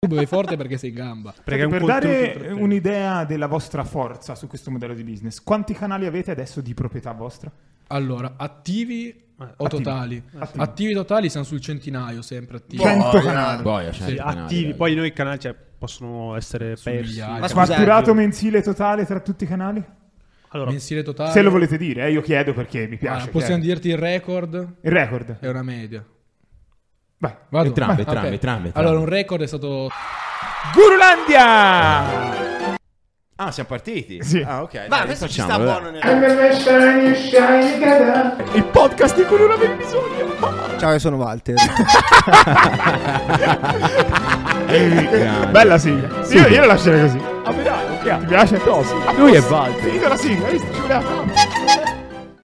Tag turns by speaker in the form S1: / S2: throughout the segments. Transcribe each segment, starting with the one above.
S1: tu bevi forte perché sei in gamba.
S2: Perché è un
S3: per
S2: contenuto
S3: dare
S2: intrattenente.
S3: un'idea della vostra forza su questo modello di business, quanti canali avete adesso di proprietà vostra?
S1: Allora, attivi o
S3: Eh, attivi.
S1: totali?
S3: Attivi.
S1: Attivi totali siamo sul centinaio, sempre attivi.
S3: Cioè, 100
S4: Boia,
S3: canali.
S4: boia,
S1: Sì,
S4: 100 canali,
S2: attivi,
S4: dai.
S2: poi noi i canali cioè, possono essere
S1: Sono
S2: persi.
S1: migliaia.
S2: Ma
S1: Ma
S2: scusa,
S3: Fatturato
S2: io-
S3: mensile totale tra tutti i canali?
S2: Allora,
S1: Mensile totale.
S3: Se lo volete dire, eh, io chiedo perché mi
S1: Guarda,
S3: piace.
S1: possiamo
S3: chiedo.
S1: dirti il record
S3: Il record.
S1: è una media.
S3: Vai.
S1: Vado?
S4: Entrambi,
S1: Vai.
S4: entrambi,
S1: Ok.
S4: entrambi, entrambi.
S1: Allora, un record è stato
S3: Gurulandia!
S4: Ah, siamo partiti?
S3: Sì.
S4: Ah, ok.
S5: Ma
S4: dai,
S5: adesso ci sta
S4: facciamo, dai.
S5: buono nel...
S4: Il podcast di cui non avevi bisogno.
S6: Ciao, io sono Walter.
S4: Grande.
S3: Bella sigla. Io, io la lascerei così. Ti piace?
S4: Lui è Walter.
S3: Finito la sigla, hai visto? Ci voleva tanto.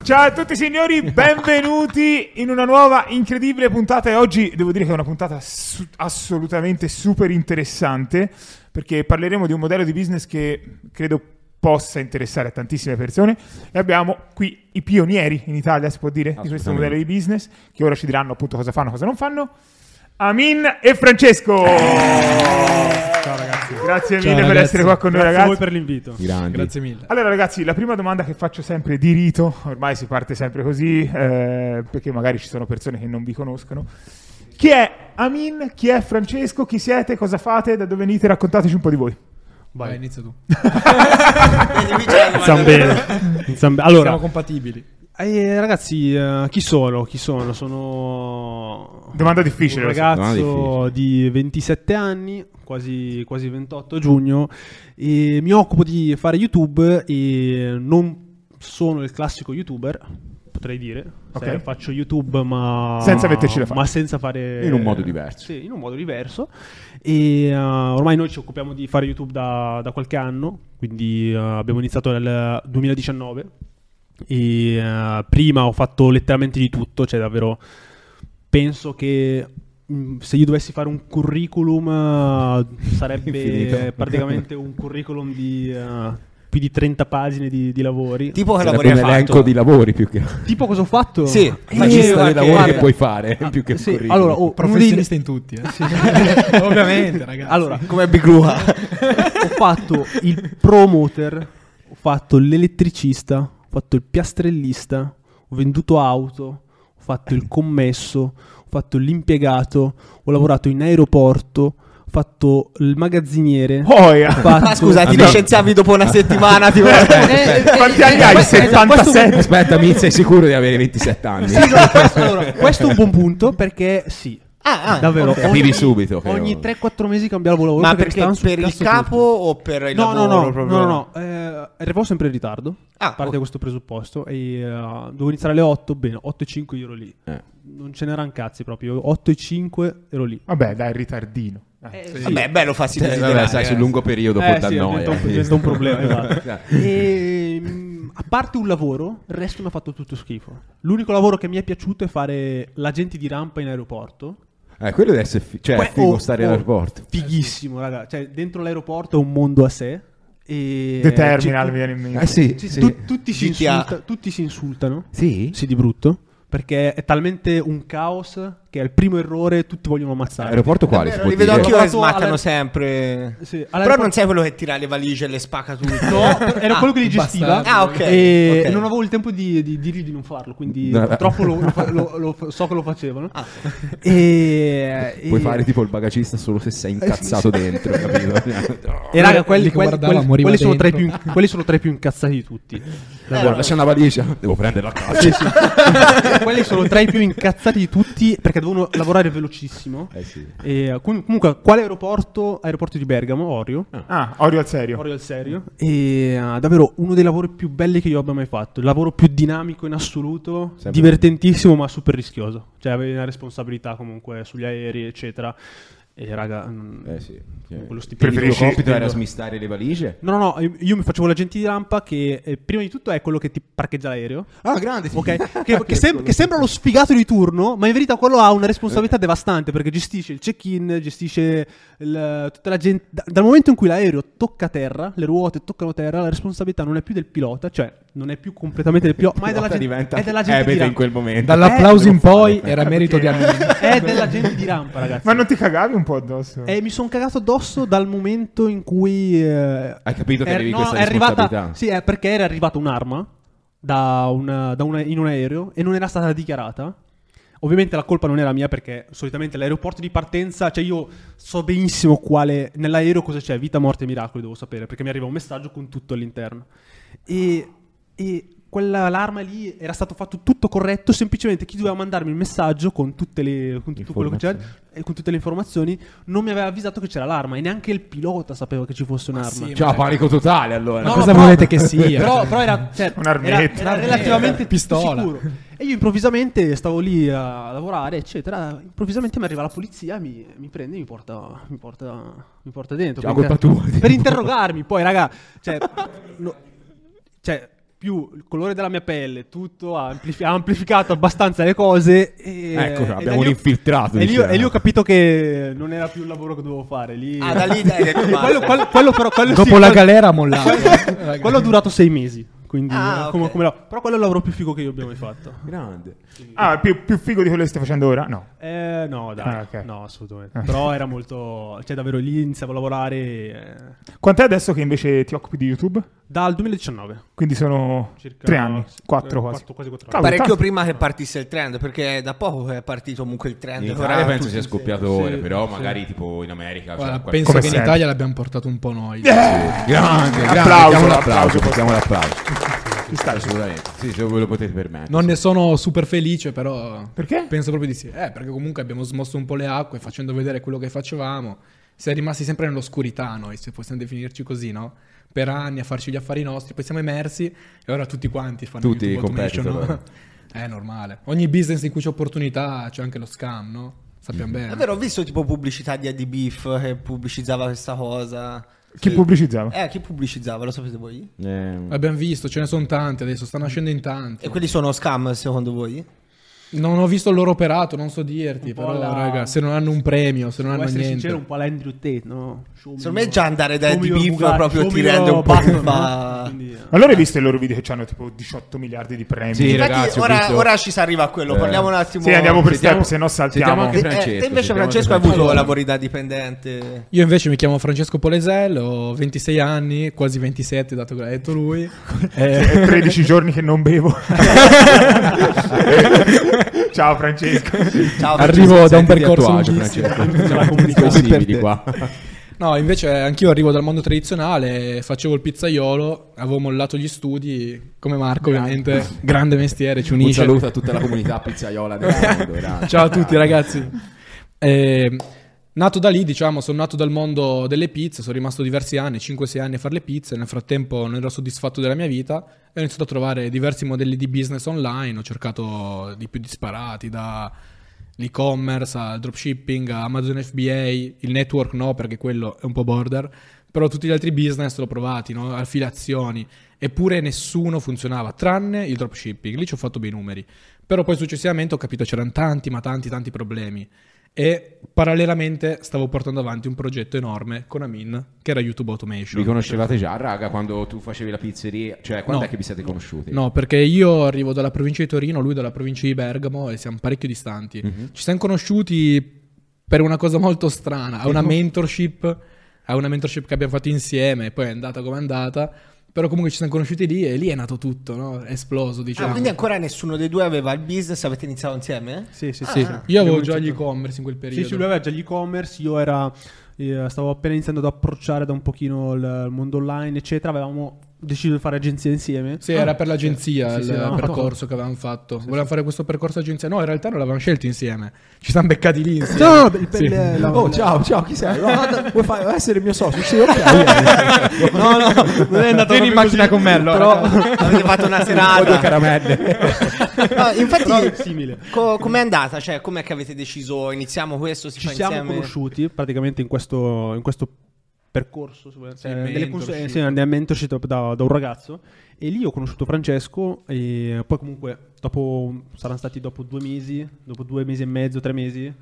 S3: Ciao a tutti signori, benvenuti in una nuova incredibile puntata e oggi devo dire che è una puntata su- assolutamente super interessante perché parleremo di un modello di business che credo possa interessare a tantissime persone e abbiamo qui i pionieri in Italia, si può dire, di questo
S4: Assolutamente.
S3: modello di business che ora ci diranno appunto cosa fanno, cosa non fanno. Amin e Francesco. Ciao ragazzi. Grazie
S1: Ciao,
S3: mille per
S1: ragazzi.
S3: essere qua con noi
S2: grazie a voi
S3: ragazzi.
S2: per l'invito.
S4: Grandi.
S1: Grazie mille.
S3: Allora ragazzi, la prima domanda che faccio sempre di rito, ormai si parte sempre così, eh, perché magari ci sono persone che non vi conoscono. Chi è Amin? Chi è Francesco? Chi siete? Cosa fate? Da dove venite? Raccontateci un po' di voi.
S1: Vai,
S2: Vai.
S1: inizia tu.
S5: Vedi, qui c'è la
S2: San
S5: domanda-
S2: bene. In San Bene.
S1: Siamo
S2: Allora,
S1: compatibili.
S2: eh, ragazzi, eh, chi sono? Chi sono? Sono
S3: Domanda difficile.
S2: un
S3: lo so.
S2: ragazzo
S4: Domanda
S2: di 27 anni, quasi, quasi 28 giugno, e mi occupo di fare YouTube e non sono il classico YouTuber, potrei dire.
S3: Ok.
S2: Cioè, faccio YouTube ma...
S3: Senza metterci le facce.
S2: Ma senza fare...
S4: In un modo diverso.
S2: Sì, in un modo diverso. E eh, ormai noi ci occupiamo di fare YouTube da, da qualche anno, quindi eh, abbiamo iniziato nel 2019. E eh, prima ho fatto letteralmente di tutto, cioè davvero penso che mm, se io dovessi fare un curriculum eh, sarebbe
S4: Infinito.
S2: praticamente un curriculum di eh, più di 30 pagine di, di lavori. Tipo,
S5: Tipo che
S4: Sarebbe
S5: lavori
S4: Cioè, un
S5: hai fatto?
S4: elenco di lavori più che
S2: cosa ho fatto?
S5: Sì,
S2: Eh,
S5: ma ci sta
S4: lista
S5: guarda che-
S4: dei lavori che
S5: guarda.
S4: puoi fare eh, più che un
S2: sì,
S4: curriculum.
S2: allora, oh, uno dei-
S1: Professionista in tutti, eh. Ovviamente, ragazzi.
S2: Allora,
S5: Come Bigrua.
S2: ho fatto il promoter, ho fatto l'elettricista, ho fatto il piastrellista, ho venduto auto, ho fatto il commesso, ho fatto l'impiegato, ho lavorato in aeroporto, ho fatto il magazziniere. ho
S3: Oh, yeah.
S2: fatto-
S5: Ma Ah, scusa, ti
S4: Allora-
S5: licenziavi dopo una settimana? Tipo...
S2: Eh,
S4: Eh,
S3: Quanti anni hai? 77.
S4: Aspetta, mi sei sicuro di avere 27 anni?
S2: Sì, no, questo, allora, questo è un buon punto perché sì,
S5: Ah, ah.
S2: davvero.
S4: ok. Capivi subito che-
S2: Ogni 3-4 mesi cambiavo lavoro.
S5: Ma
S2: mi
S5: perché
S2: stavano sul
S5: per il
S2: cazzo
S5: capo
S2: tutti.
S5: o per il
S2: No, no,
S5: lavoro?
S2: no,
S5: proprio?
S2: no, no, no, eh, arrivavo sempre in ritardo.
S5: Ah,
S2: a parte
S5: ok.
S2: questo presupposto. E eh, dovevo iniziare alle 8. Bene, 8 e 5 io ero lì.
S4: Eh.
S2: Non ce n'erano cazzi proprio. 8 e 5 ero
S5: Eh,
S2: lì.
S3: Vabbè, dai, ritardino.
S5: Vabbè, beh, lo farsi
S4: Eh,
S5: desiderare.
S4: vabbè, sai, sul
S5: eh.
S4: lungo periodo
S2: Eh,
S4: porta
S2: sì,
S4: noia.
S2: diventa un- diventa un problema, esatto.
S4: Eh,
S2: E, mm, a parte un lavoro, il resto mi ha fatto tutto schifo. L'unico lavoro che mi è piaciuto è fare l'agente di rampa in aeroporto.
S4: Eh, quello deve essere fi- cioè,
S2: Que-
S4: figo
S2: oh,
S4: stare
S2: oh,
S4: all'aeroporto.
S2: Fighissimo, raga. Cioè, dentro l'aeroporto è un mondo a sé. E
S3: The Terminal
S2: ci-
S3: mi viene in mente.
S4: Eh sì,
S2: ci-
S4: sì.
S2: tu- tutti, si
S5: GTA.
S2: insulta- tutti si insultano.
S4: Sì?
S2: Sì, di brutto. Perché è talmente un caos che al primo errore tutti vogliono ammazzare.
S4: Aeroporto quale? si
S5: Vero,
S4: può
S5: li vedo
S4: dire?
S5: anch'io che
S2: Ho provato
S5: smattano
S2: alla-
S5: sempre.
S2: Sì,
S5: Però
S2: all'aeroporto-
S5: non sei quello che tira le valigie e le spacca tutto.
S2: No, ero
S5: Ah,
S2: quello che li gestiva.
S1: bastardo.
S5: Ah, ok,
S2: E
S5: ok.
S2: non avevo il tempo di, di dirgli di non farlo. Quindi
S4: No,
S2: purtroppo lo, lo fa- lo- lo- so che lo facevano. E,
S4: Puoi
S2: e-
S4: fare tipo il bagacista solo se
S2: Eh,
S4: sei incazzato dentro, capito?
S2: E
S1: Quelli che
S2: raga, quelli, quelli-
S1: guardava,
S2: quelli-
S1: moriva
S2: quelli sono tra i più,
S1: dentro.
S2: quelli sono tra i più incazzati di tutti.
S4: Eh, Guarda, c'è una valigia, devo prendere la casa.
S2: quelli sono tra i più incazzati di tutti perché devono lavorare velocissimo.
S4: Eh sì.
S2: E, eh, com- comunque, quale aeroporto? Aeroporto di Bergamo, Orio.
S3: Ah, Orio al serio.
S2: Orio al serio. E eh, davvero uno dei lavori più belli che io abbia mai fatto. Il lavoro più dinamico in assoluto,
S4: Sempre.
S2: divertentissimo ma super rischioso. Cioè avevi una responsabilità comunque sugli aerei, eccetera. E raga, mm,
S4: Eh sì. Cioè,
S2: quello
S4: il
S2: stipendio...
S4: tuo
S3: Preferisci-
S4: compito era smistare le valigie?
S2: No, no, no, io- io mi facevo l'agente di rampa che eh, prima di tutto è quello che ti parcheggia l'aereo.
S4: Ah, grande. sì.
S2: Ok, che, che sem- che sembra lo sfigato di turno, ma in verità quello ha una
S4: Eh.
S2: responsabilità devastante perché gestisce il check-in, gestisce il- tutta la gente. da- dal momento in cui l'aereo tocca terra, le ruote toccano terra, la responsabilità non è più del pilota, cioè non è più completamente del pilota, ma è della
S4: Pilota
S2: gente,
S4: diventa
S2: è della gente di
S4: ebete in
S2: rampa.
S4: quel momento.
S2: eh,
S1: Dall'applauso in
S4: devo fare.
S1: poi era merito di Amin.
S2: È della gente di rampa, ragazzi.
S3: Ma non ti cagavi un po' addosso?
S2: Eh, E mi sono cagato addosso dal momento in cui eh,
S4: Hai capito che
S2: è-
S4: avevi
S2: no,
S4: questa
S2: è arrivata,
S4: responsabilità.
S2: sì, è perché era arrivata un'arma da un- da un- in un aereo e non era stata dichiarata. Ovviamente la colpa non era mia perché solitamente l'aeroporto di partenza, cioè io so benissimo quale nell'aereo cosa c'è, vita, morte e miracoli, devo sapere, perché mi arriva un messaggio con tutto all'interno. E, e quella, l'arma lì era stato fatto tutto corretto, semplicemente chi doveva mandarmi il messaggio con tutte le con tutto quello che c'era e con tutte le informazioni non mi aveva avvisato che c'era l'arma e neanche il pilota sapeva che ci fosse un'arma.
S1: sì,
S4: Cioè,
S1: Ma-
S4: panico totale allora.
S1: No,
S4: Cosa-
S1: cosa volete che sia?
S2: Però, però era, cioè,
S3: Un'armetta.
S2: era- era relativamente
S1: Pistola.
S2: sicuro. E io improvvisamente stavo lì a lavorare, eccetera. Improvvisamente mi arriva la polizia, mi, mi prende e mi porta, mi porta, mi porta dentro.
S4: Cioè,
S2: Per
S4: colpa
S2: inter-
S4: tua, tipo.
S2: Per interrogarmi, poi, raga, cioè, no- cioè, più il colore della mia pelle, tutto ha, amplifi- ha amplificato abbastanza le cose. E,
S4: Ecco,
S2: e da
S4: abbiamo
S2: lì
S4: un
S2: ho-
S4: infiltrato,
S2: E lì, ho-
S4: diciamo.
S2: e lì ho capito che non era più il lavoro che dovevo fare. Lì...
S5: Ah, da lì dai, hai detto,
S2: quello,
S5: basta.
S2: quello- quello però, quello sì,
S1: Dopo la
S2: quello-
S1: galera mollata.
S2: quello- quello ha durato sei mesi. Quindi,
S5: Ah,
S2: eh, come-
S5: ok.
S2: come la- però quello è il lavoro più figo che io abbia mai fatto.
S4: Grande.
S3: Ah, più, più figo di quello che stai facendo ora? No.
S2: Eh, no, dai,
S3: Ah, ok.
S2: no, assolutamente. Però era molto. Cioè, davvero lì iniziavo a lavorare eh,
S3: Quant'è adesso che invece ti occupi di YouTube?
S2: dal 2019.
S5: Ah,
S3: Quindi sono
S2: Circa
S3: tre anni,
S2: sì,
S3: quattro
S2: eh,
S3: quasi.
S2: quattro- quattro
S3: Cavolo,
S5: Parecchio
S3: tanto.
S5: prima che partisse il trend, perché è da poco che è partito comunque il trend.
S4: In
S5: ora
S4: Italia penso
S5: tutti
S4: sia
S5: insieme.
S4: scoppiato
S1: Sì,
S4: ora, però
S1: sì.
S4: magari tipo in America.
S1: Guarda,
S4: cioè, qualche-
S1: penso che in
S3: sempre.
S1: Italia l'abbiamo portato un po' noi.
S4: Grande, grande.
S3: Applauso,
S4: mettiamo
S3: applauso,
S4: l'applauso. Mettiamo l'applauso.
S3: Ci sta.
S4: Assolutamente. Sì, se ve lo potete permettere.
S1: Non ne sono super felice, però.
S3: Perché?
S1: Penso proprio di sì. Eh, perché comunque abbiamo smosso un po' le acque facendo vedere quello che facevamo. Si è rimasti sempre nell'oscurità noi, se possiamo definirci così, no? Per anni a farci gli affari nostri, poi siamo emersi e ora tutti quanti fanno
S4: Tutti
S1: YouTube
S4: i
S1: automation,
S4: competitor,
S1: no? È normale. Ogni business in cui c'è opportunità c'è anche lo scam, no?
S4: Mhm.
S1: Sappiamo bene.
S5: È vero, ho visto tipo pubblicità di Eddie Beef che pubblicizzava questa cosa.
S3: Chi pubblicizzava?
S5: Eh, chi pubblicizzava? Lo sapete voi?
S4: Eh,
S1: Abbiamo visto, ce ne sono tanti adesso, stanno nascendo in tanti.
S5: E quelli sono scam secondo voi?
S1: Non ho visto il loro operato, non so dirti,
S2: Un po'
S1: però
S2: la-
S1: raga, se non hanno un premio, se non
S2: Devo
S1: hanno
S2: essere
S1: niente.
S2: sincero, un po' l'Andrew Tate, no?
S5: Secondo me già andare da Eddie Beef proprio ti rende un po' più fa-
S2: eh,
S3: Ma allora hai visto i loro video che hanno tipo 18 miliardi di premi?
S4: Sì,
S5: Infatti,
S4: ragazzi, ho
S5: ora,
S4: visto-
S5: ora ci si arriva a quello.
S4: Eh.
S5: Parliamo un attimo.
S3: Sì, andiamo per
S4: Sentiamo-
S3: step, se no
S4: sentiamo
S3: saltiamo.
S4: anche
S5: Eh,
S4: Francesco,
S5: te invece,
S4: sentiamo
S5: Francesco, hai
S4: anche
S5: avuto
S4: Francesco.
S5: lavori da dipendente.
S1: Io invece mi chiamo Francesco Polesel, ho 26 anni, quasi 27 dato che l'ha detto lui. Eh,
S3: È 13 cioè, giorni che non bevo. Ciao Francesco.
S5: Ciao, Francesco. Ah,
S1: arrivo da un
S4: sentiti a
S1: percorso
S4: tuo agio,
S1: lunghissimo.
S4: Francesco.
S2: La comunità.
S4: Siamo simili qua.
S1: No, invece anch'io arrivo dal mondo tradizionale, facevo il pizzaiolo, avevo mollato gli studi, come Marco ovviamente, grande mestiere, ci
S4: Un
S1: unisce.
S4: saluto a tutta la comunità pizzaiola del mondo. grande.
S1: Ciao a tutti ragazzi. Eh, nato da lì, diciamo, sono nato dal mondo delle pizze, sono rimasto diversi anni, 5-6 anni a fare le pizze, nel frattempo non ero soddisfatto della mia vita e ho iniziato a trovare diversi modelli di business online, ho cercato di più disparati, da l'e-commerce al dropshipping, a Amazon FBA, il network no perché quello è un po' border, però tutti gli altri business l'ho provati, no? affiliazioni, eppure nessuno funzionava, tranne il dropshipping, lì ci ho fatto bei numeri. Però poi successivamente ho capito c'erano tanti, ma tanti, tanti problemi. E parallelamente stavo portando avanti un progetto enorme con Amin, che era YouTube Automation.
S4: Vi conoscevate già, raga, quando tu facevi la pizzeria? Cioè, quando
S1: No.
S4: è che vi siete conosciuti?
S1: No, perché io arrivo dalla provincia di Torino, lui dalla provincia di Bergamo e siamo parecchio distanti.
S4: Mm. Mhm.
S1: Ci siamo conosciuti per una cosa molto strana, a una mentorship, a una mentorship che abbiamo fatto insieme, poi è andata come è andata, però comunque ci siamo conosciuti lì e lì è nato tutto, no? È esploso,
S5: Ah,
S1: diciamo.
S5: quindi ancora nessuno dei due aveva il business, avete iniziato insieme?
S2: Sì,
S1: Sì,
S2: sì, Ah. sì.
S1: sì. Io avevo già gli e-commerce in quel periodo.
S2: Sì, sì, lui aveva già l'e-commerce, io era, eh, stavo appena iniziando ad approcciare da un pochino il mondo online, eccetera, avevamo deciso di fare agenzia insieme.
S1: Sì, era per l'agenzia
S2: Sì, sì,
S1: il
S2: avevamo
S1: percorso che avevamo fatto. Volevamo fare questo percorso agenzia. No, in realtà non l'avevamo scelto insieme. Ci siamo beccati lì insieme.
S2: No, no, no, per- per-
S1: Sì.
S2: eh, la-
S6: Oh, ciao, ciao, chi sei? Guarda, vuoi, fare- vuoi essere il mio socio? Sì, ok.
S5: No, no, non è andato
S1: Vieni in macchina con me allora.
S5: Avete fatto una serata.
S4: caramelle.
S5: No, infatti,
S2: simile.
S5: co- com'è andata? Cioè, com'è che avete deciso? Iniziamo questo? Si
S2: Ci
S5: fa
S2: siamo
S5: insieme?
S2: conosciuti praticamente in questo, in questo percorso, se volete,
S1: Sì,
S2: eh,
S1: mentorship.
S2: delle cons- eh, sì, nella mentorship da, da un ragazzo e lì ho conosciuto Francesco e poi comunque dopo, saranno stati dopo due mesi, dopo due mesi e mezzo, tre mesi,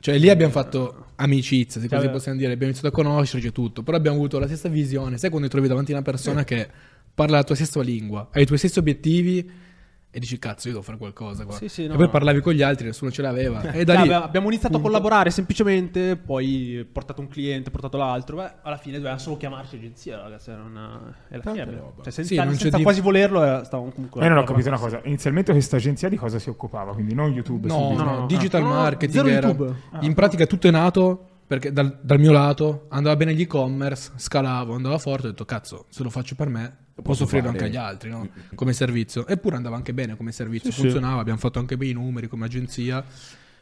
S1: Cioè, lì abbiamo fatto amicizia, se
S2: Cioè,
S1: così
S2: aveva-
S1: possiamo dire. Abbiamo iniziato a conoscerci e tutto. Però abbiamo avuto la stessa visione. Sai quando ti trovi davanti a una persona che parla la tua stessa lingua, ha i tuoi stessi obiettivi E dici, cazzo, io devo fare qualcosa qua.
S2: Sì, sì, no,
S1: e poi
S2: no.
S1: parlavi con gli altri, nessuno ce l'aveva. E da lì...
S2: Dai,
S1: Mm.
S2: abbiamo- abbiamo iniziato a collaborare semplicemente, poi portato un cliente, portato l'altro, beh, alla fine dovevamo solo chiamarci agenzia, ragazzi, era una... è la
S1: Tanta
S2: fine,
S1: roba.
S2: cioè, senza,
S1: Sì, non c'è
S2: senza
S1: di-
S2: quasi volerlo eh, stavamo comunque...
S3: Ma io non ho capito una cosa. Inizialmente questa agenzia di cosa si occupava? Quindi non YouTube.
S1: No,
S3: subito.
S1: no,
S2: no, no.
S1: digital
S2: No, no,
S1: marketing
S2: zero
S1: era-
S2: YouTube.
S1: in pratica tutto è nato perché dal, dal mio lato andava bene gli e-commerce, scalavo, andava forte, ho detto cazzo, se lo faccio per me posso offrirlo
S4: fare."
S1: anche agli altri no? come servizio. Eppure andava anche bene come servizio,
S2: Sì,
S1: funzionava, abbiamo fatto anche bei numeri come agenzia,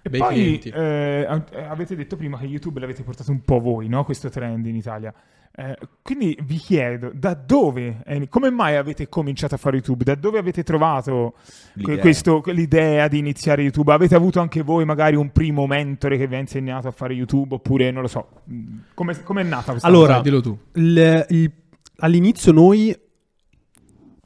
S3: E
S1: bei
S3: poi
S1: clienti.
S3: eh, a- eh, avete detto prima che YouTube l'avete portato un po' voi, no? Questo trend in Italia. Eh, quindi vi chiedo, da dove, eh, come mai avete cominciato a fare YouTube? Da dove avete trovato que-
S4: L'idea.
S3: questo- que- l'idea di iniziare YouTube? Avete avuto anche voi magari un primo mentore che vi ha insegnato a fare YouTube? Oppure, non lo so, mh, come, come è nata questa
S2: Allora,
S1: Dai, dillo tu.
S2: Il- il- all'inizio noi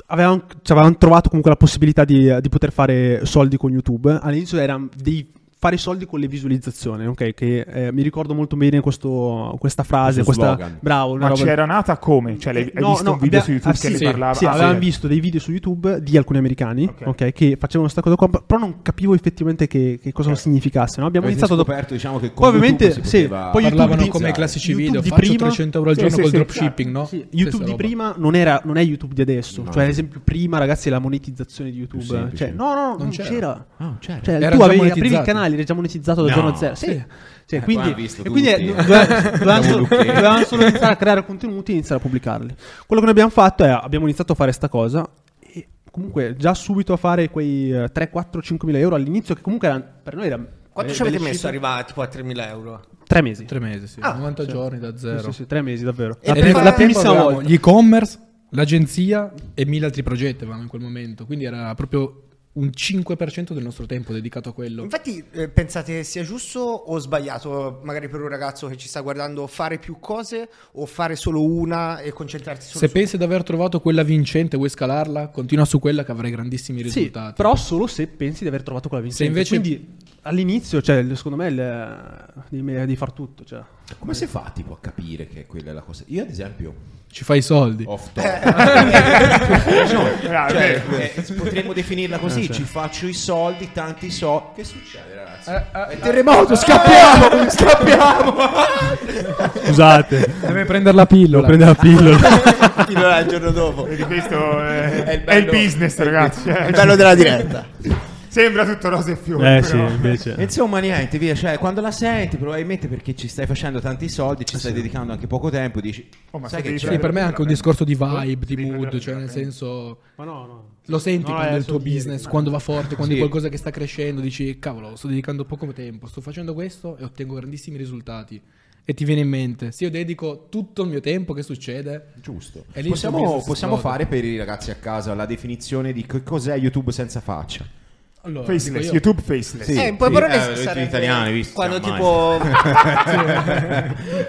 S2: avevamo, ci avevamo trovato comunque la possibilità di, di poter fare soldi con YouTube. All'inizio era dei fare soldi con le visualizzazioni, ok? Che eh, mi ricordo molto bene questo- questa frase,
S4: Questo
S2: questa
S4: slogan.
S2: bravo, una
S3: Ma
S2: roba-
S3: c'era nata come? Cioè, l'hai-
S2: Eh,
S3: hai visto un video
S2: abbia-
S3: su YouTube
S2: ah,
S3: che
S2: sì,
S3: ne
S2: sì,
S3: parlava?
S2: sì,
S3: Ah,
S2: avevamo
S3: sì.
S2: visto dei video su YouTube di alcuni americani,
S3: Ok.
S2: ok, che facevano sta cosa qua, però non capivo effettivamente che, che cosa significasse, no? Abbiamo
S4: Avete
S2: iniziato dopo
S4: scoperto, diciamo che con
S2: poi ovviamente
S4: YouTube si
S2: sì,
S4: poteva
S2: poi YouTube
S1: Parlavano
S2: di-
S1: come i classici
S2: YouTube
S1: video,
S2: di
S1: faccio
S2: prima-
S1: 300 euro al
S3: Sì,
S1: giorno
S3: sì,
S1: col
S3: sì,
S1: dropshipping, no?
S2: Sì,
S1: Stessa
S2: YouTube di
S1: roba.
S2: prima non, era, non è YouTube di adesso.
S4: No.
S2: Cioè, ad esempio, prima, ragazzi, la monetizzazione di YouTube.
S4: Più semplice.
S2: Cioè, no, no, non,
S1: Non
S2: c'era.
S1: c'era.
S4: Ah, certo.
S2: Cioè,
S1: Era
S2: tu
S1: già
S2: avevi, aprivi il
S1: monetizzato.
S2: canale, eri già monetizzato dal
S4: No.
S2: giorno zero. Sì.
S4: Sì.
S2: Sì,
S4: Eh,
S2: quindi,
S4: poi hanno visto
S2: e quindi
S4: tutti.
S2: do- dovevamo dovevamo
S4: Siamo
S2: solo,
S4: Lucchetti.
S2: dovevamo solo iniziare a creare contenuti e iniziare a pubblicarli. Quello che noi abbiamo fatto è abbiamo iniziato a fare sta cosa e comunque già subito a fare quei eh, 3, 4, 5 mila euro all'inizio che comunque erano- eh, per noi era
S5: Quanto ci avete messo ad arrivare tipo a 3.000 euro?
S2: 3 mesi.
S1: Tre mesi, sì.
S5: Ah,
S1: 90 giorni da zero.
S2: Sì, sì, sì, tre mesi davvero.
S5: E
S2: La,
S5: nel
S1: E
S2: prima-
S1: nel
S2: la
S5: frattempo
S2: primissima
S1: frattempo
S2: volta.
S1: avevamo gli e-commerce, l'agenzia e mille altri progetti avevamo in quel momento, quindi era proprio un 5% del nostro tempo dedicato a quello.
S5: Infatti, eh, pensate che sia giusto o sbagliato, magari per un ragazzo che ci sta guardando, fare più cose o fare solo una e concentrarsi solo
S1: Se
S5: su
S1: pensi di aver trovato quella vincente e vuoi scalarla, continua su quella che avrai grandissimi
S2: Sì,
S1: risultati.
S2: però solo se pensi di aver trovato quella
S1: Se
S2: vincente.
S1: invece-
S2: Quindi all'inizio, cioè, il- secondo me, il- di, di far tutto. Cioè.
S4: Come si fa tipo a capire che quella è la cosa? Io ad esempio,
S1: Ci fai i soldi.
S2: Oh.
S4: off top.
S3: Ah,
S4: Cioè,
S3: ok.
S4: eh, potremmo definirla così, ci faccio i soldi, tanti so. Che succede ragazzi?
S1: Eh,
S6: Terremoto, scappiamo!
S2: Scusate,
S1: Deve prendere la pillola.
S2: la pillola.
S5: chi lo è il giorno dopo.
S3: Vedi, questo è,
S5: È il
S3: è il
S5: bello-
S3: business, ragazzi. eh.
S5: Il bello della diretta.
S3: Sembra tutto rose e fiori.
S2: eh
S3: però-
S2: sì, invece.
S4: Insomma, niente, via. Cioè, quando la senti, probabilmente perché ci stai facendo tanti soldi, ci stai dedicando anche poco tempo, dici.
S3: Oh, ma
S4: sai
S3: se
S4: che
S3: devi
S4: c'è?
S1: Sì, per me è anche un discorso di vibe, di
S3: Devi
S1: mood,
S3: prendere-
S1: cioè nel senso
S2: Ma no, no.
S1: lo senti
S2: No,
S1: quando
S2: eh,
S1: è il tuo
S2: solo dire,
S1: business,
S2: eh.
S1: quando va forte, quando
S4: Sì.
S1: è qualcosa che sta crescendo, dici cavolo, sto dedicando poco tempo, sto facendo questo e ottengo grandissimi risultati. E ti viene in mente, se io dedico tutto il mio tempo, che succede?
S4: Giusto.
S1: E lì il tuo
S4: Possiamo,
S1: business
S4: possiamo
S1: esplode.
S4: fare per i ragazzi a casa la definizione di che cos'è YouTube senza faccia.
S1: Allora, dico
S3: Faceless,
S1: io-
S3: YouTube faceless.
S4: Sì,
S5: eh, in poche
S4: sì.
S5: parole
S4: Eh, lo dici in
S5: sarebbe
S4: italiano, visto,
S5: quando
S4: ormai.
S5: tipo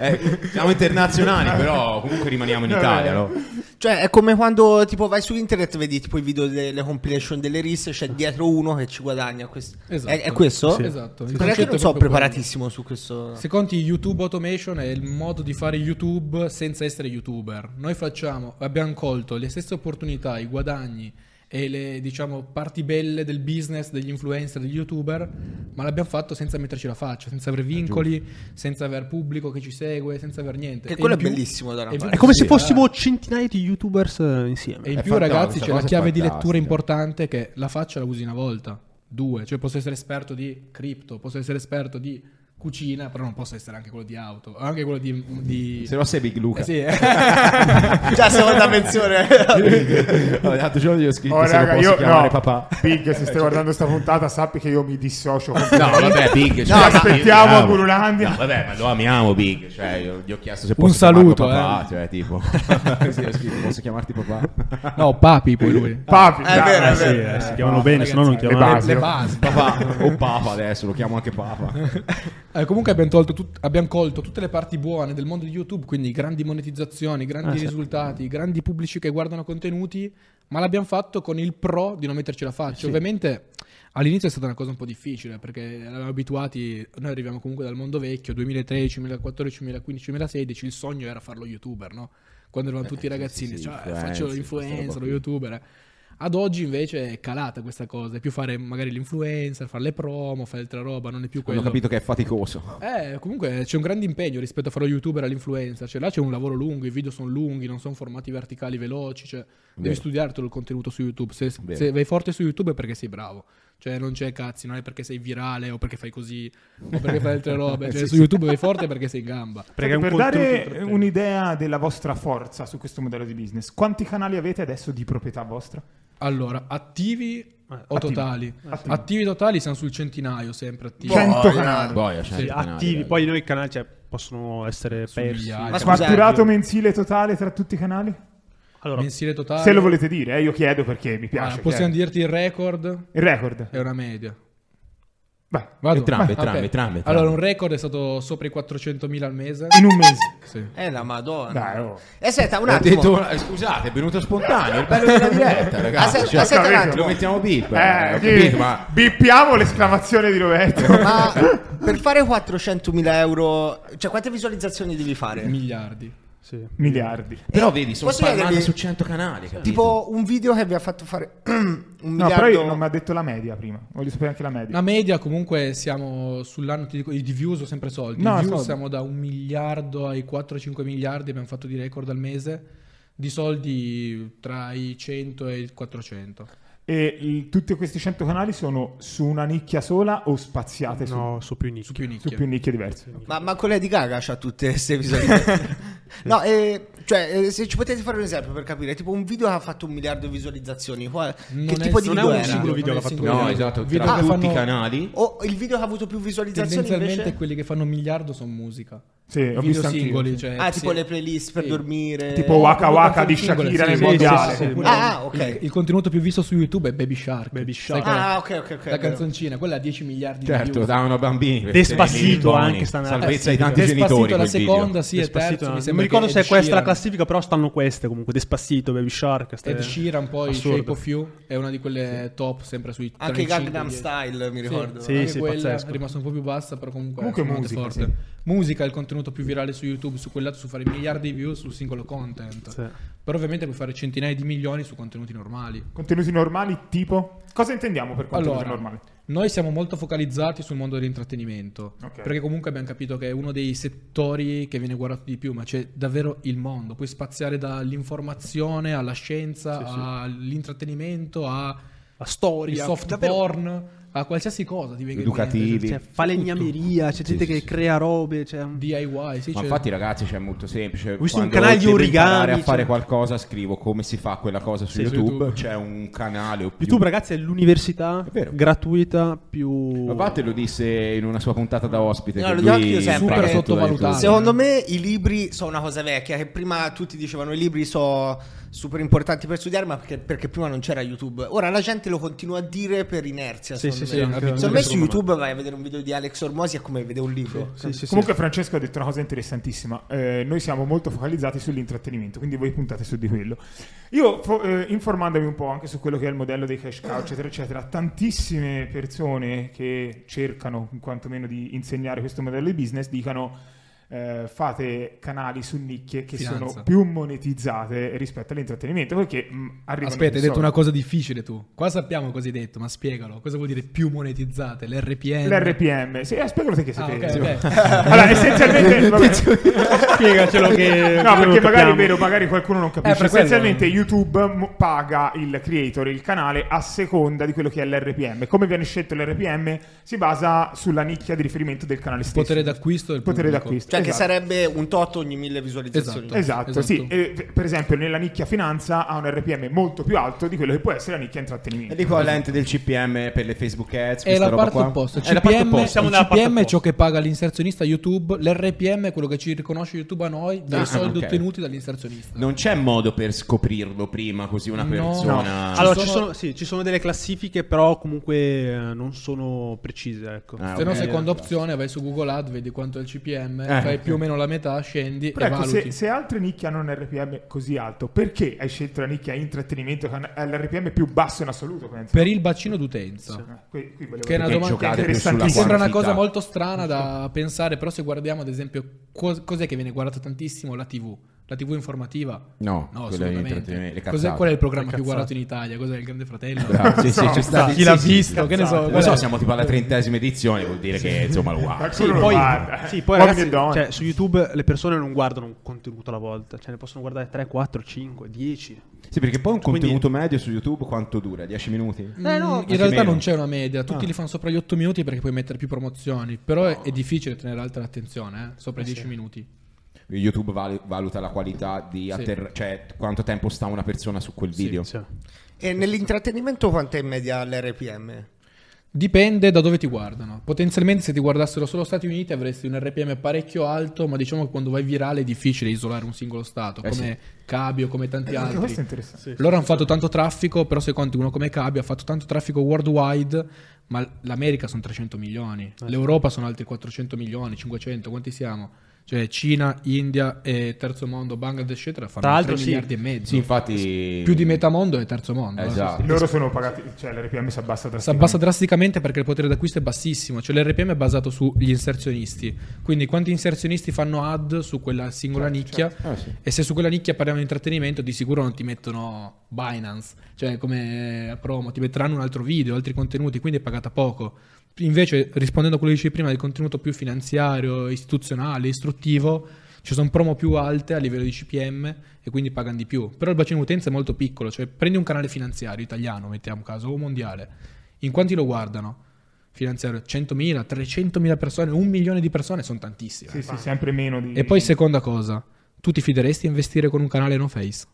S4: Eh, siamo internazionali, però comunque rimaniamo in Italia, no?
S5: cioè è come quando tipo vai su internet e vedi tipo i video delle compilation delle risse, c'è dietro uno che ci guadagna quest-
S1: Esatto.
S5: È, è questo?
S1: Sì. Esatto, il
S5: Perché
S1: concetto
S5: non
S1: è
S5: sono
S1: proprio
S5: preparatissimo su questo.
S1: Se conti YouTube Automation è il modo di fare YouTube senza essere YouTuber. Noi facciamo, abbiamo colto le stesse opportunità, i guadagni e le diciamo parti belle del business degli influencer, degli YouTuber, ma l'abbiamo fatto senza metterci la faccia, senza
S5: Eh,
S1: aver vincoli, senza aver pubblico che ci segue, senza aver niente.
S5: Che
S1: E
S5: quello
S1: in
S5: è bellissimo da una
S1: e in più-
S5: parte.
S2: È come se
S1: Sì,
S2: fossimo
S1: eh.
S2: centinaia di YouTubers eh, insieme.
S1: E in
S4: È
S1: più,
S4: fantastica,
S1: ragazzi, c'è la
S4: cosa
S1: chiave di
S4: fantastica.
S1: lettura importante che la faccia la usi una volta, due. Cioè, posso essere esperto di cripto, posso essere esperto di cucina, però non posso essere anche quello di auto, anche quello di... di-
S4: Se no sei Big Luca.
S1: Eh sì, eh.
S5: Già siamo da pensione.
S4: L'altro giorno gli ho scritto
S3: Oh,
S4: se
S3: raga,
S4: lo posso
S3: io
S4: chiamare
S3: no.
S4: papà.
S3: Big, se stai guardando sta puntata, sappi che io mi dissocio.
S4: No, vabbè, cioè, Big.
S3: Ci aspettiamo a Gurulandia.
S4: No, vabbè, ma lo amiamo, Big. Cioè, io gli ho chiesto se
S1: Un
S4: posso chiamarlo
S1: saluto,
S4: papà.
S1: eh.
S4: Cioè, tipo, Sì, ho scritto, posso chiamarti papà?
S1: No, papi poi lui.
S3: Papi,
S5: È vero, è
S2: Sì,
S5: vero.
S2: eh, si chiamano bene, se no non
S3: le
S2: chiamano.
S3: basi.
S1: Le
S3: no?
S1: basi.
S4: papà, o papa adesso, lo chiamo anche papa.
S1: Eh, comunque abbiamo, tolto tut- abbiamo colto tutte le parti buone del mondo di YouTube, quindi grandi monetizzazioni,
S4: Ah,
S1: grandi risultati, grandi pubblici che guardano contenuti, ma l'abbiamo fatto con il pro di non metterci la faccia. Ovviamente all'inizio è stata una cosa un po' difficile perché eravamo abituati, noi arriviamo comunque dal mondo vecchio, 2013, 2014, 2015, 2016, il sogno era farlo youtuber, no? Quando eravamo tutti
S4: Eh, sì,
S1: ragazzini,
S4: sì,
S1: cioè,
S4: influencer,
S1: faccio
S4: questa roba
S1: l'influencer, lo
S4: qui.
S1: youtuber. Ad oggi invece è calata questa cosa, è più fare magari l'influencer, fare le promo, fare altra roba, non è più quello.
S4: Hanno capito che è faticoso.
S1: Eh, comunque c'è un grande impegno rispetto a fare lo youtuber all'influencer. Cioè, là c'è un lavoro lungo, i video sono lunghi, non sono formati verticali veloci. Cioè, devi studiartelo il contenuto su YouTube. Se,
S4: Vero.
S1: se vai forte su YouTube è perché sei bravo. Cioè, non c'è cazzi, non è perché sei virale o perché fai così o perché fai altre robe. Cioè, su YouTube vai forte perché sei in gamba.
S2: Perché è un
S3: per
S2: contenuto
S3: dare
S2: intrattenente.
S3: un'idea della vostra forza su questo modello di business, quanti canali avete adesso di proprietà vostra?
S1: Allora, attivi o
S2: attivi.
S1: totali?
S3: Attivi.
S1: Attivi totali siamo sul centinaio, sempre attivi.
S3: Cento
S5: Boia.
S3: canali.
S4: Boia, cioè,
S2: Sì,
S4: canali,
S2: attivi,
S4: dai.
S2: poi noi i canali cioè, possono essere
S1: Su
S2: persi.
S1: migliaia.
S5: Ma
S2: Cioè,
S5: scusate,
S3: Fatturato
S2: io-
S3: mensile totale tra tutti i canali?
S2: Allora,
S1: Mensile totale.
S3: Se lo volete dire, eh, io chiedo perché mi
S1: Allora,
S3: piace.
S4: Ah,
S1: possiamo
S3: chiedo.
S1: dirti il record
S3: Il record.
S4: Eh.
S1: è una media.
S3: Vai.
S1: Vado.
S4: Entrambe,
S1: Ok.
S4: entrambe, entrambe, entrambe.
S1: Allora, un record è stato sopra i 400.000 al mese.
S3: In un mese.
S1: Sì.
S5: Eh la madonna.
S3: Dai, oh.
S5: E aspetta un
S4: Ho
S5: attimo.
S4: detto- eh, scusate, è venuto spontaneo. Il bello della diretta, ragazzi.
S5: Aspetta-
S4: cioè,
S5: aspetta un
S4: capito?
S5: attimo.
S4: Lo mettiamo bip.
S3: Eh,
S4: ho
S3: chi-
S4: capito, ma
S3: Bippiamo l'esclamazione di Roberto.
S5: Ma
S1: eh.
S5: per fare 400.000 euro, cioè quante visualizzazioni devi fare?
S1: Miliardi.
S2: sì.
S3: Miliardi.
S4: Però vedi, sono
S5: Posso
S4: spalmate
S5: chiedervi-
S4: su 100 canali. capito?
S5: Tipo un video che vi ha fatto fare un
S3: No,
S5: miliardo.
S3: però io non mi ha detto la media prima. Voglio sapere anche la media.
S1: La media comunque siamo sull'anno, ti dico, i di views ho sempre soldi.
S3: No,
S1: di views
S3: soldi.
S1: siamo da un miliardo ai 4-5 miliardi, abbiamo fatto di record al mese. Di soldi tra i 100 e i 400.
S3: E il- tutti questi 100 canali sono su una nicchia sola o spaziate su-
S2: No, su più nicchie.
S1: Su più
S3: su,
S1: nicchie.
S3: più nicchie diverse?
S5: Ma, ma quella di Gaga c'ha tutte queste visualizzazioni. no, eh, cioè, eh, se ci potete fare un esempio per capire, tipo un video che ha fatto un miliardo di visualizzazioni, qua- che
S1: Non è-
S5: tipo di
S1: non è
S5: video
S1: un
S5: era?
S1: singolo video
S2: Non
S1: che ha
S2: è
S1: fatto
S2: singolo
S4: Eh, No,
S1: miliardi.
S4: esatto,
S1: Video
S4: tra
S1: che
S4: tutti
S1: fanno-
S4: i canali.
S5: O il video che ha avuto più visualizzazioni
S1: Tendenzialmente
S5: invece?
S1: quelli che fanno un miliardo sono musica.
S3: Sì, ho
S1: video
S3: visto anch'io,
S1: singoli.
S3: sì.
S1: Cioè,
S5: ah, tipo
S1: sì.
S5: le playlist per
S1: Sì.
S5: dormire.
S3: Tipo Waka
S1: quello
S3: Waka
S1: che
S3: di
S1: fa il singolo,
S3: Shakira
S1: sì,
S3: nel
S1: sì,
S3: mondiale.
S2: sì, sì, sì.
S5: Ah, ah, ok.
S1: Il, il contenuto più visto su YouTube è Baby Shark.
S2: Baby
S1: Sai
S2: Shark.
S1: che-
S5: Ah, ok, ok, ok.
S1: la canzoncina, quella ha 10 miliardi di
S4: Certo,
S1: views.
S4: davano bambini. per
S2: Despacito
S4: essere boni,
S2: anche stanno-
S4: Salvezza
S2: eh,
S4: ai
S2: sì,
S4: tanti
S1: Despacito
S4: genitori.
S1: la
S4: quel video.
S1: seconda, sì, è
S2: Despacito,
S1: terzo. Mi
S2: no? eh. non mi
S1: sembra
S2: ricordo
S1: che
S2: se è
S1: Ed
S2: questa la
S1: Sheeran-
S2: classifica, però stanno queste comunque. Despacito, Baby Shark. queste-
S1: Ed Sheeran, poi
S2: Assurde.
S1: Shape of You è una di quelle top, sempre sui tra
S5: Anche
S1: i cinque,
S5: Gangnam
S1: dieci.
S5: Style, mi ricordo.
S1: Sì,
S2: Sì,
S1: anche
S2: sì,
S1: quella
S2: pazzesco.
S1: è rimasta un po' più bassa, però comunque,
S3: Comunque
S1: suonate
S3: musica,
S1: forte. Musica è il contenuto più virale su YouTube, su quel lato su fare miliardi di view sul singolo content.
S2: Sì.
S1: Però ovviamente puoi fare centinaia di milioni su contenuti normali.
S3: Contenuti normali tipo... Cosa intendiamo per contenuti
S1: Allora,
S3: normali?
S1: noi siamo molto focalizzati sul mondo dell'intrattenimento,
S3: Ok.
S1: perché comunque abbiamo capito che è uno dei settori che viene guardato di più, ma c'è davvero il mondo, puoi spaziare dall'informazione alla scienza,
S2: Sì, sì.
S1: all'intrattenimento, a
S2: La storia.
S1: soft
S2: davvero-
S1: porn, a qualsiasi cosa ti venga in mente.
S4: Educativi.
S2: Cioè, falegnameria, c'è gente
S4: sì,
S2: che
S4: sì.
S2: crea robe. Cioè...
S1: DIY, sì,
S4: Ma
S1: cioè-
S4: infatti, ragazzi, cioè, è molto semplice.
S2: Ho visto un
S4: Quando
S2: canale di
S4: devo
S2: origami,
S4: imparare a
S2: cioè-
S4: fare qualcosa, scrivo come si fa quella cosa su
S1: Sì, su
S4: YouTube.
S1: YouTube.
S4: C'è un canale o più.
S2: YouTube, ragazzi, è l'università
S4: È vero.
S2: gratuita più...
S4: Ma Vate lo disse in una sua puntata da ospite.
S5: No,
S4: che
S5: lo
S4: lui
S5: dico anch'io sempre.
S4: impara
S1: Super
S4: tutto da YouTube.
S1: sottovalutato.
S5: Secondo me i libri sono una cosa vecchia, che prima tutti dicevano i libri sono super importanti per studiare, ma perché, perché prima non c'era YouTube. Ora la gente lo continua a dire per inerzia,
S2: Sì, sì,
S5: secondo
S2: sì.
S5: me.
S2: anche-
S5: Secondo me su
S2: secondo
S5: YouTube vai a vedere un video di Alex Ormosi è come vedere un libro.
S2: Sì, sì, sì.
S3: Comunque Francesco ha detto una cosa interessantissima. Eh, noi siamo molto focalizzati sull'intrattenimento, quindi voi puntate su di quello. Io, fo- eh, informandomi un po' anche su quello che è il modello dei cash cow, eccetera, eccetera, tantissime persone che cercano quantomeno di insegnare questo modello di business dicano eh, fate canali su nicchie che
S1: Finanza.
S3: sono più monetizzate rispetto all'intrattenimento, perché mh, arrivano
S1: Aspetta,
S3: più
S1: hai detto
S3: soldi.
S1: una cosa difficile tu. Qua sappiamo cosa hai detto, ma spiegalo. Cosa vuol dire più monetizzate? L'RPM?
S3: L'RPM, sì, eh, spiegalo te che
S1: Ah,
S3: sapete.
S1: ok,
S3: sì.
S1: ok.
S3: Allora, essenzialmente... vabbè.
S2: Spiegacelo che...
S3: No, perché magari è
S2: capiamo.
S3: vero, magari qualcuno non
S1: Eh,
S3: capisce.
S1: per quello-
S3: Essenzialmente YouTube mo- paga il creator, il canale, a seconda di quello che è l'RPM. Come viene scelto l'RPM si basa sulla nicchia di riferimento del canale stesso.
S1: Potere d'acquisto del
S3: Potere
S1: pubblico.
S3: d'acquisto.
S5: Cioè che
S3: esatto.
S5: sarebbe un tot ogni mille visualizzazioni.
S1: Esatto.
S3: Esatto,
S1: Esatto.
S3: sì. E, f- per esempio nella nicchia finanza ha un RPM molto più alto di quello che può essere la nicchia
S4: È
S3: intrattenimento.
S4: l'equivalente del CPM per le Facebook ads.
S1: È
S4: questa
S1: la
S4: roba
S1: parte
S4: qua.
S1: opposta.
S4: È la parte
S1: CPM,
S4: opposta.
S2: Siamo
S1: il
S2: nella parte
S1: CPM è ciò
S2: opposta.
S1: che paga l'inserzionista YouTube, l'RPM è quello che ci riconosce YouTube a noi dai
S4: Ah,
S1: soldi
S4: ok.
S1: ottenuti dall'inserzionista.
S4: Non c'è modo per scoprirlo prima, così una
S1: No.
S4: persona.
S1: No.
S2: Allora,
S1: Ci
S2: ci
S1: sono-
S2: sono, sì, ci sono delle classifiche, però comunque eh, non sono precise, ecco.
S4: Ah,
S1: Se no,
S4: ok.
S1: seconda opzione, vai su Google Ad, vedi quanto è il CPM,
S4: Eh.
S1: fai più o meno la metà, scendi
S3: Però
S1: e
S3: ecco,
S1: valuti.
S3: se, se altre nicchie hanno un RPM così alto, perché hai scelto la nicchia intrattenimento che ha l'RPM più basso in assoluto? Penso?
S1: Per il baccino d'utenza.
S3: Eh, qui- qui volevo
S1: Esatto. Che è una
S3: dire.
S1: domanda-
S4: giocate più sulla
S3: interessantissimo.
S1: Mi sembra una
S4: quantità.
S1: cosa molto strana da pensare, però se guardiamo ad esempio co- cos'è che viene guardata tantissimo la TV. La TV informativa?
S4: No, quella è
S1: assolutamente.
S4: intrattenimento, le
S1: Cos'è,
S4: cazzate.
S1: qual è il programma
S2: Le
S1: più
S2: cazzate.
S1: guardato in Italia? Cos'è il Grande Fratello?
S4: Bravo, sì, sì, ci sta.
S1: Chi l'ha visto?
S4: Sì, sì, sì. esatto.
S1: Che ne so?
S4: Non so, siamo tipo alla trentesima edizione, vuol dire che insomma lo guarda.
S2: Sì, poi,
S3: eh.
S2: sì, poi
S3: Uomini e
S2: ragazzi,
S3: donne.
S2: cioè, su YouTube le persone non guardano un contenuto alla volta, cioè ne possono guardare 3, 4, 5, 10.
S4: Sì, perché poi un
S2: Quindi-
S4: contenuto medio su YouTube quanto dura? 10 minuti?
S1: Mm, in
S4: anche
S1: realtà
S4: meno.
S1: non c'è una media, tutti li fanno sopra gli 8 minuti perché puoi mettere più promozioni, però è- è difficile tenere alta l'attenzione, eh, sopra i 10 minuti.
S4: YouTube val- valuta la qualità di atterra- cioè quanto tempo sta una persona su quel video.
S2: Sì.
S5: E nell'intrattenimento quanto è in media l'RPM?
S1: Dipende da dove ti guardano. Potenzialmente se ti guardassero solo Stati Uniti avresti un RPM parecchio alto, ma diciamo che quando vai virale è difficile isolare un singolo stato,
S4: Eh,
S1: come Cabio, come tanti
S3: Anche questo
S1: altri.
S3: è interessante.
S1: Loro hanno fatto tanto traffico, però se conti uno come Cabio ha fatto tanto traffico worldwide, ma l'America sono 300 milioni, l'Europa sono altri 400 milioni, 500, quanti siamo? Cioè Cina, India e Terzo Mondo, Bangladesh eccetera fanno
S2: Tra l'altro
S1: 3
S2: sì.
S1: miliardi e mezzo.
S4: Sì, infatti
S1: Più di metà mondo è Terzo Mondo. eh, sì, sì.
S4: Esatto.
S3: Loro sono pagati, cioè l'RPM si
S1: Si
S3: abbassa
S1: abbassa
S3: drasticamente.
S1: drasticamente perché il potere d'acquisto è bassissimo, cioè l'RPM è basato sugli inserzionisti, quindi quanti inserzionisti fanno ad su quella singola nicchia
S4: Ah, sì.
S1: e se su quella nicchia parliamo di intrattenimento di sicuro non ti mettono Binance, cioè come promo, ti metteranno un altro video, altri contenuti, quindi è pagata poco. Invece rispondendo a quello che dicevi prima del contenuto più finanziario, istituzionale, istruttivo, ci sono promo più alte a livello di CPM e quindi pagano di più. Però il bacino utenza è molto piccolo, cioè prendi un canale finanziario italiano, mettiamo caso, o mondiale. In quanti lo guardano? Finanziario 100.000, 300.000 persone, un milione di persone sono tantissime.
S3: Sì, sì, sempre meno di...
S1: E poi seconda cosa, tu ti fideresti a investire con un canale no face?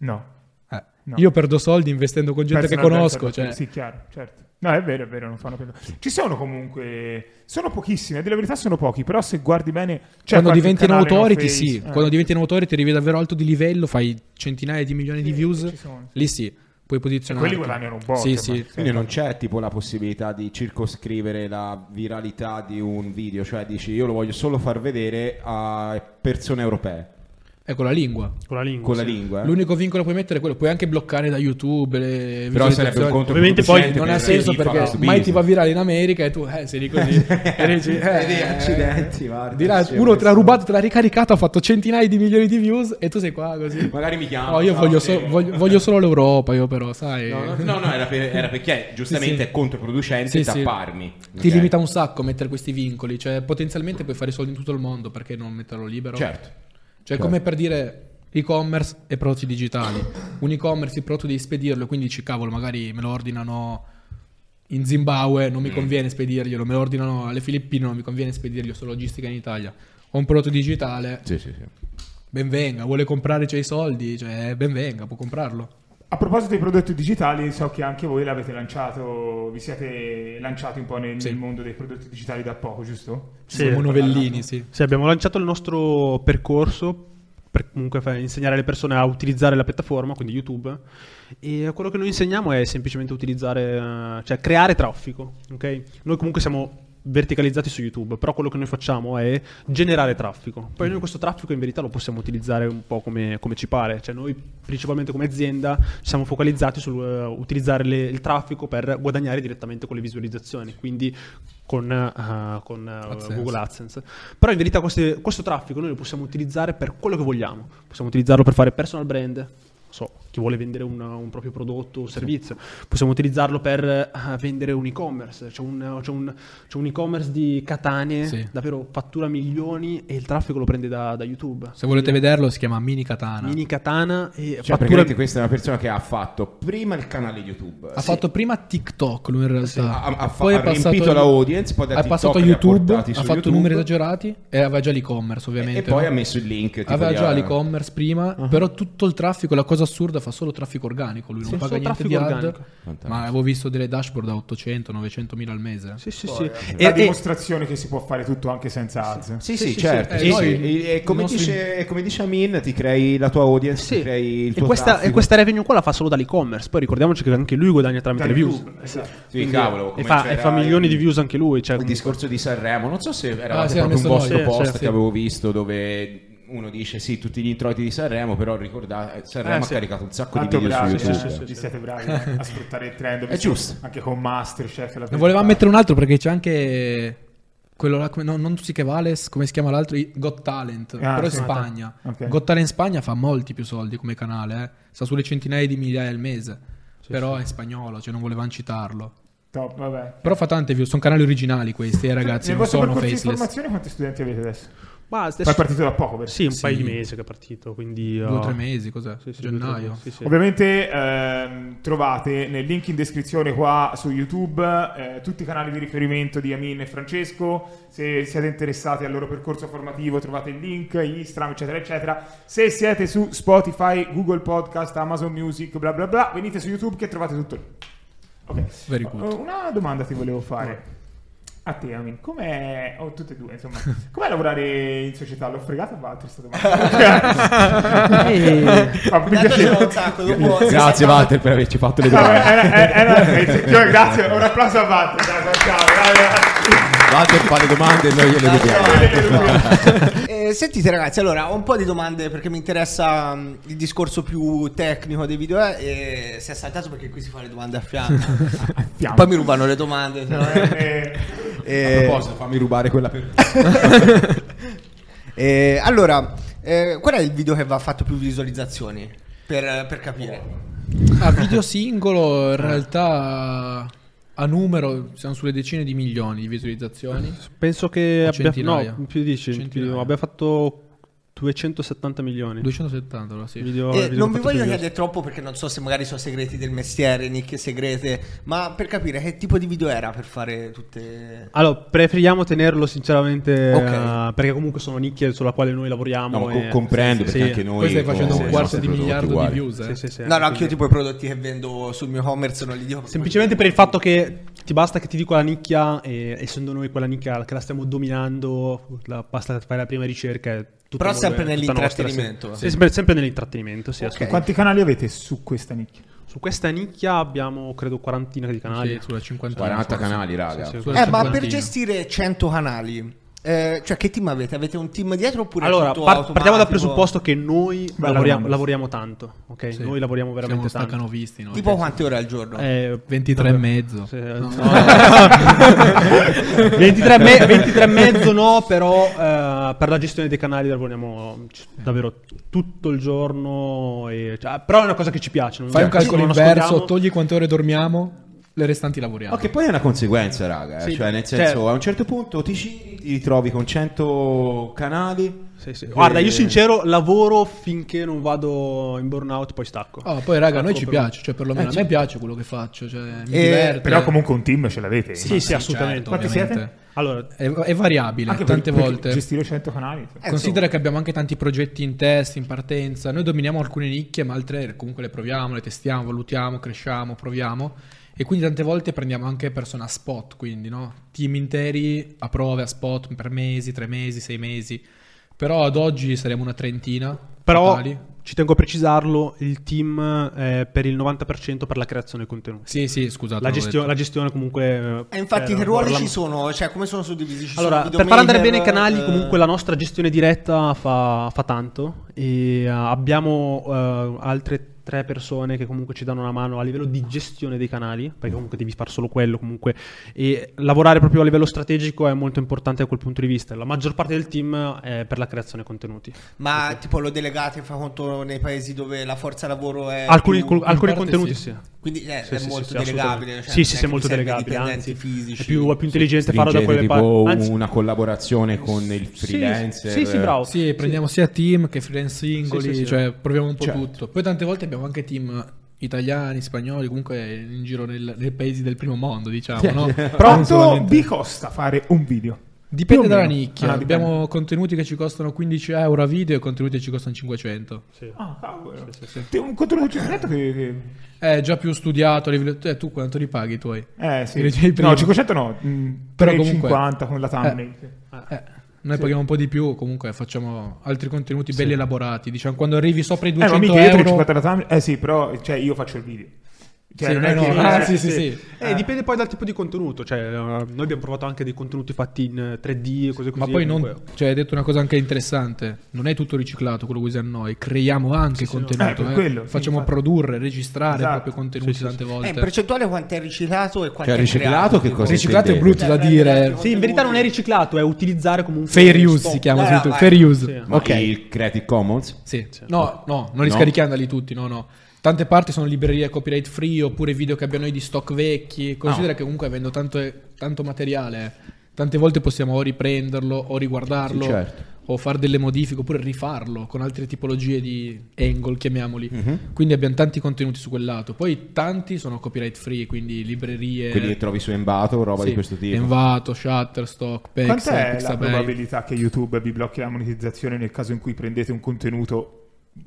S3: No.
S1: Eh,
S3: No.
S1: Io perdo soldi investendo con gente
S3: Personal
S1: che conosco,
S3: brand,
S1: cioè,
S3: Sì, chiaro, certo. No, è vero, è vero, non fanno per... Ci sono comunque... Sono pochissimi, a dire la verità sono pochi, però se guardi bene... c'è
S1: quando
S3: Cioè, qualche
S1: diventano
S3: canale, no,
S1: autority
S3: Face,
S1: sì,
S3: eh.
S1: quando diventano autority arrivi davvero alto di livello, fai centinaia di milioni di
S3: Sì,
S1: views,
S3: ci sono.
S1: lì sì, puoi posizionare.
S3: Quelli guadagnano un po'.
S1: Sì,
S3: insomma.
S1: sì.
S4: Quindi non c'è tipo la possibilità di circoscrivere la viralità di un video, cioè dici io lo voglio solo far vedere a persone europee
S1: Ecco la lingua.
S2: Con la lingua.
S4: con la
S2: sì.
S4: lingua. eh.
S1: L'unico vincolo che puoi mettere è quello, puoi anche bloccare da YouTube le
S4: Però sarebbe
S1: visualizzazioni.
S4: un conto
S2: Ovviamente poi
S1: non ha senso perché mai ti va virale in America e tu eh sei lì così e dici, eh,
S4: accidenti, guarda,
S1: di là,
S4: sì,
S1: uno te l'ha
S4: questo-
S1: rubato te l'ha ricaricato ha fatto centinaia di milioni di views e tu sei qua così
S4: Magari mi chiama.
S1: no io
S4: ciao,
S1: voglio,
S4: sì.
S1: so- voglio, voglio solo l'Europa io però sai
S4: No, no, no, era, per- era perché giustamente
S1: Sì, sì.
S4: è controproducente
S1: Sì, sì.
S4: tapparmi.
S1: ti
S4: ok?
S1: limita un sacco mettere questi vincoli cioè potenzialmente puoi fare soldi in tutto il mondo perché non metterlo libero
S4: Certo.
S1: Cioè,
S4: Certo.
S1: come per dire e-commerce e prodotti digitali. Un e-commerce, il prodotto devi spedirlo, quindi dici, cavolo, magari me lo ordinano in Zimbabwe, non
S4: Mm.
S1: mi conviene spedirglielo, me lo ordinano alle Filippine, non mi conviene spedirglielo, sono logistica in Italia. Ho un prodotto digitale,
S4: Sì, sì, sì.
S1: ben venga, vuole comprare, c'è i soldi, cioè, ben venga, può comprarlo.
S3: A proposito dei prodotti digitali, so che anche voi l'avete lanciato, vi siete lanciati un po' nel,
S1: Sì.
S3: nel mondo dei prodotti digitali da poco, giusto?
S2: Sì.
S1: Siamo novellini, sì.
S2: Sì, abbiamo lanciato il nostro percorso per comunque far insegnare alle persone a utilizzare la piattaforma, quindi YouTube. E quello che noi insegniamo è semplicemente utilizzare, eh, cioè creare traffico, ok? Noi comunque siamo verticalizzati su YouTube, però quello che noi facciamo è generare traffico. Poi noi questo traffico in verità lo possiamo utilizzare un po' come, come ci pare, cioè noi principalmente come azienda ci siamo focalizzati sull'utilizzare il traffico per guadagnare direttamente con le visualizzazioni, quindi con, eh, con, eh,
S1: AdSense.
S2: Google AdSense. Però in verità queste- questo traffico noi lo possiamo utilizzare per quello che vogliamo. Possiamo utilizzarlo per fare personal brand, non so, chi vuole vendere un, un proprio prodotto o servizio. Possiamo utilizzarlo per eh, vendere un e-commerce. C'è un, c'è un- c'è un e-commerce di Catane,
S1: Sì.
S2: davvero fattura milioni e il traffico lo prende da, da YouTube.
S1: Se volete vederlo, si chiama Mini Katana.
S2: Mini Katana e
S4: Cioè,
S2: fattura...
S4: praticamente questa è una persona che ha fatto prima il canale YouTube.
S1: Ha fatto prima TikTok lui in realtà,
S4: Eh, Ha, ha fa-
S1: poi
S4: ha
S1: è passato
S4: riempito la audience, poi da
S1: ha
S4: TikTok
S1: passato a
S4: li
S1: YouTube, ha
S4: portati su
S1: fatto
S4: YouTube
S1: numeri esagerati e aveva già l'e-commerce
S4: E,
S1: ovviamente.
S4: e poi
S1: no?
S4: ha messo il link. tipo
S1: Aveva
S4: di-
S1: già l'e-commerce prima,
S2: Ah.
S1: però tutto il traffico, la cosa assurda, fa solo traffico organico, lui non
S2: Sì,
S1: paga
S2: solo
S1: niente di
S2: traffico
S1: ad,
S2: organico.
S1: ma avevo visto delle dashboard a 800, 900 mila al mese.
S2: Sì, sì, sì.
S4: eh.
S3: La
S2: E- e-
S3: dimostrazione che si può fare tutto anche senza ads.
S4: Sì,
S1: Sì,
S4: sì,
S1: sì,
S4: certo.
S1: sì.
S4: sì,
S1: Eh,
S4: sì.
S1: noi-
S4: E- e come,
S1: il nostro-
S4: dice, e come dice Amin, ti crei la tua audience, ti
S2: Sì.
S4: crei il
S2: E
S4: tuo
S2: questa,
S4: traffico.
S2: e questa revenue qua la fa solo dall'e-commerce. Poi ricordiamoci che anche lui guadagna tramite
S3: Da
S2: le views.
S3: YouTube, esatto.
S4: Sì, cavolo,
S2: e
S4: come
S2: fa,
S4: c'era
S2: e fa milioni
S4: il-
S2: di views anche lui. Cioè,
S4: Il discorso di Sanremo, non so se era
S1: certo. Ah, sì,
S4: proprio un
S1: l'ha messo
S4: vostro
S1: noi. Sì,
S4: post
S1: sì,
S4: che
S1: sì.
S4: avevo visto dove uno dice sì, tutti gli introiti di Sanremo, però ricordate, Sanremo
S2: Eh,
S4: ha
S2: sì.
S4: caricato un sacco
S3: Tanto
S4: di video
S3: bravi,
S4: su
S3: eh,
S4: YouTube.
S2: sì, sì,
S3: vi siete bravi a sfruttare il trend. vi
S4: È
S3: siete-
S4: giusto.
S3: Anche con Masterchef. la
S1: Ne volevamo
S3: prima-
S1: mettere un altro perché c'è anche quello là, come, no, non si che Vales, come si chiama l'altro? I- Got Talent,
S3: Ah,
S1: però in
S3: sì.
S1: Spagna.
S3: Ok.
S1: Got Talent Spagna fa molti più soldi come canale, eh. sta sulle centinaia di migliaia al mese. però è spagnolo, cioè non volevano citarlo.
S3: Top, vabbè.
S1: Però fa tante view, sono canali originali questi, eh, ragazzi,
S3: Nel
S1: non
S3: vostro
S1: sono
S3: percorso di
S1: faceless.
S3: formazione quanti studenti avete adesso?
S2: Ma
S3: È
S2: adesso...
S3: partito da poco, vero?
S2: Sì, un
S1: Sì.
S2: paio di mesi che è partito, quindi...
S1: Due o
S2: uh,
S1: tre mesi, cos'è?
S2: sì, sì, due o tre
S1: Gennaio.
S2: mesi, sì, sì.
S3: Ovviamente ehm, trovate nel link in descrizione qua su YouTube eh, tutti i canali di riferimento di Amin e Francesco. Se siete interessati al loro percorso formativo trovate il link, Instagram, eccetera, eccetera. Se siete su Spotify, Google Podcast, Amazon Music, bla bla bla, venite su YouTube che trovate tutto lì. Ok.
S1: Very good.
S3: Eh, Una domanda ti volevo fare. A te, Amin, com'è... o tutte e due, insomma. Com'è lavorare in società? L'ho fregata o va altra sta domanda? Ah, mi
S5: Tanto
S3: piaceva.
S5: c'è un sacco, dopo si
S4: Grazie
S5: saltava-
S4: Walter per averci fatto le
S3: No,
S4: domande.
S3: eh, eh, eh, no, eh, ti- grazie, un applauso a Walter. dai, dai, ciao, dai,
S4: Walter fa le domande e noi gliele vediamo.
S5: Eh, sentite ragazzi, allora ho un po' di domande perché mi interessa mm, il discorso più tecnico dei video eh, e si è saltato perché qui si fa le domande a fianco.
S3: dai.
S5: Poi mi rubano le domande. se no, eh.
S3: Eh,
S5: Eh,
S4: A proposito, fammi rubare quella per
S5: eh, allora, eh, qual è il video che va fatto più visualizzazioni? Per, per capire.
S1: A Ah, video
S2: Eh.
S1: singolo, in realtà, a numero, siamo sulle decine di milioni di
S2: Eh,
S1: visualizzazioni.
S2: Penso che
S1: O
S2: abbia...
S1: centinaia.
S2: No, più di cent-
S1: Centinaia.
S2: abbia fatto 270 milioni.
S1: 270, allora sì.
S2: Video-
S5: Eh,
S2: video
S5: non vi
S2: fatto
S5: voglio
S2: per-
S5: chiedere troppo perché non so se magari sono segreti del mestiere, nicchie segrete, ma per capire che tipo di video era per fare tutte...
S2: Allora, preferiamo tenerlo sinceramente
S5: Ok.
S2: eh, perché comunque sono nicchie sulla quale noi lavoriamo.
S4: No,
S2: e-
S4: co- comprendo
S2: sì,
S4: perché
S2: sì.
S4: anche noi
S1: Poi stai facendo
S4: con
S1: un
S4: i
S1: quarto
S4: nostri
S1: di
S4: prodotti
S1: miliardo
S4: uguali.
S1: di views, eh.
S2: Sì, sì, sì,
S5: No, no, anche
S2: quindi-
S5: io tipo i prodotti che vendo sul mio e-commerce non li dico.
S2: Semplicemente per il fatto che ti basta che ti dico la nicchia e essendo noi quella nicchia che la stiamo dominando, la- basta fare la prima ricerca. è tutto
S5: Però
S2: nuovo, è
S5: sempre
S2: tutta
S5: nell'intrattenimento. eh.
S2: nostra, sì. Sì, sempre, sempre nell'intrattenimento, sì,
S5: Ok.
S2: assolutamente.
S3: Quanti canali avete su questa nicchia?
S5: Eh,
S2: Su questa nicchia abbiamo credo quarantina di canali.
S1: Sì, sulla 50
S4: 40 canali, raga.
S2: Sì, sì.
S1: Sulla
S5: Eh, ma per
S1: cinquantina.
S5: gestire 100 canali, eh, cioè che team avete? Avete un team dietro oppure
S2: Allora,
S5: tutto
S2: par-
S5: automatico?
S2: partiamo dal presupposto che noi
S3: Bella
S2: lavoriamo,
S3: domanda.
S2: lavoriamo tanto, ok?
S1: Sì.
S2: Noi lavoriamo veramente
S1: Siamo
S2: tanto.
S1: staccanovisti, no?
S5: Tipo quante ore al giorno?
S2: Eh,
S1: 23 e mezzo.
S2: Sì, eh, no. 23, me- 23 e mezzo no, però eh, per la gestione dei canali lavoriamo c- davvero tutto il giorno. e- cioè, però è una cosa che ci piace. non-
S1: Fai un
S2: cioè,
S1: calcolo
S2: non
S1: inverso,
S2: nascondiamo.
S1: togli quante ore dormiamo, le restanti lavoriamo.
S4: Ma che poi è una conseguenza, raga. eh.
S2: Sì,
S4: cioè, nel
S2: cioè-
S4: senso, a un certo punto ti, ci- ti ritrovi con 100 canali.
S2: Sì, sì.
S4: E-
S2: Guarda,
S1: Eh.
S2: io sincero lavoro finché non vado in burnout, poi stacco. Eh,
S1: Oh, poi raga, a noi ci
S2: Ecco, Proprio-
S1: piace, cioè perlomeno a me piace quello che faccio, cioè mi
S5: Eh,
S1: diverte.
S3: Però comunque un team ce l'avete.
S2: Sì, sì,
S1: Certo,
S2: assolutamente.
S3: Quanti
S1: ovviamente.
S2: Allora,
S1: È, è variabile
S3: Anche
S1: tante
S3: perché
S1: volte.
S3: Gestire 100 canali. insomma.
S5: Eh,
S1: Considera
S5: insomma.
S1: che abbiamo anche tanti progetti in test, in partenza. Noi dominiamo alcune nicchie, ma altre comunque le proviamo, le testiamo, valutiamo, cresciamo, proviamo. E quindi tante volte prendiamo anche persone a spot, quindi no? Team interi a prove, a spot per mesi, tre mesi, sei mesi. Però ad oggi saremo una trentina.
S2: però
S1: totali.
S2: ci tengo a precisarlo, il team è per il 90% per la creazione dei contenuti.
S1: Sì, sì, scusate.
S2: La,
S1: l'ho
S2: gestio-
S1: detto.
S2: la gestione comunque...
S5: E infatti
S2: eh,
S5: che ruoli
S2: la-
S5: ci sono? Cioè come sono suddivisi? Ci
S2: Allora,
S5: sono
S2: per far andare bene i
S5: videomaker,
S2: canali,
S5: eh,
S2: comunque la nostra gestione diretta fa, fa tanto e eh, abbiamo eh, altre tre persone che comunque ci danno una mano a livello di gestione dei canali, perché comunque devi fare solo quello comunque e lavorare proprio a livello strategico è molto importante da quel punto di vista. La maggior parte del team è per la creazione contenuti.
S5: Ma tipo lo delegate fa conto nei paesi dove la forza lavoro è
S2: Alcuni,
S5: più-
S2: col- alcuni
S1: parte
S2: contenuti
S1: sì.
S2: sì.
S5: quindi eh,
S2: Sì,
S5: è
S2: sì,
S5: molto
S2: sì, sì,
S5: delegabile.
S2: assolutamente.
S5: Cioè,
S2: sì, sì,
S5: non
S2: sì, è
S5: che
S2: molto
S5: serve
S2: delegabile.
S5: dipendenti
S2: Anzi,
S5: fisici.
S2: è più, è più intelligente farlo da quelle
S4: Stringete
S2: parti.
S4: tipo
S2: Anzi,
S4: una collaborazione con il
S2: sì,
S4: freelancer.
S2: Sì, sì, bravo.
S1: Sì, prendiamo sia team che freelance singoli,
S2: Sì, Certo. sì, sì.
S1: cioè proviamo un po' tutto. Poi tante volte abbiamo anche team italiani, spagnoli, comunque in giro nel- nei paesi del primo mondo, diciamo, no? Non
S3: Quanto
S1: solamente-
S3: vi costa fare un video?
S1: Dipende
S3: Più o
S1: dalla
S3: meno.
S1: nicchia.
S3: Ah, dipende.
S1: abbiamo contenuti che ci costano 15 euro a video e contenuti che ci costano 500.
S2: Sì.
S3: Ah, cavolo. Ti- Un controllo di cosiddetto che... che-
S1: È già più studiato a livello... eh, tu quanto li paghi i tuoi?
S3: Eh, sì.
S1: Direi i primi.
S3: No, 500 no. mm,
S1: Però
S3: 350 con la thumbnail.
S1: Eh, noi paghiamo un po' di più, comunque facciamo altri contenuti belli elaborati. Diciamo, quando arrivi sopra i 200
S3: eh, ma mica io
S1: euro...
S3: 350 la thumbnail. Eh sì, però cioè, io faccio il video. Cioè,
S1: Sì,
S3: non è
S1: no,
S3: che-
S1: no, ah,
S3: eh,
S1: sì, sì,
S2: Sì.
S1: sì.
S2: Eh, dipende poi dal tipo di contenuto. Cioè, eh, noi abbiamo provato anche dei contenuti fatti in eh, 3D e cose così.
S1: Ma poi non,
S2: comunque-
S1: cioè, hai detto una cosa anche interessante, non è tutto riciclato quello che usiamo noi, creiamo anche
S2: sì, no.
S3: Eh,
S1: contenuto,
S3: per
S1: eh.
S3: quello, sì,
S1: facciamo
S3: infatti.
S1: produrre, registrare
S3: Esatto.
S1: proprio contenuti
S2: Sì, sì,
S1: tante
S2: sì.
S1: volte.
S5: Eh, in percentuale quanto è riciclato e quanto
S4: Cioè,
S5: è
S4: riciclato che cosa
S1: Riciclato è
S4: intendete?
S1: brutto da
S3: Eh,
S5: Cioè,
S1: dire,
S5: prendere-
S2: Sì, in verità non è riciclato, è utilizzare come un
S1: fair
S2: fuoco
S3: eh,
S1: use
S2: stop.
S1: si chiama
S5: No,
S1: su
S5: no,
S1: YouTube,
S5: vai.
S1: fair use.
S2: Sì.
S4: Ma
S5: Ok.
S4: il Creative Commons?
S1: Sì. No, no, non li scaricandoli tutti, no, no. Tante parti sono librerie copyright free oppure video che abbiamo noi di stock vecchi. Considera che comunque avendo tanto, tanto materiale, tante volte possiamo o riprenderlo o riguardarlo
S4: Sì, certo.
S1: o fare delle modifiche oppure rifarlo con altre tipologie di angle, chiamiamoli.
S4: Mm.
S2: Eh.
S1: Quindi abbiamo tanti contenuti su quel lato. Poi tanti sono copyright free, quindi librerie...
S4: Quelli che trovi su Embato, roba di questo tipo.
S1: Envato, Shutterstock,
S3: Quant'è
S1: Pexel,
S3: la
S1: Pixabay.
S3: probabilità che YouTube vi blocchi la monetizzazione nel caso in cui prendete un contenuto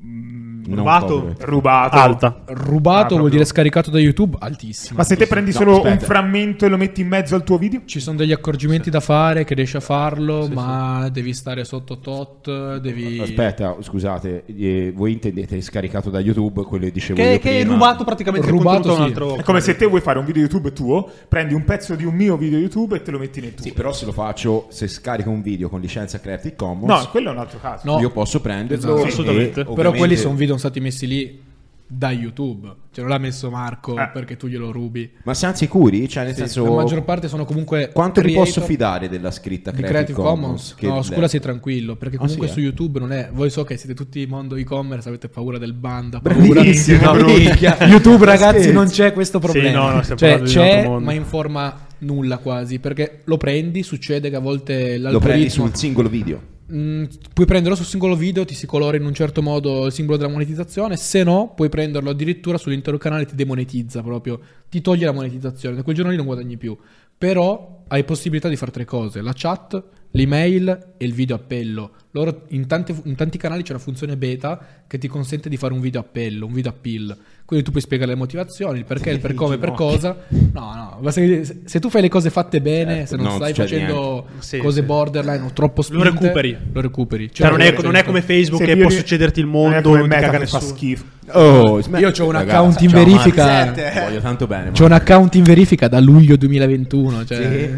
S3: mm,
S4: Non
S2: Rubato.
S4: copyright.
S3: rubato?
S2: Alta.
S1: Rubato
S3: Ah,
S1: vuol
S3: proprio.
S1: dire scaricato da YouTube? Altissimo.
S3: Ma se te prendi
S4: No,
S3: solo un
S4: aspetta.
S3: frammento e lo metti in mezzo al tuo video?
S1: Ci sono degli accorgimenti da fare che riesci a farlo, ma devi stare sotto tot, devi...
S4: Aspetta, scusate, eh, voi intendete scaricato da YouTube quello che dicevo
S2: Che,
S4: io
S2: che è
S4: prima?
S2: rubato praticamente il
S1: Rubato,
S2: contenuto a un
S1: sì.
S2: altro.
S3: È come se te vuoi fare un video YouTube tuo, prendi un pezzo di un mio video YouTube e te lo metti nel tuo.
S4: Sì, però se lo faccio, se scarico un video con licenza Creative Commons,
S3: no, quello è un altro caso.
S1: No,
S4: io posso prenderlo.
S1: Esatto.
S4: e
S2: Assolutamente. Però
S1: però
S4: ovviamente-
S1: quelli sono video che sono stati messi lì da YouTube. Cioè non l'ha messo Marco
S3: Eh.
S1: perché tu glielo rubi.
S4: Ma siamo sicuri? Cioè, nel
S1: La
S4: senso,
S1: maggior parte sono comunque...
S4: quanto mi
S1: creator
S4: posso fidare della scritta
S1: Di
S4: Creative,
S1: Creative Commons?
S4: Commons?
S1: No,
S4: Che-
S1: scusa, sei tranquillo, perché comunque
S4: sì, eh?
S1: su YouTube non è... Voi so che siete tutti mondo e-commerce, avete paura del banda, paura
S3: Bravissimo,
S1: No,
S3: brutto.
S1: minchia. YouTube ragazzi non c'è questo problema.
S2: no, no, stiamo
S1: cioè
S2: parlando di un altro
S1: c'è,
S2: mondo.
S1: ma in forma nulla quasi, perché lo prendi, succede che a volte
S4: Lo prendi
S1: l'algoritmo
S4: sul singolo video.
S1: Mm, puoi prenderlo sul singolo video, ti si colora in un certo modo il simbolo della monetizzazione, se no puoi prenderlo addirittura sull'intero canale, ti demonetizza proprio, ti toglie la monetizzazione, da quel giorno lì non guadagni più, però hai possibilità di fare tre cose, la chat, l'email e il video appello. Loro in, tante- in tanti canali c'è una funzione beta che ti consente di fare un video appello, un video appeal, quindi tu puoi spiegare le motivazioni, il perché, il per come, per cosa. No, no, ma se, se tu fai le cose fatte bene, se
S4: Certo,
S1: non
S4: no,
S1: stai
S4: succede
S1: facendo
S2: Sì,
S1: cose
S2: sì.
S1: borderline o troppo
S2: Lo
S1: spinte,
S2: recuperi.
S1: Lo recuperi.
S2: Cioè, non, è,
S1: lo
S2: non è
S1: recuperi.
S2: come Facebook
S3: Se
S2: che
S3: io
S2: può
S3: ri-
S2: succederti il
S3: non è
S2: mondo,
S3: come
S2: non ti
S3: Meta
S2: caga
S3: che fa
S2: nessuno.
S3: schifo.
S4: Oh, sm-
S1: Io c'ho un
S4: ragazzi,
S1: account in
S4: ciao, Marco.
S1: verifica.
S5: Sette.
S4: Ti Voglio tanto bene.
S1: C'ho un account in verifica da luglio 2021. Cioè,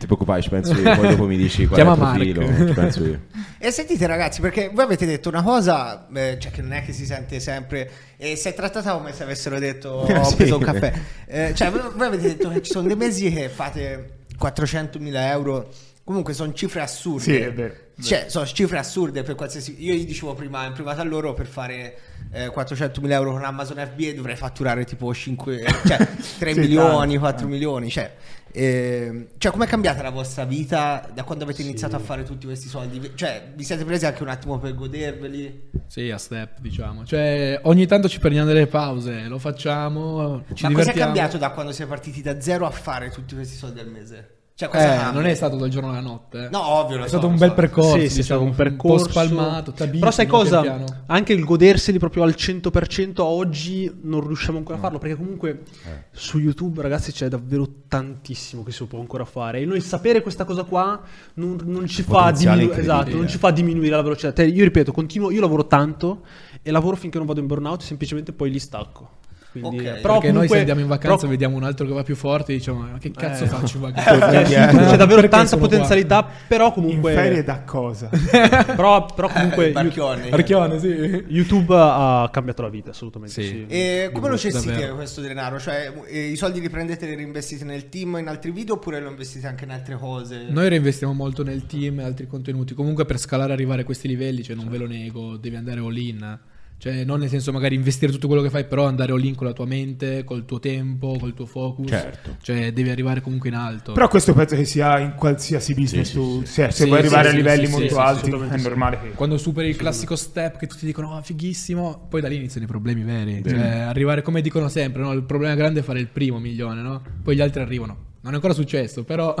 S4: Ti preoccupare, ci penso io. Poi dopo mi dici qual
S1: Chiama
S4: è il
S1: Mark.
S4: profilo. Ci penso io.
S5: E sentite ragazzi, perché voi avete detto una cosa, eh, cioè che non è che si sente sempre, e si è trattata come se avessero detto ho
S4: Sì.
S5: preso un caffè. Eh, cioè voi voi avete detto che ci sono dei mesi che fate 400.000 euro, comunque sono cifre assurde.
S3: Sì, è vero, è vero.
S5: Cioè sono cifre assurde per qualsiasi... Io gli dicevo prima in privato a loro per fare... eh, 400.000 euro con Amazon FBA dovrei fatturare tipo 5, cioè 3
S3: Sì,
S5: milioni,
S3: tanto,
S5: 4
S3: eh.
S5: milioni. Cioè, ehm, cioè com'è cambiata la vostra vita da quando avete iniziato a fare tutti questi soldi? Cioè, vi siete presi anche un attimo per goderveli?
S1: sì, a step, diciamo. Cioè, ogni tanto ci prendiamo delle pause, lo facciamo. Ci
S5: Ma cosa è
S1: divertiamo.
S5: cambiato da quando siete partiti da zero a fare tutti questi soldi al mese? Cioè,
S1: Eh,
S5: cosa cambia?
S1: non è stato dal giorno alla notte. eh.
S5: No, ovvio, lo
S1: È
S5: so,
S1: stato
S5: lo
S1: un
S5: so.
S1: bel percorso.
S2: Sì, sì, è
S1: diciamo,
S2: stato un percorso.
S1: po' spalmato.
S2: Però
S1: tabitino,
S2: sai cosa?
S1: pian piano.
S2: Anche il goderseli proprio al 100% oggi non riusciamo ancora a farlo perché comunque
S4: Eh.
S2: su YouTube ragazzi c'è davvero tantissimo che si può ancora fare e noi sapere questa cosa qua non, non ci, fa
S4: Potenziale
S2: diminu-
S4: incredibile.
S2: esatto, non ci fa diminuire la velocità. Te- Io ripeto, continuo, io lavoro tanto e lavoro finché non vado in burnout semplicemente poi li stacco. Quindi,
S5: Ok.
S2: eh,
S1: Perché
S2: però
S1: noi
S2: comunque-
S1: se andiamo in vacanza
S2: però-
S1: vediamo un altro che va più forte diciamo ma che cazzo
S2: Eh.
S1: faccio in vacanza? Eh,
S2: cioè, su YouTube c'è davvero
S1: Perché
S2: tanta
S1: sono qua?
S2: potenzialità, però
S3: In
S2: comunque...
S3: ferie da cosa?
S2: però, però comunque...
S5: Eh,
S2: YouTube-
S5: Barchionni.
S1: Archione sì
S2: YouTube ha cambiato la vita, assolutamente.
S1: Sì.
S2: Sì.
S5: E come lo gestite
S1: Davvero.
S5: questo denaro? Cioè, eh, i soldi li prendete e li reinvestite nel team, in altri video, oppure lo investite anche in altre cose?
S1: Noi reinvestiamo molto nel team e altri contenuti. Comunque per scalare e arrivare a questi livelli, cioè non ve lo nego, devi andare all in. Cioè, non nel senso magari investire tutto quello che fai, però andare all in con la tua mente, col tuo tempo, col tuo focus.
S4: Certo.
S1: Cioè, devi arrivare comunque in alto.
S3: Però questo penso che sia in qualsiasi business.
S4: Sì,
S3: tu- Se,
S1: Sì,
S3: se vuoi
S1: sì,
S3: arrivare
S1: sì,
S3: a livelli
S1: sì,
S3: molto
S1: sì,
S3: alti,
S1: assolutamente
S3: è
S1: sì.
S3: normale che.
S1: Quando superi il classico step che tutti dicono ah fighissimo, poi da lì iniziano i problemi veri. Cioè, arrivare come dicono sempre, no? il problema grande è fare il primo milione, no? Poi gli altri arrivano. Non è ancora successo, però,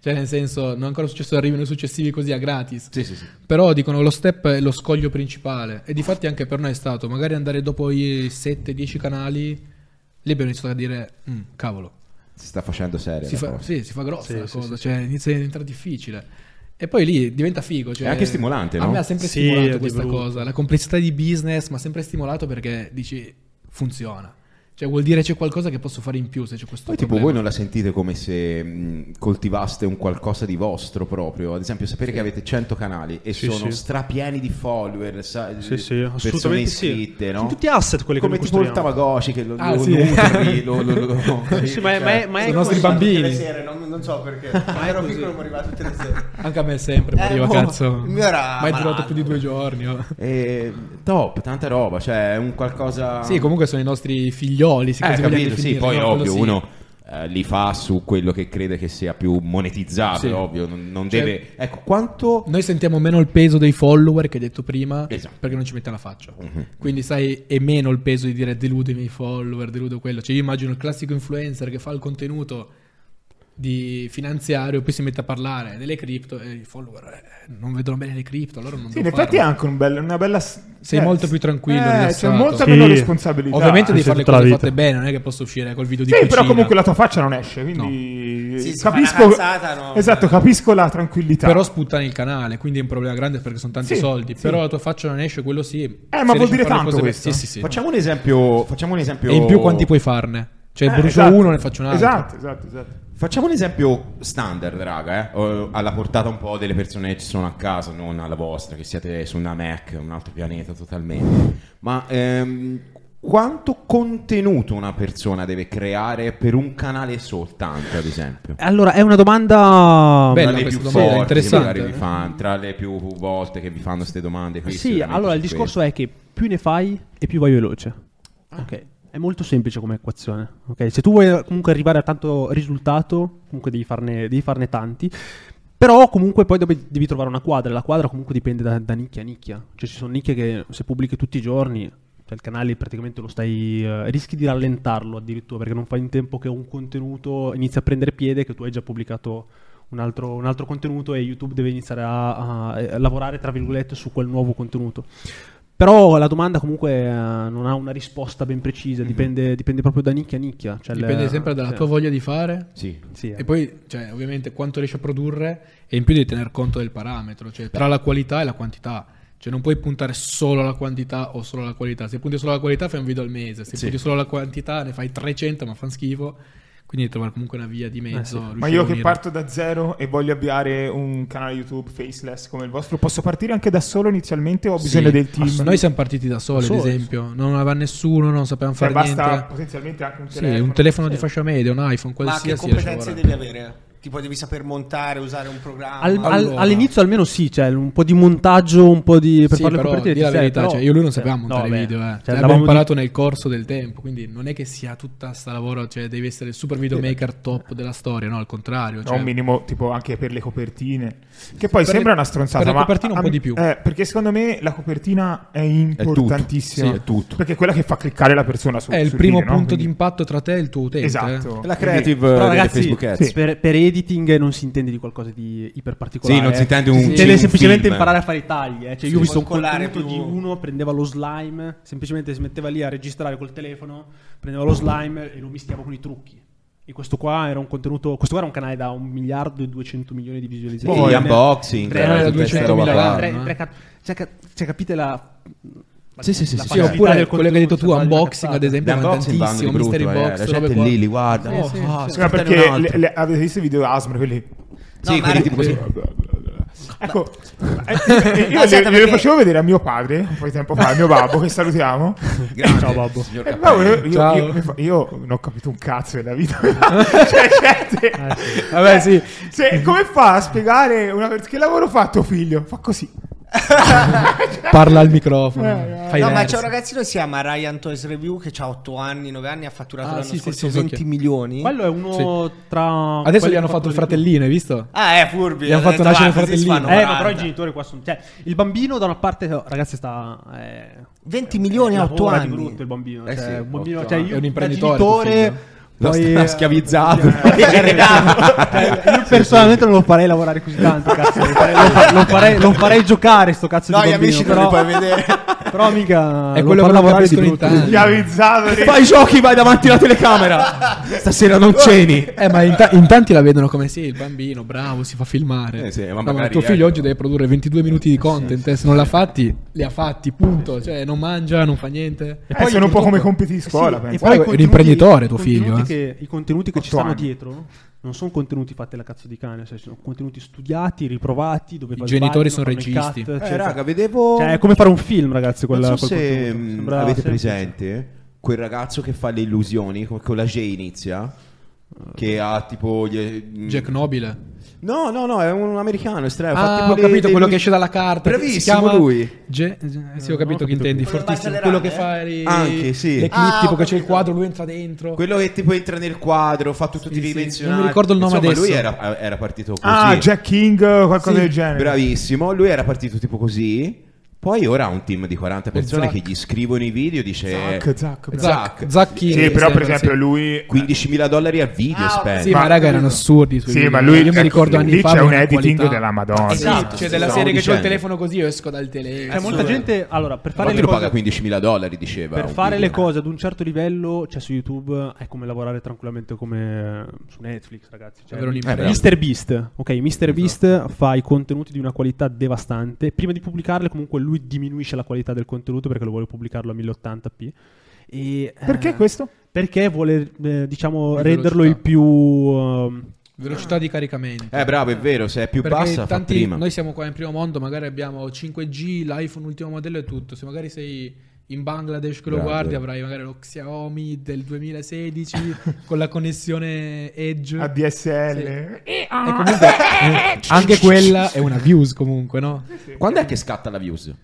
S1: cioè nel senso, non è ancora successo che arrivino i successivi così a gratis.
S4: Sì, sì, sì.
S1: Però dicono lo step è lo scoglio principale. E difatti anche per noi è stato magari andare dopo i 7-10 canali. Lì abbiamo iniziato a dire: "Mm, cavolo,
S4: Si sta facendo seria.
S1: si
S4: la
S1: fa,
S4: cosa.
S1: sì, si fa grossa
S2: Sì,
S1: la
S2: sì,
S1: cosa, cioè inizia a diventare difficile. E poi lì diventa figo. Cioè,
S4: È anche stimolante,
S1: A
S4: no?
S1: me ha sempre
S2: Sì,
S1: stimolato
S2: di
S1: questa
S2: brutto.
S1: cosa. La complessità di business, ma sempre stimolato perché dici funziona. Cioè, vuol dire c'è qualcosa che posso fare in più se c'è questo
S4: Poi tipo
S1: problema.
S4: voi non la sentite come se mh, coltivaste un qualcosa di vostro proprio, ad esempio sapere che avete 100 canali e
S2: Sì, sì.
S4: sono strapieni di follower, sa-
S2: Sì, sì,
S4: persone
S2: assolutamente sì.
S4: iscritte, no?
S2: Sono tutti asset quelli
S4: come
S2: che noi
S4: tipo il
S2: costruiamo.
S4: Tamagotchi che lo,
S1: Ah,
S4: lo
S1: sì.
S4: nutri, lo, lo, lo- lo-
S2: Sì, ma è, ma è- ma è
S1: I nostri
S2: così.
S1: bambini.
S5: Tutte le sere, non, non so perché. Ma ero
S1: così.
S5: piccolo mi arrivava tutte le sere.
S1: Anche a me sempre, mi
S5: Eh,
S1: arriva
S5: boh,
S1: cazzo.
S5: il mio era
S1: Mai
S5: malato.
S1: durato più di due giorni. oh.
S4: E, top, tanta roba, cioè è un qualcosa...
S1: Sì, comunque sono i nostri figlioli, se
S4: Eh,
S1: così vogliamo
S4: capito, sì,
S1: definirli,
S4: poi
S1: no? Quello
S4: ovvio
S1: sì.
S4: uno eh, li fa su quello che crede che sia più monetizzabile,
S1: Sì.
S4: ovvio, non, non
S1: Cioè-
S4: deve... Ecco, quanto...
S1: Noi sentiamo meno il peso dei follower che hai detto prima
S4: Esatto.
S1: perché non ci mette la faccia.
S4: Mhm.
S1: Quindi sai, è meno il peso di dire deludo i miei follower, deludo quello. Cioè io immagino il classico influencer che fa il contenuto di finanziario poi si mette a parlare delle cripto e i follower eh, non vedono bene le cripto, allora non
S3: Sì, in
S1: devo
S3: effetti è
S1: farlo.
S3: anche un bel- una bella. Eh, Sei
S1: molto più tranquillo,
S3: c'è
S1: rilassato.
S3: molta
S2: Sì.
S3: meno responsabilità.
S1: Ovviamente devi
S2: sì,
S1: fare le
S2: tutta la
S1: cose
S2: vita.
S1: fatte bene, non è che posso uscire col video di
S3: Sì, però
S1: cucina.
S3: comunque la tua faccia non esce, quindi
S5: Sì, si
S3: capisco.
S5: fa una cazzata, no.
S3: Esatto, capisco la tranquillità.
S1: Però sputta nel canale, quindi è un problema grande perché sono tanti
S3: Sì,
S1: soldi.
S3: sì. Eh,
S1: Però la tua faccia non esce, quello sì. Se
S3: ma vuol
S1: riesci a fare
S3: dire
S1: le
S3: tanto
S1: cose bene-
S3: questo.
S1: Sì, sì, sì.
S4: Facciamo un esempio... Facciamo un esempio...
S1: E in più quanti puoi farne? Cioè,
S3: Eh,
S1: brucio
S3: esatto.
S1: uno, ne faccio un altro.
S3: Esatto, esatto, esatto.
S4: Facciamo un esempio standard, raga, eh? o- alla portata un po' delle persone che ci sono a casa, non alla vostra, che siete su una Mac, un altro pianeta totalmente. Ma ehm, quanto contenuto una persona deve creare per un canale soltanto, ad esempio?
S2: Allora, è una Eh, domanda...
S1: Bella
S4: tra le
S1: questa
S4: più
S1: domanda,
S4: forti che
S1: interessante.
S4: magari vi fanno, tra le più volte che vi fanno queste domande qui.
S2: Eh Sì, allora il discorso è che più ne fai e più vai veloce. Ok. È molto semplice come equazione. Ok. Se tu vuoi eh, comunque arrivare a tanto risultato, comunque devi farne, devi farne tanti. Però comunque poi devi, devi trovare una quadra. La quadra comunque dipende da, da nicchia a nicchia. Cioè ci sono nicchie che se pubblichi tutti i giorni, cioè il canale praticamente lo stai... eh, rischi di rallentarlo addirittura perché non fai in tempo che un contenuto inizia a prendere piede che tu hai già pubblicato un altro, un altro contenuto e YouTube deve iniziare a, a- a lavorare, tra virgolette, su quel nuovo contenuto. Però la domanda comunque eh, non ha una risposta ben precisa, dipende, dipende proprio da nicchia a nicchia. Cioè
S1: Mhm. Dipende
S2: le-
S1: sempre dalla
S2: sì.
S1: tua voglia di fare.
S4: Sì.
S2: Sì, eh.
S1: E poi, cioè, ovviamente, quanto riesci a produrre e in più devi tener conto del parametro, cioè tra la qualità e la quantità. Cioè non puoi puntare solo alla quantità o solo alla qualità. Se punti solo alla qualità fai un video al mese, se
S4: Sì.
S1: punti solo alla quantità ne fai 300 ma fanno schifo. Quindi devi trovare comunque una via di mezzo.
S2: Eh sì.
S3: Ma
S1: riuscire
S3: io
S1: a
S3: che
S1: unire.
S3: parto da zero e voglio avviare un canale YouTube faceless come il vostro, posso partire anche da solo inizialmente o ho bisogno
S1: Sì.
S3: del team?
S1: Ass- Noi siamo partiti da soli,
S2: Da
S1: ad
S2: soli,
S1: esempio. Non aveva nessuno, non sapevamo
S3: Cioè,
S1: fare
S3: basta
S1: niente.
S3: potenzialmente anche un
S1: Sì,
S3: telefono.
S1: un telefono di
S2: Sì.
S1: fascia media, un iPhone,
S5: Ma
S1: qualsiasi.
S5: che competenze
S1: riesci a lavorare.
S5: devi avere? Tipo devi saper montare, usare un programma.
S2: Al- al-
S1: Allora.
S2: All'inizio almeno sì, cioè un po' di montaggio, un po' di... Per
S1: sì,
S2: farle
S1: però,
S2: copertine
S1: di
S2: ti
S1: la
S2: serve,
S1: verità,
S2: però-
S1: cioè, io e lui non
S2: Sì.
S1: sapevamo
S2: No,
S1: montare
S2: beh,
S1: video, eh. Cioè,
S2: cioè,
S1: l'abbiamo
S2: l'avevamo
S1: imparato nel corso del tempo, quindi non è che sia tutta sta lavoro, cioè devi essere il super videomaker top della storia, no, al contrario,
S3: No,
S1: cioè,
S3: un minimo tipo anche per le copertine. Che poi
S1: Per
S3: sembra
S1: le-
S3: una stronzata.
S1: per le
S3: ma
S1: copertine un
S3: a-
S1: po' di più.
S3: eh, perché secondo me la copertina è
S4: È tutto.
S3: importantissima.
S4: Sì, è tutto.
S3: Perché è quella che fa cliccare la persona su
S1: è il
S3: sul
S1: primo
S3: video, no?
S1: punto di
S3: Quindi-
S1: impatto tra te e il tuo utente. eh.
S3: Esatto.
S4: La
S3: Quindi-
S4: creative
S2: Però,
S4: delle
S2: ragazzi,
S4: Facebook Ads.
S3: sì.
S2: Per, per editing non si intende di qualcosa di iperparticolare. eh.
S4: Sì, non si intende un-
S2: Si
S4: sì, un
S2: deve semplicemente
S4: film.
S2: imparare a fare i tagli. eh. Cioè, io
S5: Sì,
S2: ho visto un
S5: colare
S2: contenuto di
S5: più-
S2: uno, prendeva lo slime, semplicemente si metteva lì a registrare col telefono, prendeva lo slime e lo mischiava con i trucchi. E questo qua era un contenuto. Questo qua era un canale da 1 miliardo e 200 milioni di visualizzazioni.
S4: Poi gli unboxing,
S2: Tre-
S1: eh,
S2: tre-
S1: tutta sta
S2: tre-
S1: roba qua,
S2: tre-
S1: no?
S2: tre cap- cioè, ca- cioè, capite la.
S4: Sì, sì, sì,
S2: la
S4: sì,
S1: Sì,
S2: facilità
S1: oppure
S2: del
S1: quello che hai detto tu,
S2: contenuto, cioè,
S1: unboxing ad
S2: sembra una
S4: Gli
S1: esempio, va
S4: unboxing vanno di
S1: tantissimo,
S4: brutto,
S1: mystery
S4: eh,
S1: box,
S4: la
S1: robe
S4: gente
S1: qua.
S4: lì li guarda,
S1: Sì, sì,
S4: oh, ah,
S1: sì.
S3: Sì, ma
S4: scattane un
S3: perché
S4: altro.
S3: le- le- avete visto i video ASMR quelli
S4: Sì,
S5: No,
S4: quelli
S5: ma-
S4: tipo così.
S5: Ecco.
S3: Eh, io
S5: No,
S3: le-
S5: aspetta,
S3: glielo
S5: perché-
S3: facevo vedere a mio padre un po' di tempo fa, a mio babbo che salutiamo.
S4: Grande,
S2: Ciao, babbo.
S4: signor
S3: Eh,
S4: Cappelli.
S3: no, io, io-
S1: Ciao.
S3: io- mi fa- io non ho capito un cazzo della vita. cioè, gente,
S1: Vabbè, Ah, sì.
S3: se- come fa a spiegare una pers- che lavoro fa tuo figlio? Fa così.
S1: Parla al microfono,
S3: Eh,
S1: fai
S5: No, ma
S1: versi.
S5: c'è un ragazzino che si chiama Ryan Toys Review che ha 8 anni, 9 anni, ha fatturato
S1: Ah,
S5: l'anno
S1: sì, sì,
S5: scorso
S1: sì, so chi è.
S5: 20 milioni.
S2: Quello è uno tra.
S1: Adesso gli
S2: quelli
S1: hanno
S2: che
S1: fatto
S2: ha
S1: il
S2: di più.
S1: fratelline, hai visto?
S5: Ah, è furbi.
S1: Gli hanno
S5: ho
S1: fatto
S5: detto,
S1: nascere
S5: "Va,
S1: il
S5: così si
S1: fratellino."
S5: fanno
S2: Eh, ma però i
S5: 40.
S2: genitori qua sono. Cioè, il bambino da una parte, ragazzi, sta. eh,
S5: 20 milioni a 8
S2: lavora di
S5: anni.
S2: brutto il bambino.
S4: Eh
S2: cioè,
S4: sì,
S2: un bambino-
S4: otto
S2: cioè,
S4: anni.
S2: io
S1: È un
S2: da
S1: imprenditore, tuo
S2: genitore
S1: figlio.
S4: L'ho
S6: Poi,
S4: sta-
S6: eh,
S4: schiavizzato.
S6: Cioè, io personalmente non lo farei lavorare così tanto, cazzo. Lo farei, lo fa- lo farei- lo farei giocare sto cazzo
S5: No,
S6: di
S5: gli
S6: bambino.
S5: amici non
S6: però,
S5: li puoi vedere.
S6: però mica
S1: È
S6: lo farò
S1: quello che non
S6: lavorare di
S1: capiscono in
S6: brutto.
S1: tanti.
S3: Chiavizzato.
S4: Fai i giochi, vai davanti alla telecamera. Stasera non ceni.
S1: Eh, ma in, ta- in tanti la vedono come sì, il bambino, bravo, si fa filmare.
S4: Eh sì,
S1: No,
S4: ma magari
S1: tuo figlio
S4: ecco.
S1: oggi deve produrre 22 minuti di content. eh, se non l'ha fatti, li ha fatti, punto. Cioè, non mangia, non fa niente.
S3: Eh, sono un po' come compiti di scuola,
S2: Sì,
S1: poi-
S3: penso.
S2: i
S1: Eri
S2: contenuti-
S1: imprenditore tuo
S2: i contenuti
S1: figlio, eh.
S2: che- I contenuti che ci
S3: Otto
S2: stanno
S3: anni.
S2: dietro non sono contenuti fatti alla cazzo di cane, cioè, sono contenuti studiati, riprovati, dove
S1: I
S2: fai
S1: genitori sono
S2: sbagli, non fanno il
S1: registi.
S2: cut,
S1: Eh,
S4: Eh,
S2: eccetera.
S4: raga, vedevo.
S2: Cioè, è come fare un film, ragazzi, quella,
S4: non so
S2: quel
S4: se
S2: contenuto.
S4: mh,
S2: Sembra
S4: avete
S2: semplice.
S4: presente quel ragazzo che fa le illusioni con, con la J inizia. Che ha tipo. Gli,
S1: Jack Nobile.
S4: No, no, no, è un americano estremo.
S1: Ah,
S4: fa tipo
S1: ho
S4: le-
S1: capito
S4: le-
S1: quello che esce dalla carta. che si
S4: Bravissimo
S1: chiama
S4: lui.
S1: Ge- eh, sì, ho capito
S2: ho
S1: che
S2: capito.
S1: intendi.
S5: Quello
S1: Fortissimo.
S5: bacia le
S1: Quello che
S5: rane,
S1: fa i-
S4: eh. Anche, sì.
S1: le clip,
S5: Ah, ho
S1: tipo che c'è il
S5: capito.
S1: quadro, lui entra dentro.
S4: Quello che tipo entra nel quadro, fa tutto
S1: Sì, sì,
S4: tridimensionale.
S1: non mi ricordo il nome
S4: Insomma, lui
S1: adesso.
S4: era, era partito così.
S3: Ah, Jack King, qualcosa
S1: Sì,
S3: del genere.
S4: Bravissimo, lui era partito tipo così. Poi ora ha un team di 40 persone
S1: Zac.
S4: che gli scrivono i video, dice
S3: Zac,
S1: Esatto,
S3: Zac, bravo.
S1: Zac,
S4: Zac.
S1: Zac King,
S3: Sì, però per
S1: sì.
S3: esempio lui...
S4: 15.000 dollari al video
S5: Ah,
S4: spende.
S1: Sì,
S3: Ma-
S1: ma, raga, erano assurdi. i suoi
S3: Sì,
S1: video.
S3: ma lui...
S1: Io mi
S3: ecco,
S1: ricordo anni
S3: lì
S1: fa.
S3: c'è un
S1: avevano una
S3: editing
S1: qualità.
S3: della Madonna.
S1: Eh sì,
S4: Esatto,
S1: c'è
S4: sì,
S1: della
S4: stavo
S1: serie che c'ho il
S4: dicendo. Eh,
S1: telefono così, io esco dal telefono.
S2: Cioè, molta gente... Allora, per fare
S4: Quanto
S2: le
S4: lo
S2: cose...
S4: paga 15.000 dollari, diceva.
S2: Per
S4: un
S2: fare
S4: video.
S2: le cose ad un certo livello, cioè su YouTube, è come lavorare tranquillamente come eh, su Netflix, ragazzi. Cioè,
S1: Davvero
S2: Mr.
S1: un'impresa.
S2: Mr. Beast, ok, Mr.
S4: Esatto.
S2: Beast fa i contenuti di una qualità devastante. Prima di pubblicarle, comunque, lui diminuisce la qualità del contenuto perché lo vuole pubblicarlo a 1080p. E, eh,
S3: Perché questo?
S2: Perché vuole, eh, diciamo,
S1: Più
S2: renderlo
S1: velocità.
S2: il più... ehm,
S1: Velocità di caricamento.
S4: Eh, bravo, è vero, se è più
S1: Perché
S4: bassa fa
S1: tanti-
S4: prima.
S1: noi siamo qua in primo mondo, magari abbiamo 5G, l'iPhone ultimo modello e tutto. Se magari sei in Bangladesh che lo
S4: Bravo.
S1: guardi, avrai magari lo Xiaomi del 2016 con la connessione Edge.
S3: ADSL.
S1: E comunque eh, anche quella è una views comunque, no?
S4: Quando è che scatta la views? C'è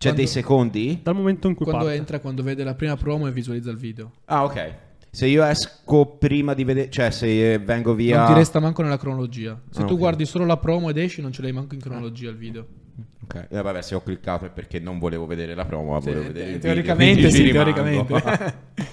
S1: Quando-
S4: dei secondi?
S2: dal momento in cui
S1: Quando
S2: parte.
S1: entra, quando vede la prima promo e visualizza il video.
S4: Ah, ok. Se io esco prima di vedere, cioè se eh, vengo via.
S1: Non ti resta manco nella cronologia. Se
S4: Ah,
S1: tu
S4: ok.
S1: guardi solo la promo ed esci, non ce l'hai manco in cronologia il video.
S4: Ok. Eh, vabbè, se ho cliccato è perché non volevo vedere la promo, ma
S1: Sì,
S4: volevo vedere. il video,
S1: teoricamente,
S4: quindi
S1: sì,
S4: ci rimango.
S1: teoricamente.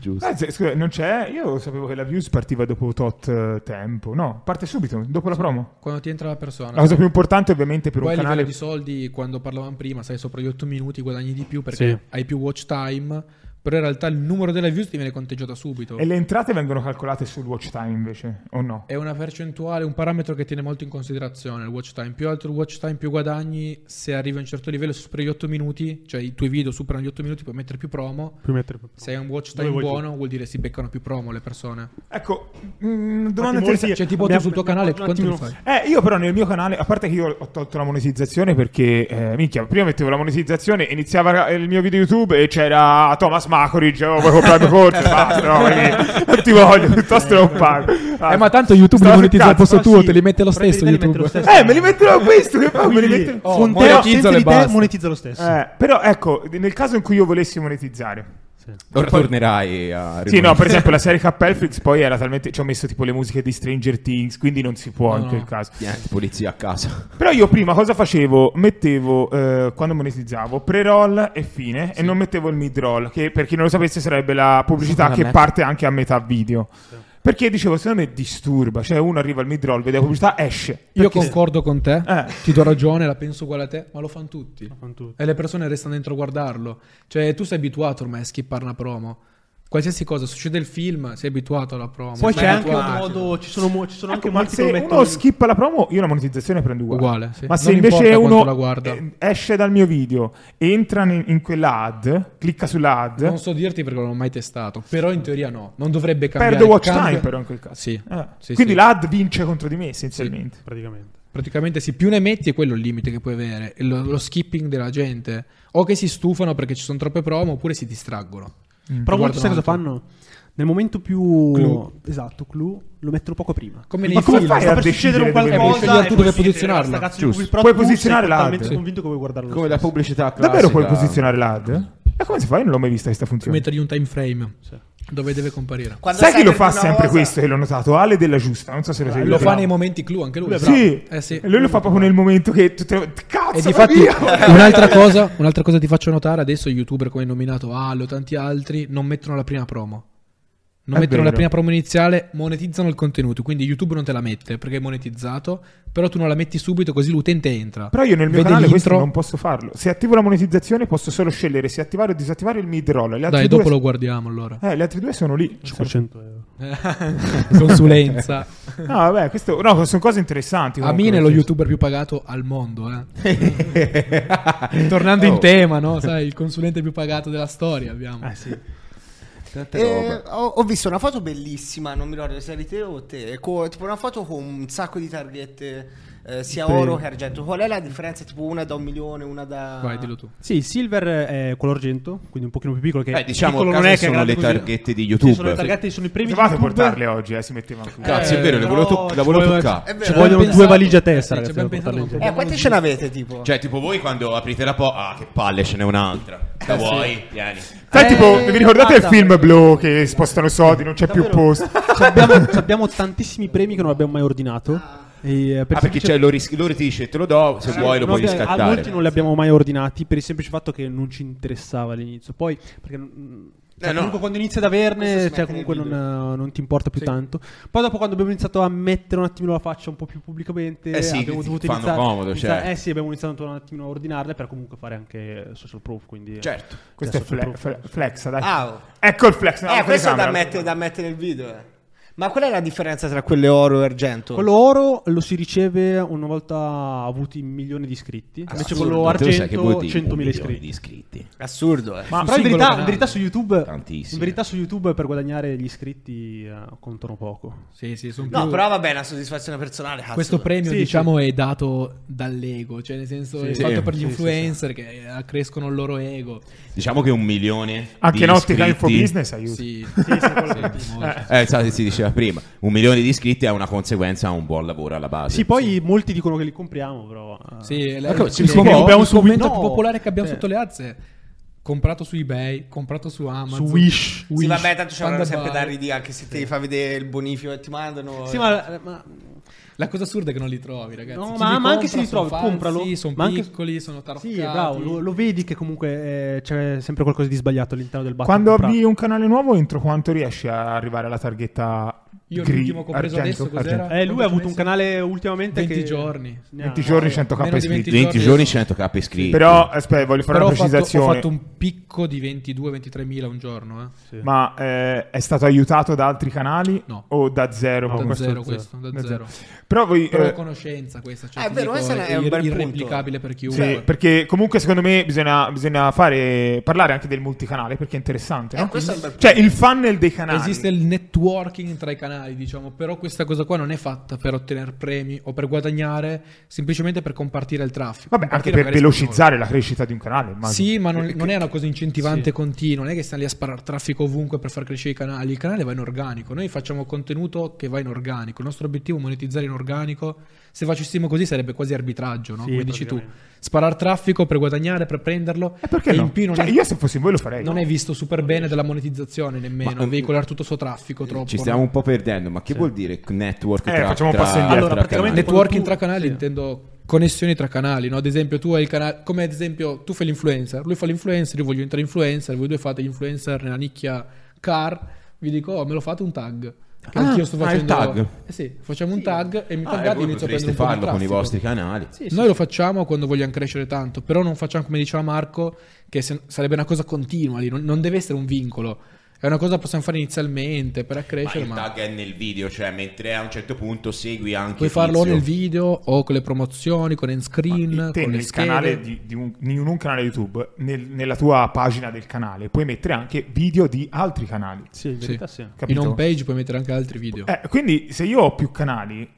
S4: Giusto.
S3: Ah, se- scusa, non c'è? Io sapevo che la views partiva dopo tot eh, tempo. No, parte subito, dopo la promo.
S1: quando ti entra la persona.
S3: La cosa più importante ovviamente per
S1: Poi
S3: un
S1: a livello
S3: canale...
S1: di soldi, quando parlavamo prima, sai, sopra gli 8 minuti guadagni di più perché
S2: Sì.
S1: hai più watch time, però in realtà il numero delle views ti viene conteggiato subito.
S3: E le entrate vengono calcolate sul watch time invece, o no?
S1: È una percentuale, un parametro che tiene molto in considerazione il watch time. Più alto il watch time, più guadagni. Se arrivi a un certo livello, superi gli 8 minuti, cioè i tuoi video superano gli 8 minuti, puoi mettere più promo.
S2: Prima di mettere-
S1: Se hai un watch
S2: Dove
S1: time
S2: vuoi tu.
S1: buono, vuol dire si beccano più promo le persone.
S3: Ecco, mm, domanda interessante.
S1: Cioè, tipo tu
S2: Abbiamo-
S1: sul tuo canale,
S2: abbiamo un
S1: quanti ne
S2: attimino-
S1: fai?
S3: Eh, io però nel mio canale, a parte che io ho tolto la monetizzazione perché, eh, minchia, prima mettevo la monetizzazione, iniziava il mio video YouTube e c'era Thomas Macoridge, oh, vuoi comprare il mio corso? Basta, no, quindi non ti voglio, piuttosto non pago. Ah.
S1: Eh, ma tanto YouTube li
S3: Stavo
S1: monetizza al
S3: sul cazzo,
S1: posto tuo,
S2: sì,
S1: te li mette lo
S2: prendi
S1: stesso
S2: te li mette
S1: YouTube.
S2: lo stesso.
S3: Eh, me li metterò questo, che poi me li metterò...
S1: Oh,
S2: Con te,
S1: monetizzalo
S2: senza
S1: e
S2: di te,
S1: basta.
S2: monetizza lo stesso.
S3: Eh, però ecco, nel caso in cui io volessi monetizzare,
S4: Ora tornerai a
S3: Sì, no, per esempio la serie Cappelflix poi era talmente... Ci ho messo tipo le musiche di Stranger Things, quindi non si può
S1: No,
S3: in
S1: no.
S3: quel caso.
S4: Niente, polizia a casa.
S3: Però io prima cosa facevo? Mettevo, eh, quando monetizzavo, pre-roll e fine, e non mettevo il mid-roll, che per chi non lo sapesse sarebbe la pubblicità
S4: La
S3: che
S4: met-
S3: parte anche a metà video. Perché dicevo, secondo me disturba, cioè uno arriva al mid-roll, vede la pubblicità, esce.
S1: Io
S3: Perché-
S1: concordo con te,
S3: Eh.
S1: ti do ragione, la penso uguale a te, ma lo fanno tutti.
S2: fanno tutti.
S1: E le persone restano dentro a guardarlo. Cioè, tu sei abituato ormai a skippare una promo. Qualsiasi cosa, succede il film, sei abituato alla promo.
S2: Poi
S1: sei
S2: c'è anche un
S1: abituato.
S2: modo, ci sono, mo- ci sono
S3: Ecco,
S2: anche
S3: ma
S2: molti che lo
S3: se
S2: mettono
S3: uno
S2: in-
S3: skippa la promo, io la monetizzazione prendo uguale.
S1: Uguale, sì.
S3: Ma se
S1: Non
S3: invece
S1: importa quanto
S3: uno
S1: la guarda.
S3: eh, esce dal mio video, entra in, in quella ad, clicca sulla ad,
S1: Non so dirti perché non l'ho mai testato, però in teoria no, non dovrebbe cambiare.
S3: perdo watch
S1: Cambia-
S3: time però in quel caso.
S1: Sì.
S3: Eh,
S1: Sì,
S3: Quindi
S1: sì.
S3: la ad vince contro di me essenzialmente.
S2: praticamente.
S1: Praticamente sì, più ne metti è quello il limite che puoi avere, è lo, lo skipping della gente. O che si stufano perché ci sono troppe promo, oppure si distraggono.
S2: Però
S1: Guardano
S2: molti sai cosa
S1: altro.
S2: fanno? Nel momento più
S1: Clou.
S2: esatto, clou, lo mettono poco prima.
S1: Come
S3: Ma
S1: nei
S3: come
S1: film.
S3: fai
S2: Sta
S3: a
S2: per succedere un
S3: decidere dove
S2: qualcosa
S1: mettere?
S2: e
S1: Tu
S2: poi
S1: devi
S2: si dice,
S1: posizionarla.
S2: "Sta cazzo di
S4: Giusto.
S2: cui", però
S3: Puoi
S2: tu sei
S3: posizionare la
S2: totalmente
S3: ad.
S2: convinto che vuoi guardarlo.
S4: Come la pubblicità classica.
S3: Davvero puoi posizionare l'ad?
S1: Mm.
S3: E come si fa? Io non l'ho mai vista questa funzione.
S1: Mettergli un time frame dove deve comparire.
S5: Quando
S3: Sai
S5: sai
S3: chi lo
S5: per
S3: fa
S5: prima
S3: sempre
S5: cosa-
S3: questo che l'ho notato? Ale della Giusta, non so se lo sai.
S1: Lo fa nei momenti clou anche lui.
S3: Sì.
S1: Eh sì.
S3: E lui lo fa proprio nel momento che tutte le-
S1: E
S3: cazzo,
S1: difatti,
S3: via!
S1: un'altra cosa, un'altra cosa ti faccio notare adesso: youtuber come hai nominato Allo, tanti altri, non mettono la prima promo. non
S3: È
S1: mettono la
S3: vero.
S1: prima promo iniziale, monetizzano il contenuto, quindi YouTube non te la mette perché è monetizzato, però tu non la metti subito così l'utente entra.
S3: Però io nel mio
S1: Vede
S3: canale questo
S1: l'intro,
S3: non posso farlo. Se attivo la monetizzazione posso solo scegliere se attivare o disattivare il mid-roll. Le altre
S1: Dai,
S3: due
S1: dopo lo
S3: s-
S1: guardiamo allora.
S3: eh, le altre due sono lì.
S2: 500 euro.
S1: Consulenza.
S3: No, vabbè, questo... no, sono cose interessanti. comunque,
S1: Amin è lo
S3: nel senso.
S1: youtuber più pagato al mondo, eh. Tornando in
S4: Oh,
S1: tema, no? Sai, il consulente più pagato della storia abbiamo.
S2: Eh sì.
S4: tante
S5: Eh,
S4: robe.
S5: ho, ho visto una foto bellissima, non mi ricordo se eri te o te, co- tipo una foto con un sacco di targhette, eh, sia
S2: Prego.
S5: oro che argento. Qual è la differenza? Tipo una da un milione, una da...
S1: Vai, dillo tu.
S2: Sì, il silver è color argento, quindi un pochino più piccolo che
S4: Beh, diciamo
S2: piccolo
S4: case
S2: non è che è
S4: sono
S2: grande
S4: le
S2: così.
S4: targhette di
S2: Sì, sono
S4: YouTube.
S2: le targhette, sono i premi di
S3: Provate a
S2: YouTube.
S3: portavate a portarle oggi, eh, si metteva qui.
S4: Cazzo, è
S1: Eh,
S4: vero, le volevo,
S2: però
S4: toc-
S2: ci
S4: la volevo
S2: voleva-
S4: toccare.
S5: È vero,
S2: Ci vogliono
S1: abbiamo
S2: due
S1: pensato-
S2: valigie a testa,
S1: Eh,
S2: ragazzi,
S1: ci abbiamo
S2: per portarle in
S1: pensato
S2: giro.
S5: Eh, quanti ce l'avete tipo?
S4: Cioè, tipo voi quando aprite la porta... Ah, che palle, ce n'è un'altra. Da voi, pieni.
S3: Sai,
S6: Eh,
S3: tipo, vi ricordate il
S6: guarda.
S3: film blu che spostano soldi, non c'è più
S6: Davvero?
S3: posto?
S2: Ci abbiamo, ci abbiamo tantissimi premi che non abbiamo mai ordinato. E, eh, per
S4: Ah, perché
S2: semplice-
S4: c'è lo ris- loro ti dice te lo do, se vuoi lo
S2: non abbiamo-
S4: puoi
S2: a
S4: riscattare.
S2: molti non li abbiamo mai ordinati per il semplice fatto che non ci interessava all'inizio. Poi, perché mm, cioè,
S4: Eh, no.
S2: comunque quando inizi ad
S5: Questo si
S2: averne,
S5: mette
S2: cioè, comunque
S5: nel
S2: non, eh, non ti importa più tanto. Poi dopo quando abbiamo iniziato a mettere un attimino la faccia un po' più pubblicamente,
S4: Eh sì,
S2: abbiamo
S4: ti
S2: dovuto
S4: fanno
S2: iniziare,
S4: comodo,
S2: iniziare-
S4: cioè.
S2: Eh sì, abbiamo iniziato un attimino a ordinarle per comunque fare anche social proof, quindi eh,
S4: Certo.
S3: Questo è
S2: social
S3: fle-
S2: proof.
S3: fle- flex, dai.
S5: Ah, oh.
S3: Ecco il flex. no,
S5: eh,
S3: la
S5: questo è da
S3: telecamera.
S5: mettere, da mettere nel video. eh. Ma qual è la differenza tra quelle oro e
S4: Certo.
S5: argento?
S2: Quello oro lo si riceve una volta avuti un milione di iscritti, invece
S4: Assurdo,
S2: quello
S4: te lo sai che
S2: argento
S4: vuol dire
S2: 100.000
S4: un milione di
S2: iscritti.
S4: iscritti.
S5: Assurdo, eh.
S2: Ma
S1: Sul
S2: però in
S1: singolo
S2: verità, in
S1: canale.
S2: verità su YouTube
S4: Tantissime.
S2: In verità su YouTube per guadagnare gli iscritti eh, contano poco.
S1: Sì, sì, sono più...
S5: No, però vabbè, la soddisfazione personale. Cazzo.
S1: Questo premio,
S2: Sì,
S1: diciamo, è dato dall'ego, cioè nel senso
S2: Sì,
S1: è
S2: sì.
S1: fatto per gli
S2: Sì, sì,
S1: influencer che eh, accrescono il loro ego.
S4: Diciamo che un milione
S3: Anche
S4: di
S3: in ottica
S4: iscritti-
S3: infobusiness aiuta.
S1: Sì, Sì, molto.
S4: Eh, sai, si diceva prima, un milione di iscritti è una conseguenza a un buon lavoro alla base.
S2: Sì, poi molti dicono che li compriamo, però. eh.
S1: Sì, la-
S4: Ecco,
S1: il,
S4: ci
S1: il
S4: scopriamo
S1: commento
S2: subito.
S1: commento più
S2: No.
S1: popolare che abbiamo
S2: Eh.
S1: sotto le alze è comprato su eBay, comprato su Amazon,
S2: Su Wish.
S5: Sì, vabbè, tanto ci avranno
S1: Panda
S5: sempre da
S1: Bar.
S5: ridire anche se ti fa vedere il bonifico e ti mandano.
S2: Sì,
S5: eh.
S2: ma, ma-
S1: La cosa assurda è che non li trovi, ragazzi. Chi
S2: no, ma-
S1: li
S2: ma anche
S1: compra,
S2: se
S1: sono
S2: li trovi,
S1: falsi,
S2: compralo.
S1: Sono
S2: ma anche-
S1: piccoli, sono taroccati.
S2: Sì, bravo, lo, lo vedi che comunque eh, c'è sempre qualcosa di sbagliato all'interno del bacco.
S3: Quando
S2: comprato.
S3: avvii un canale nuovo, entro quanto riesci a arrivare alla targhetta
S1: Io
S3: gri-
S1: l'ultimo che ho preso
S3: argento,
S1: adesso cos'era?
S3: argento.
S2: Eh, lui ha avuto un
S1: Messo?
S2: canale ultimamente
S1: 20
S2: che-
S1: giorni.
S2: Ne ha-
S3: 20 giorni,
S2: no,
S3: 100 k
S1: eh, meno di
S3: iscritti.
S4: 20 giorni 100k iscritti.
S3: Però, aspetta, voglio fare
S1: Però ho
S3: una
S1: fatto, ho
S3: precisazione.
S1: fatto un picco di 22-23 mila un giorno, eh.
S2: sì.
S3: Ma eh, è stato aiutato da altri canali?
S1: No.
S3: O da zero? con
S1: da
S3: questo?
S1: zero questo, da zero.
S3: Però voi...
S1: Però
S3: eh,
S1: conoscenza questa, cioè
S5: Eh, è
S1: ti
S5: vero,
S1: dico,
S5: questo è un-
S1: è,
S5: è un bel punto.
S1: irreplicabile per chiunque.
S3: Sì, perché comunque secondo me bisogna, bisogna fare, parlare anche del multicanale perché è interessante.
S5: Eh,
S3: no?
S5: questo è un bel
S3: Cioè il funnel dei canali.
S1: Esiste il networking tra i canali, diciamo, però questa cosa qua non è fatta per ottenere premi o per guadagnare, semplicemente per compartire il traffico.
S3: Vabbè, anche
S1: Compartire
S3: per
S1: magari su di
S3: velocizzare la crescita di un canale.
S1: loro.
S3: immagino.
S1: Sì, ma non,
S3: Perché-
S1: non è una cosa incentivante
S2: Sì.
S1: continua, non è che stiamo lì a sparare traffico ovunque per far crescere i canali, il canale va in organico, noi facciamo contenuto che va in organico, il nostro obiettivo è monetizzare in organico, se facessimo così sarebbe quasi arbitraggio, no?
S2: Sì,
S1: come dici tu,
S2: praticamente.
S1: sparare traffico per guadagnare, per prenderlo,
S3: Eh, perché
S1: e
S3: no?
S1: in più non
S3: Cioè,
S1: è-
S3: Io se fossi voi lo farei.
S1: non è visto super bene della monetizzazione nemmeno,
S4: Ma- mm,
S1: veicolare tutto il suo traffico troppo.
S4: Ci
S1: no?
S4: stiamo un po' perdendo, ma che vuol dire network
S3: Eh,
S4: tra,
S3: facciamo un
S4: tra-
S3: passo indietro.
S4: tra
S2: Allora, praticamente-
S4: canali?
S1: Networking
S2: Quando tu-
S1: tra canali
S2: sì.
S1: intendo connessioni tra canali, no? Ad esempio, tu hai il canale, come ad esempio tu fai l'influencer, lui fa l'influencer, io voglio entrare influencer, voi due fate gli influencer nella nicchia car, vi dico "Oh, me lo fate un tag". Che
S4: Ah,
S1: anch'io sto
S4: ah, il
S1: facendo
S4: tag.
S1: Eh sì, facciamo un tag e mi
S4: Ah,
S1: pagate
S4: voi
S1: inizio a prendere
S4: potreste
S1: un po' di
S4: farlo con i
S1: traffico.
S4: vostri canali.
S1: Noi lo facciamo quando vogliamo crescere tanto, però non facciamo come diceva Marco, che se- sarebbe una cosa continua lì, non, non deve essere un vincolo. È una cosa che possiamo fare inizialmente per
S4: Ma
S1: accrescere,
S4: il
S1: ma,
S4: tag è nel video, cioè mentre a un certo punto segui anche
S1: puoi farlo o
S4: Tizio.
S1: nel video o con le promozioni, con end screen,
S3: Ma te
S1: con le
S3: nel
S1: schede.
S3: canale di, di un, in un canale YouTube, nel- nella tua pagina del canale, puoi mettere anche video di altri canali.
S2: Sì, in
S1: Sì.
S2: verità sì.
S3: Capito?
S1: In home page puoi mettere anche altri video.
S3: Eh, quindi se io ho più canali,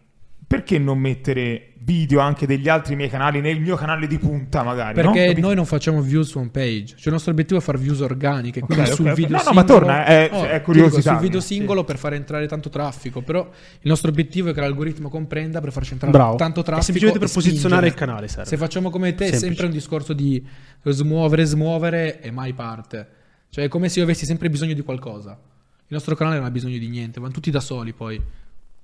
S3: perché non mettere video anche degli altri miei canali nel mio canale di punta
S2: Ah,
S3: magari? no?
S1: perché
S3: Capito?
S1: noi non facciamo views home page, cioè il nostro obiettivo è fare views organiche, quindi
S3: Ok,
S1: sul
S3: ok, ok.
S1: video
S3: No, no,
S1: singolo
S3: ma torna, eh, cioè, è
S1: ti dico,
S3: curiosità
S1: sul video
S3: mia,
S1: singolo per far entrare tanto traffico, però il nostro obiettivo è che l'algoritmo comprenda per farci entrare
S2: Bravo.
S1: tanto
S2: È
S1: traffico
S2: semplicemente per
S1: e spingere.
S2: posizionare il canale serve.
S1: Se facciamo come te è
S2: Semplice.
S1: sempre un discorso di smuovere, smuovere e mai parte. Cioè è come se io avessi sempre bisogno di qualcosa. Il nostro canale non ha bisogno di niente, vanno tutti da soli poi.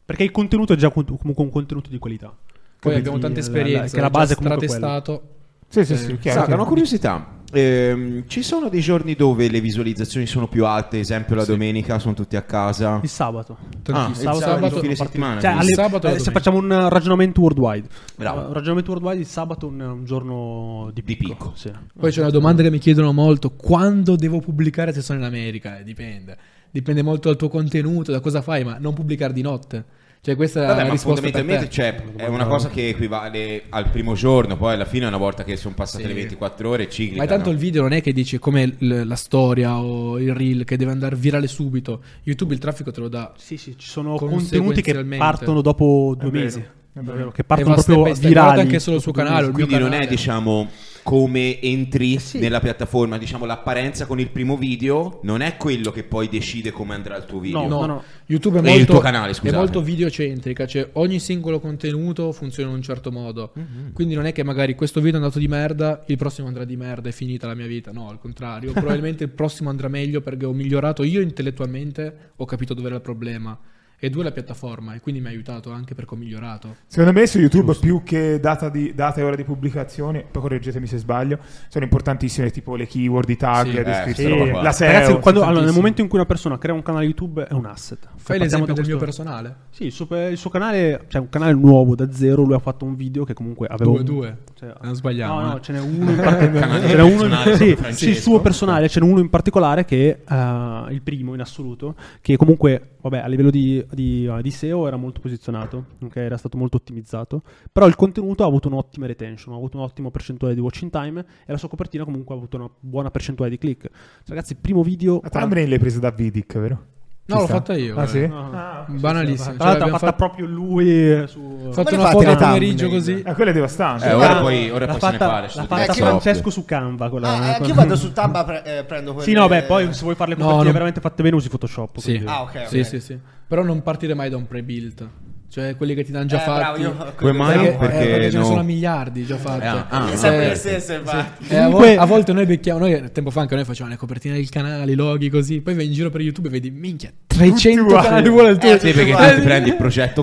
S2: Perché il contenuto è già con- comunque un contenuto di qualità.
S1: Poi
S2: Quindi,
S1: abbiamo tante
S2: eh,
S1: esperienze, cioè,
S2: Che la base è
S1: è già
S2: comunque quella.
S1: testato. Eh.
S3: Sì, sì, sì, chiaro,
S4: Sara,
S3: chiaro.
S4: una curiosità. Ehm, ci sono dei giorni dove le visualizzazioni sono più alte, esempio la domenica, sono tutti a casa.
S2: Il sabato.
S4: Ah,
S1: Tantissimo.
S4: il sabato,
S1: sabato
S4: il fine
S1: non
S4: settimana.
S2: Cioè,
S1: il
S4: quindi.
S2: alle-
S1: sabato e la
S2: eh, se
S1: domenica.
S2: facciamo un eh, ragionamento worldwide,
S4: Bravo.
S2: Eh, ragionamento worldwide, il sabato è un, un giorno di
S4: Di
S2: picco.
S4: picco.
S2: sì.
S1: Poi c'è una domanda che mi chiedono molto: quando devo pubblicare se sono in America? Eh, dipende. Dipende molto dal tuo contenuto, da cosa fai, ma non pubblicare di notte. Cioè, questa è
S4: Vabbè,
S1: la
S4: ma
S1: risposta per
S4: fondamentalmente
S1: te.
S4: cioè, è una cosa che equivale al primo giorno, poi alla fine una volta che sono passate
S1: Sì.
S4: le 24 ore ciclica.
S1: Ma tanto
S4: no?
S1: il video non è che dici come l- la storia o il reel che deve andare virale subito. YouTube il traffico te lo dà.
S2: Sì, sì, ci sono contenuti che
S1: Conseguenzialmente.
S2: partono dopo due
S3: È vero,
S2: mesi.
S3: è vero.
S2: È vero, Che
S1: E
S2: partono
S1: va step
S2: proprio
S1: by step. Guardate
S2: virali.
S1: anche solo il suo canale, il mio
S4: Quindi non è
S1: canale.
S4: diciamo come
S3: Eh,
S4: entri nella piattaforma, diciamo l'apparenza con il primo video non è quello che poi decide come andrà il tuo video.
S2: No, no, no.
S1: YouTube è
S4: E
S1: molto,
S4: il tuo canale, scusate.
S1: è molto videocentrica, cioè ogni singolo contenuto funziona in un certo modo. Quindi non è che magari questo video è andato di merda, il prossimo andrà di merda, è finita la mia vita. No, al contrario, probabilmente il prossimo andrà meglio perché ho migliorato io intellettualmente, ho capito dove era il problema. E due la piattaforma, e quindi mi ha aiutato anche perché ho migliorato.
S3: Secondo me su YouTube più che data, di- data e ora di pubblicazione, poi correggetemi se sbaglio, sono importantissime tipo le keyword, i tag,
S1: Sì,
S3: le
S1: eh,
S4: sì,
S3: descrizioni,
S4: roba qua.
S3: la SEO.
S2: Ragazzi, quando- allora, nel
S3: tantissime.
S2: momento in cui una persona crea un canale YouTube è un asset.
S1: Fai
S2: Partiamo da
S1: l'esempio del
S2: questo-
S1: mio personale.
S2: Sì, il suo, il suo canale, cioè un canale nuovo da zero, lui ha fatto un video che comunque avevo...
S1: Due, due.
S2: Cioè-
S1: Non sbagliamo.
S2: No, no,
S1: eh.
S2: ce n'è uno in particolare.
S4: Canale
S2: ce n'è uno
S4: personale,
S2: in- sì,
S4: sono
S2: sì,
S4: Francesco.
S2: il suo personale, ce n'è uno in particolare che eh, il primo in assoluto, che comunque, vabbè, a livello di, di, eh, di SEO era molto posizionato, ok? era stato molto ottimizzato, però il contenuto ha avuto un'ottima retention, ha avuto un'ottima percentuale di watching time e la sua copertina comunque ha avuto una buona percentuale di click. Ragazzi, primo video...
S3: La thumbnail l'hai presa da Vidic, vero?
S1: No, l'ho
S3: sta.
S1: fatta io.
S3: Ah
S1: eh.
S3: sì?
S2: No, no.
S1: Banalissimo.
S2: Tra l'altro
S1: Cioè,
S2: l'ha
S1: abbiamo
S2: fatta
S1: fatto-
S2: proprio lui eh, su...
S1: ho
S5: Come
S1: fatto
S5: le
S1: una
S5: fate
S1: foto
S5: le
S1: al pomeriggio
S5: thumbnail?
S1: così.
S3: Eh, quella è devastante.
S4: Eh,
S3: Eh,
S4: ora poi, ora
S2: l'ha
S4: poi se ne
S2: fatta,
S4: parla. ci
S2: l'ha
S4: sono
S2: fatta
S4: diversi
S2: Francesco
S4: software.
S2: su Canva quella,
S5: Ah, eh, anche io
S2: quella-
S5: vado su Tabba pre- eh, prendo quelle...
S2: Sì, no, beh, poi se vuoi fare le
S1: No,
S2: copertine
S1: no.
S2: veramente fatte bene usi Photoshop.
S1: Sì.
S2: quindi-
S5: Ah, ok, ok.
S1: Sì, sì, sì. Però non partire mai da un pre-built. Cioè quelli che ti danno già
S5: Eh, bravo,
S1: fatti.
S5: io-
S4: Come mai?
S1: Perché, eh,
S4: Perché
S1: perché ce ne
S4: no.
S1: sono miliardi già fatte.
S4: Eh, ah, ah,
S5: È
S4: no.
S5: sempre
S1: Eh,
S5: le stesse, infatti.
S1: E Eh, a, vol- a volte noi becchiamo, noi tempo fa anche noi facevamo le copertine del canale, i loghi così, poi vai in giro per YouTube e vedi, minchia, 300
S3: uguali.
S1: canali uguali al tuo.
S5: Eh,
S4: Sì, perché tu ti prendi il progetto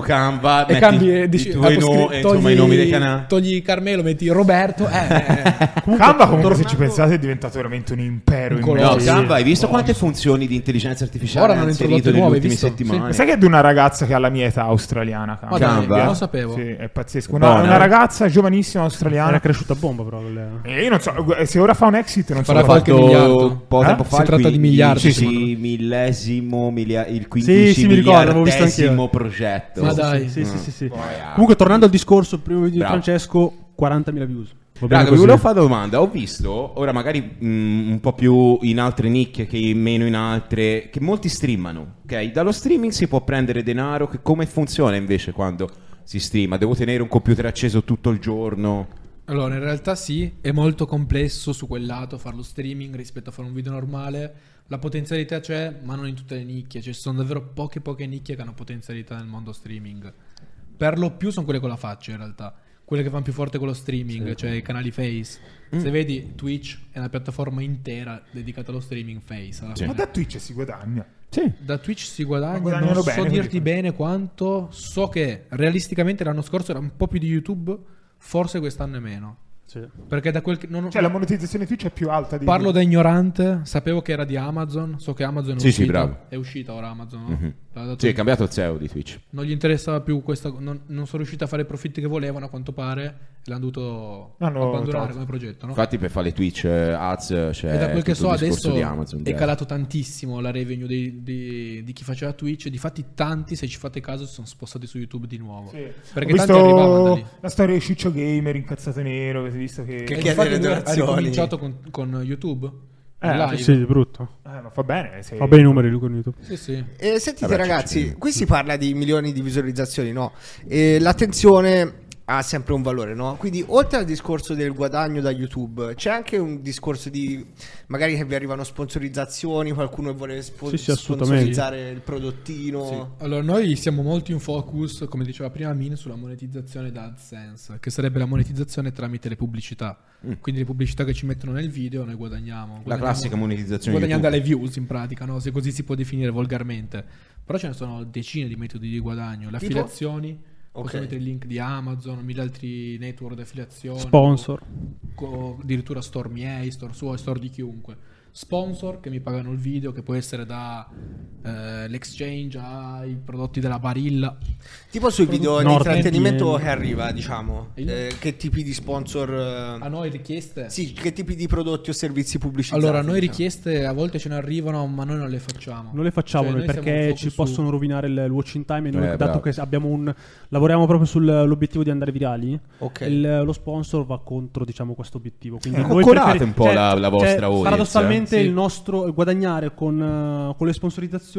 S1: e
S4: Canva, metti
S1: cambi
S4: i
S1: e dici,
S4: tuoi
S1: ah,
S4: no-
S1: scri-
S4: e insomma, i nomi dei canali.
S1: togli Carmelo, metti Roberto, eh, eh, eh.
S3: Canva comunque se ci pensate è diventato veramente un impero
S1: Un
S3: immenso.
S4: No,
S1: Sì.
S4: Canva, hai visto quante funzioni di intelligenza artificiale
S1: Ora
S4: hanno
S1: hanno
S4: inserito
S1: introdotte
S4: nelle
S1: nuove, hai
S4: ultime
S1: visto?
S4: settimane?
S3: Sai che è di una ragazza che ha la mia età australiana? Canva?
S1: Ma dai,
S4: Canva?
S1: non lo sapevo.
S3: Sì, è pazzesco. Una,
S4: Buona.
S1: eh?
S3: una ragazza giovanissima
S2: Era
S3: australiana.
S2: cresciuta a bomba, però. quelle-
S3: E io non so, gu- se ora fa un exit non so.
S1: Farà
S3: cosa-
S1: qualche miliardo.
S4: un po'
S3: Eh?
S4: tempo
S1: Si
S4: fa il
S1: tratta di miliardi, secondo me.
S4: millesimo, milia- il
S2: Sì, sì,
S4: 15
S2: mi ricordo, l'avevo visto
S4: miliardesimo
S2: anch'io.
S4: progetto.
S1: Ma dai.
S2: Sì, sì, sì, sì.
S4: Mm. Boia.
S2: Comunque, tornando al discorso, il primo video di
S4: Bravo.
S2: Francesco, 40.000 views. Va bene
S4: Raga, vi
S2: così.
S4: volevo fare una domanda. Ho visto, ora magari mh, un po' più in altre nicchie che meno in altre, che molti streamano, ok? Dallo streaming si può prendere denaro, che come funziona invece quando si streama? Devo tenere un computer acceso tutto il giorno?
S1: Allora, in realtà sì, è molto complesso su quel lato fare lo streaming rispetto a fare un video normale. La potenzialità c'è, ma non in tutte le nicchie. Cioè, ci sono davvero poche poche nicchie che hanno potenzialità nel mondo streaming. Per lo più sono quelle con la faccia, in realtà. Quelle che fanno più forte con lo streaming, cioè i canali Face. Se vedi, Twitch è una piattaforma intera dedicata allo streaming Face. alla
S4: Sì.
S3: Ma
S1: fine.
S3: da Twitch si guadagna.
S4: Sì.
S1: Da Twitch si
S3: Ma
S1: guadagna,
S3: guadagnano
S1: non so
S3: bene, quindi-
S1: dirti bene quanto, so che realisticamente l'anno scorso era un po' più di YouTube, forse quest'anno è meno.
S2: Sì.
S1: Perché da quel che non,
S3: Cioè la monetizzazione Twitch è più alta di
S1: parlo da ignorante, sapevo che era di Amazon, so che Amazon è
S4: Sì, sì,
S1: uscita,
S4: bravo.
S1: è uscita ora Amazon, no?
S4: Mhm.
S1: L'ha dato-
S4: Sì, è cambiato il SEO di Twitch.
S1: non gli interessava più questa non, non sono riusciti a fare i profitti che volevano a quanto pare e l'hanno dovuto
S3: Hanno
S1: abbandonare
S3: tolto.
S1: come progetto, no?
S4: Infatti per fare le Twitch eh, ads eh, c'è
S1: E da quel che
S4: tutto
S1: so
S4: il discorso
S1: adesso
S4: di Amazon.
S1: è
S4: beh.
S1: calato tantissimo la revenue dei- di, di chi faceva Twitch. Difatti, tanti, se ci fate caso, si sono spostati su YouTube di nuovo.
S3: Sì.
S1: Perché
S3: Ho
S1: tanti arrivavano da lì.
S3: visto la storia di Ciccio Gamer incazzato nero, avete visto che...
S1: E
S5: chiede
S1: infatti
S5: le
S1: lui ha
S5: donazioni.
S1: ricominciato con, con YouTube
S3: Eh,
S1: in live.
S2: Sì, sì, brutto.
S3: Eh, ma fa bene. Se...
S2: Fa bene i numeri lui con YouTube.
S1: Sì, sì.
S5: Eh, sentite
S4: Vabbè, ci
S5: ragazzi,
S4: credo.
S5: qui si parla di milioni di visualizzazioni, no? Eh, l'attenzione ha sempre un valore, no? Quindi oltre al discorso del guadagno da YouTube, c'è anche un discorso di magari che vi arrivano sponsorizzazioni, qualcuno vuole spo-
S2: Sì, sì, assolutamente.
S5: sponsorizzare il prodottino.
S1: Allora, noi siamo molto in focus, come diceva prima Min, sulla monetizzazione da AdSense, che sarebbe la monetizzazione tramite le pubblicità. Quindi le pubblicità che ci mettono nel video noi guadagniamo.
S4: Mm. La
S1: Guadagniamo-
S4: classica monetizzazione di
S1: Guadagnando
S4: YouTube.
S1: dalle views in pratica, no? se così si può definire volgarmente. Però ce ne sono decine di metodi di guadagno, le
S5: Tipo?
S1: affiliazioni, Posso mettere il link di Amazon, mille altri network di affiliazione.
S2: Sponsor.
S1: o- o addirittura store miei, store suoi, store di chiunque. Sponsor che mi pagano il video, che può essere da eh, l'exchange ai prodotti della Barilla.
S5: Tipo sui video di
S2: Norte.
S5: intrattenimento che arriva, diciamo,
S1: Il-
S5: eh, che tipi di sponsor... eh,
S1: A noi richieste?
S5: Sì, che tipi di prodotti o servizi pubblicizzati?
S1: Allora, a noi
S5: diciamo.
S1: richieste a volte ce ne arrivano, ma noi non le facciamo.
S2: Non le facciamo
S1: Cioè,
S2: noi
S1: noi siamo
S2: perché
S1: un
S2: ci
S1: focus su-
S2: possono rovinare il, il watching time. E noi,
S4: Eh,
S2: dato
S4: bravo.
S2: che abbiamo un. lavoriamo proprio sull'obiettivo di andare virali.
S5: Ok.
S2: il- lo sponsor va contro, diciamo, questo obiettivo. Quindi
S4: Eh,
S2: voi
S4: coccolate
S2: preferi-
S4: un po' la- la vostra audience,
S2: Paradossalmente,
S1: eh. Sì.
S2: il nostro guadagnare con, eh, con le sponsorizzazioni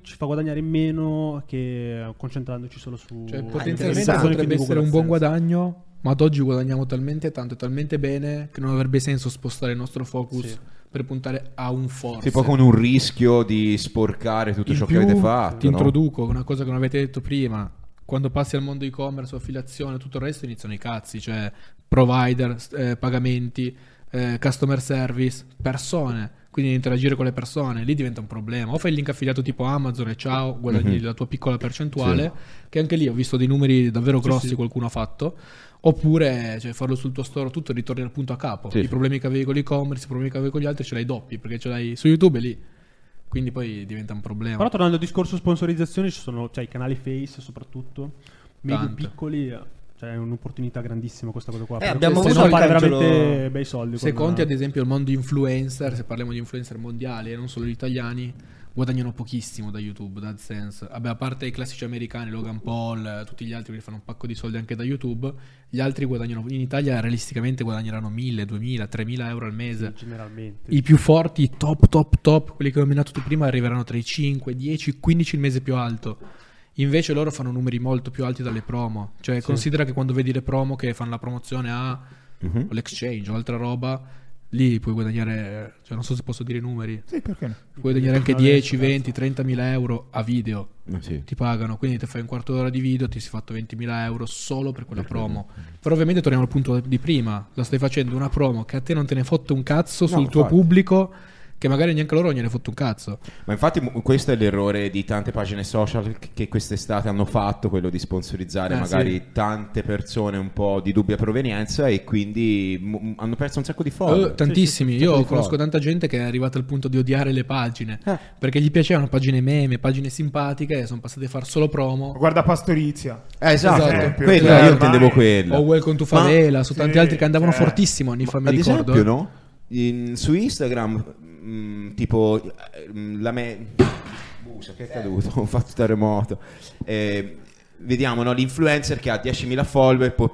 S2: ci fa guadagnare meno che concentrandoci solo su.
S1: Cioè,
S5: interessante.
S1: potenzialmente
S2: azioni che
S1: potrebbe
S2: dicono
S1: essere un
S2: nel
S1: buon
S2: senso.
S1: guadagno, ma ad oggi guadagniamo talmente tanto e talmente bene che non avrebbe senso spostare il nostro focus
S2: Sì.
S1: per puntare a un forse.
S4: Tipo con un rischio di sporcare tutto
S1: In
S4: ciò che
S1: più,
S4: avete fatto.
S1: Ti
S4: no?
S1: introduco una cosa che non avete detto prima. Quando passi al mondo e-commerce, o affiliazione, tutto il resto iniziano i cazzi, cioè provider, s- eh, pagamenti, eh, customer service, persone. Quindi interagire con le persone, lì diventa un problema. O fai il link affiliato tipo Amazon e ciao, guadagni
S4: Mhm.
S1: la tua piccola percentuale, che anche lì ho visto dei numeri davvero grossi qualcuno ha fatto. Oppure cioè, farlo sul tuo store, tutto e ritorni al punto a capo.
S4: Sì,
S1: I
S4: sì.
S1: problemi che avevi con l'e-commerce, i problemi che avevi con gli altri, ce l'hai doppi, perché ce l'hai su YouTube e lì. Quindi poi diventa un problema.
S2: Però tornando al discorso sponsorizzazione, ci sono cioè, i canali Face soprattutto, medio
S1: Tanto.
S2: piccoli, eh, cioè è un'opportunità grandissima questa cosa qua.
S5: Eh,
S2: perché
S5: abbiamo
S2: se
S1: avuto
S2: no
S1: il
S2: fare
S5: calcolo-
S2: veramente bei soldi.
S1: Se
S2: con- eh,
S1: conti ad esempio il mondo influencer, se parliamo di influencer mondiali e non solo gli italiani, guadagnano pochissimo da YouTube, da AdSense. Vabbè, a parte i classici americani, Logan Paul, eh, tutti gli altri che fanno un pacco di soldi anche da YouTube, gli altri guadagnano, in Italia realisticamente guadagneranno 1000, 2000, 3000 euro al mese.
S2: generalmente.
S1: I più forti, i top, top, top, quelli che ho nominato tu prima, arriveranno tra i 5, 10, 15 il mese più alto. Invece loro fanno numeri molto più alti dalle promo. Cioè, considera che quando vedi le promo che fanno la promozione a
S4: Mhm.
S1: l'exchange o altra roba, lì puoi guadagnare, cioè, non so se posso dire i numeri,
S3: Sì, perché no?
S1: puoi guadagnare anche
S2: Non adesso,
S1: 10, 20, 30 mila euro a video.
S4: Eh, sì.
S1: Ti pagano, quindi te fai un quarto d'ora di video, ti sei fatto 20.000 euro solo per quella promo. Però ovviamente torniamo al punto di prima, la stai facendo una promo che a te non te ne fotte un cazzo sul tuo
S4: infatti.
S1: pubblico, che magari neanche loro gliene fotte un cazzo.
S4: Ma infatti mu- questo è l'errore di tante pagine social che- che quest'estate hanno fatto, quello di sponsorizzare
S1: Eh,
S4: magari tante persone un po' di dubbia provenienza e quindi mu- hanno perso un sacco di follower.
S1: Eh, tantissimi,
S4: Sì, sì, sì,
S1: io
S4: sì,
S1: conosco
S4: sì. Eh.
S1: tanta gente che è arrivata al punto di odiare le pagine, perché gli piacevano pagine meme, pagine simpatiche, e sono passate a fare solo promo.
S3: Guarda Pastorizia.
S4: Eh, esatto,
S1: Esatto.
S4: Eh,
S1: Cioè,
S4: quella, io
S1: ormai-
S4: intendevo quella.
S1: O Welcome to Favela, su tanti
S3: sì,
S1: altri che andavano
S3: cioè,
S1: fortissimo anni fa, mi
S4: Eh. Ad
S1: ricordo. eh.
S4: esempio, no? In- su Instagram, mm, tipo eh, mm, la me. Busa, che è caduto? Ho fatto terremoto. Eh, vediamo no? l'influencer che ha 10.000 follower può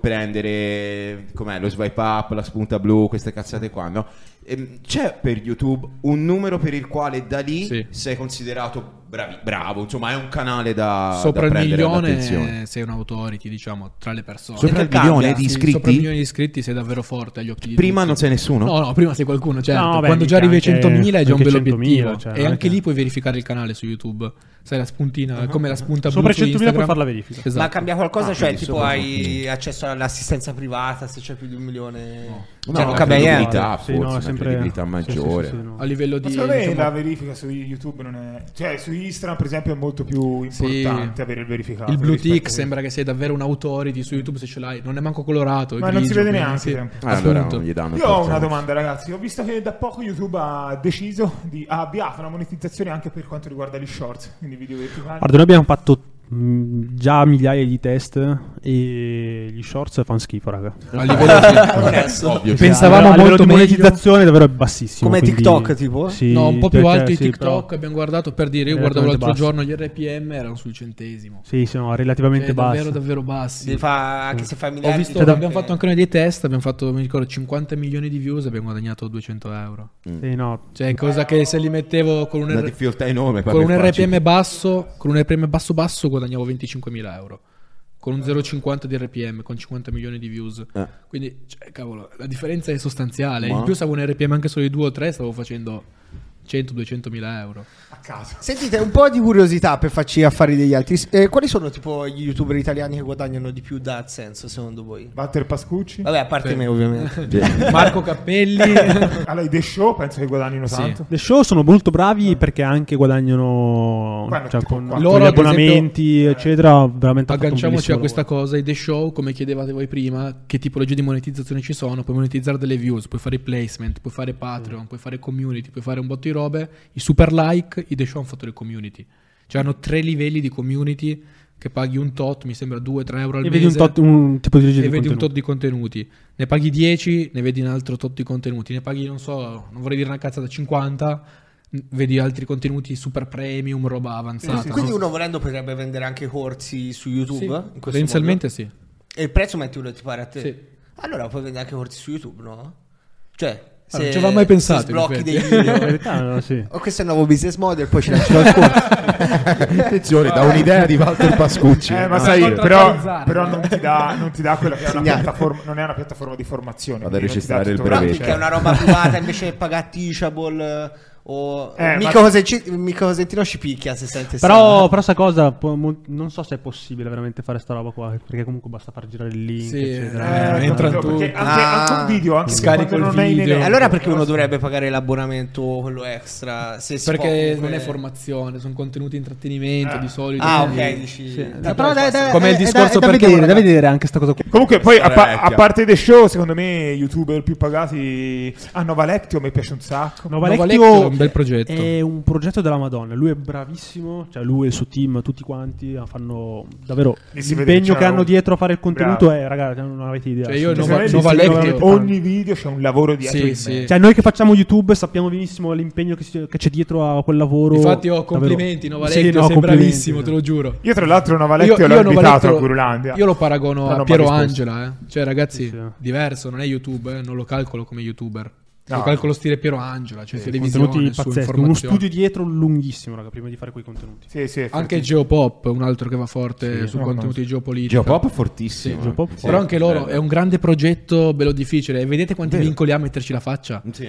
S4: prendere com'è, lo swipe up, la spunta blu, queste cazzate qua. No? Ehm, c'è per YouTube un numero per il quale da lì
S1: Sì.
S4: sei considerato bravi- bravo, insomma, è un canale da,
S1: Sopra
S4: da
S1: il
S4: prendere all'attenzione.
S1: milione sei un authority, diciamo, tra le persone.
S4: eh, Sopra Perché il milione cambia? di
S1: Sì, Sopra il
S4: iscritti?
S1: milione di iscritti sei davvero forte agli occhi di
S4: Prima
S1: tutti.
S4: non sei nessuno?
S1: No, no, prima sei qualcuno, certo.
S2: No, vabbè,
S1: Quando già arrivi
S2: mica,
S1: ai 100.000 è già un
S2: anche
S1: bel
S2: 100.000,
S1: obiettivo.
S2: cioè,
S1: e anche
S2: anche-
S1: lì puoi verificare il canale su YouTube. Sai la spuntina, come la spunta blu
S2: Sopra i
S1: su
S2: 100.000 puoi
S1: Instagram.
S2: fare la verifica.
S1: Esatto.
S5: Ma cambia qualcosa?
S4: Ah,
S5: cioè,
S4: quindi
S5: tipo
S4: sopra
S5: hai accesso all'assistenza privata se c'è più di un milione?
S4: No,
S5: Cioè, non
S4: la
S5: cambia niente.
S4: credibilità,
S2: Sì,
S4: forse,
S2: no,
S4: una
S2: sempre-
S4: credibilità
S2: sì, sì,
S4: maggiore.
S2: sì, sì, no.
S1: A livello di...
S3: Ma secondo me
S1: diciamo,
S3: la verifica su YouTube non è. Cioè, su Instagram, per esempio, è molto più
S1: Sì.
S3: importante avere il verificato.
S1: il blue
S3: rispetto
S1: tick
S3: a-
S1: sembra che sei davvero un authority su YouTube se ce l'hai. Non è manco colorato. è
S3: Ma non si
S1: grigio,
S3: vede
S1: quindi
S3: neanche,
S1: sì.
S3: tempo.
S4: Ah, allora
S1: Appunto.
S4: non gli danno
S3: Io ho una
S4: importanza.
S3: domanda, ragazzi. Ho visto che da poco YouTube ha deciso di. ha avviato una monetizzazione anche per quanto riguarda gli shorts. Quindi video verticali.
S2: Guarda, noi abbiamo fatto
S1: mm,
S2: mh, già migliaia di test e gli shorts fanno schifo, raga.
S1: A livello di...
S5: Onesto.
S4: Ovvio,
S1: Pensavamo
S2: a livello
S1: molto
S2: di
S1: meglio.
S2: monetizzazione davvero è bassissimo.
S5: Come
S2: quindi-
S5: TikTok, tipo?
S2: Sì,
S1: No, un po' più
S2: cioè,
S1: alti i
S2: sì,
S1: TikTok
S2: però-
S1: abbiamo guardato per dire, io
S2: Eh,
S1: guardavo l'altro
S2: bassi.
S1: giorno gli RPM erano sul centesimo.
S2: Sì, sono relativamente
S1: Cioè,
S2: bassi.
S1: davvero davvero bassi.
S5: Devi fa- anche se fai
S1: Ho
S5: miliardi
S1: visto,
S5: di volte-
S1: abbiamo fatto anche noi dei test, abbiamo fatto, mi ricordo, 50 milioni di views e abbiamo guadagnato 200 euro.
S2: Sì, no,
S1: Cioè, cosa che se li mettevo con un,
S4: una
S1: R-
S4: difficoltà enorme.
S1: con
S4: proprio
S1: un
S4: in faccia.
S1: RPM basso, con un RPM basso basso guadagnavo 25.000 euro. Con un 0,50 di RPM, con 50 milioni di views.
S4: Eh.
S1: Quindi, cioè, cavolo, la differenza è sostanziale.
S4: Ma-
S1: In più, se avevo un RPM anche solo di 2 o 3, stavo facendo 100-200 mila euro.
S3: A caso.
S5: Sentite, un po' di curiosità per farci affari degli altri. S- eh, quali sono tipo gli youtuber italiani che guadagnano di più da AdSense secondo voi?
S3: Walter Pascucci.
S5: Vabbè, a parte
S1: Sì.
S5: me ovviamente.
S1: Marco Cappelli.
S3: Allora, i The Show penso che guadagnino
S1: Sì.
S3: tanto.
S2: The show sono molto bravi perché anche guadagnano
S3: Guarda,
S2: cioè,
S3: tipo
S2: con,
S3: qua.
S2: con
S1: Loro,
S2: gli
S1: ad esempio,
S2: abbonamenti, eccetera. Veramente ha fatto un
S1: Agganciamoci
S2: bellissimo
S1: a questa
S2: lavoro.
S1: cosa, i The Show, come chiedevate voi prima, che tipologie di monetizzazione ci sono, puoi monetizzare delle views, puoi fare i placement, puoi fare
S2: Mm.
S1: Patreon, puoi fare community, puoi fare un botto di robe, i super like, i The Show hanno fatto le community, cioè hanno tre livelli di community che paghi un tot, mi sembra 2-3 euro al
S2: E
S1: mese
S2: vedi un, tot- un tipo di
S1: e
S2: regime
S1: vedi
S2: di
S1: un tot
S2: contenuti.
S1: di contenuti, ne paghi 10, ne vedi un altro tot di contenuti, ne paghi non so, non vorrei dire una cazzata 50, n- vedi altri contenuti super premium, roba avanzata.
S5: Quindi
S1: no?
S5: uno volendo potrebbe vendere anche corsi su YouTube? eh,
S1: Sì,
S5: in questo
S1: Tendenzialmente
S5: modo?
S1: sì.
S5: E il prezzo metti uno ti pare a te?
S1: Sì.
S5: Allora puoi vendere anche corsi su YouTube, no? Cioè, se,
S1: non ci avevo mai pensato,
S5: se sblocchi
S1: in
S5: dei
S1: effetti.
S5: video.
S2: Ah, no, sì.
S5: Oh, questo è il nuovo business model, poi ci lascio
S4: Attenzione, da un'idea di Walter Pascucci.
S3: Eh, ma
S4: No,
S3: sai,
S1: sì.
S3: però,
S1: Contrattualizzare.
S3: però non ti dà, non ti dà quella che è una
S5: Segnale.
S3: piattaforma, non è una piattaforma di formazione.
S4: Vado a
S3: quindi non ti dà
S4: registrare il
S3: tutto Cioè, quello
S5: Però
S4: brevetto.
S3: che
S5: perché è una roba privata invece che pagare Teachable eh, o
S3: Eh,
S5: mica,
S3: ma-
S5: Cose- mica Cosentino ci picchia se sente Eh,
S2: Però, però sta cosa può- mo- non so se è possibile veramente fare sta roba qua. Perché comunque basta far girare il link,
S1: Sì,
S2: eccetera.
S1: eh.
S3: c'è. Eh,
S1: Entra
S3: capito,
S1: tu.
S3: perché anche,
S5: Ah.
S3: anche un video, anche se
S1: Scarico
S3: quando
S1: il
S3: non è in
S1: video.
S3: elenco.
S5: E allora perché uno dovrebbe pagare l'abbonamento quello extra se si può
S1: Perché
S5: comunque-
S1: non è formazione, sono contenuti intrattenimento
S3: Ah.
S1: di solito.
S5: Ah,
S1: quindi-
S5: ok, dici.
S2: Sì.
S5: tanto
S2: Però
S5: non
S2: dai,
S5: passa.
S2: dai,
S1: Come
S2: eh,
S1: il
S2: eh,
S1: discorso
S2: è da, è da
S1: perché
S2: vedere,
S1: ora-
S2: da vedere anche sta cosa qua.
S3: Comunque, poi a, pa-
S4: Orecchia.
S3: a parte The Show, secondo me, youtuber più pagati. Ah, Novalectio mi piace un sacco.
S1: Novalectio
S2: Novalectio
S1: è un bel progetto.
S2: È un progetto della Madonna. Lui è bravissimo, cioè lui e il suo team, tutti quanti ah, fanno davvero
S3: Lì si vede che
S2: l'impegno
S3: c'era
S2: che hanno
S3: un-
S2: dietro a fare il contenuto.
S3: Bravo.
S2: è ragazzi, non avete idea.
S1: Cioè, io
S3: Cioè,
S1: Nova-
S3: secondo me
S2: Veramente
S3: lì
S1: Novalectio-
S3: si vede
S2: veramente
S3: che
S2: tanto.
S3: Ogni video c'è un lavoro dietro.
S1: Sì,
S3: in
S1: sì.
S3: mezzo.
S2: Cioè, noi che facciamo YouTube sappiamo benissimo l'impegno che, si- che c'è dietro a quel lavoro.
S1: Infatti, ho
S2: davvero.
S1: complimenti, Novalecchio,
S2: Sì, no,
S1: sei
S2: complimenti,
S1: bravissimo,
S2: sì.
S1: te lo giuro.
S3: Io, tra l'altro, Novalectio l'ho
S1: Novalecchio-
S3: invitato a Gurulandia.
S1: io lo paragono
S3: Però non
S1: a
S3: mi
S1: Piero
S3: ha risposto.
S1: Angela, eh. cioè ragazzi,
S2: Sì, sì.
S1: diverso, non è YouTube, eh, non lo calcolo come YouTuber.
S3: No.
S1: Lo calcolo stile Piero Angela, cioè televisione,
S2: Contenuti
S1: su
S2: pazzeschi. Uno
S1: informazioni.
S2: studio dietro lunghissimo, raga, prima di fare quei contenuti.
S3: Sì, sì,
S1: Anche
S3: effettivamente.
S1: Geopop, un altro che va forte
S2: Sì,
S1: su
S3: no,
S1: contenuti geopolitici.
S4: Geopop è fortissimo.
S2: Sì, Geopop.
S4: Sì.
S1: Però anche loro
S4: Bello.
S1: è un grande progetto, bello difficile. E vedete quanti
S4: Vero.
S1: vincoli ha a metterci la faccia?
S4: Sì.
S1: Cioè,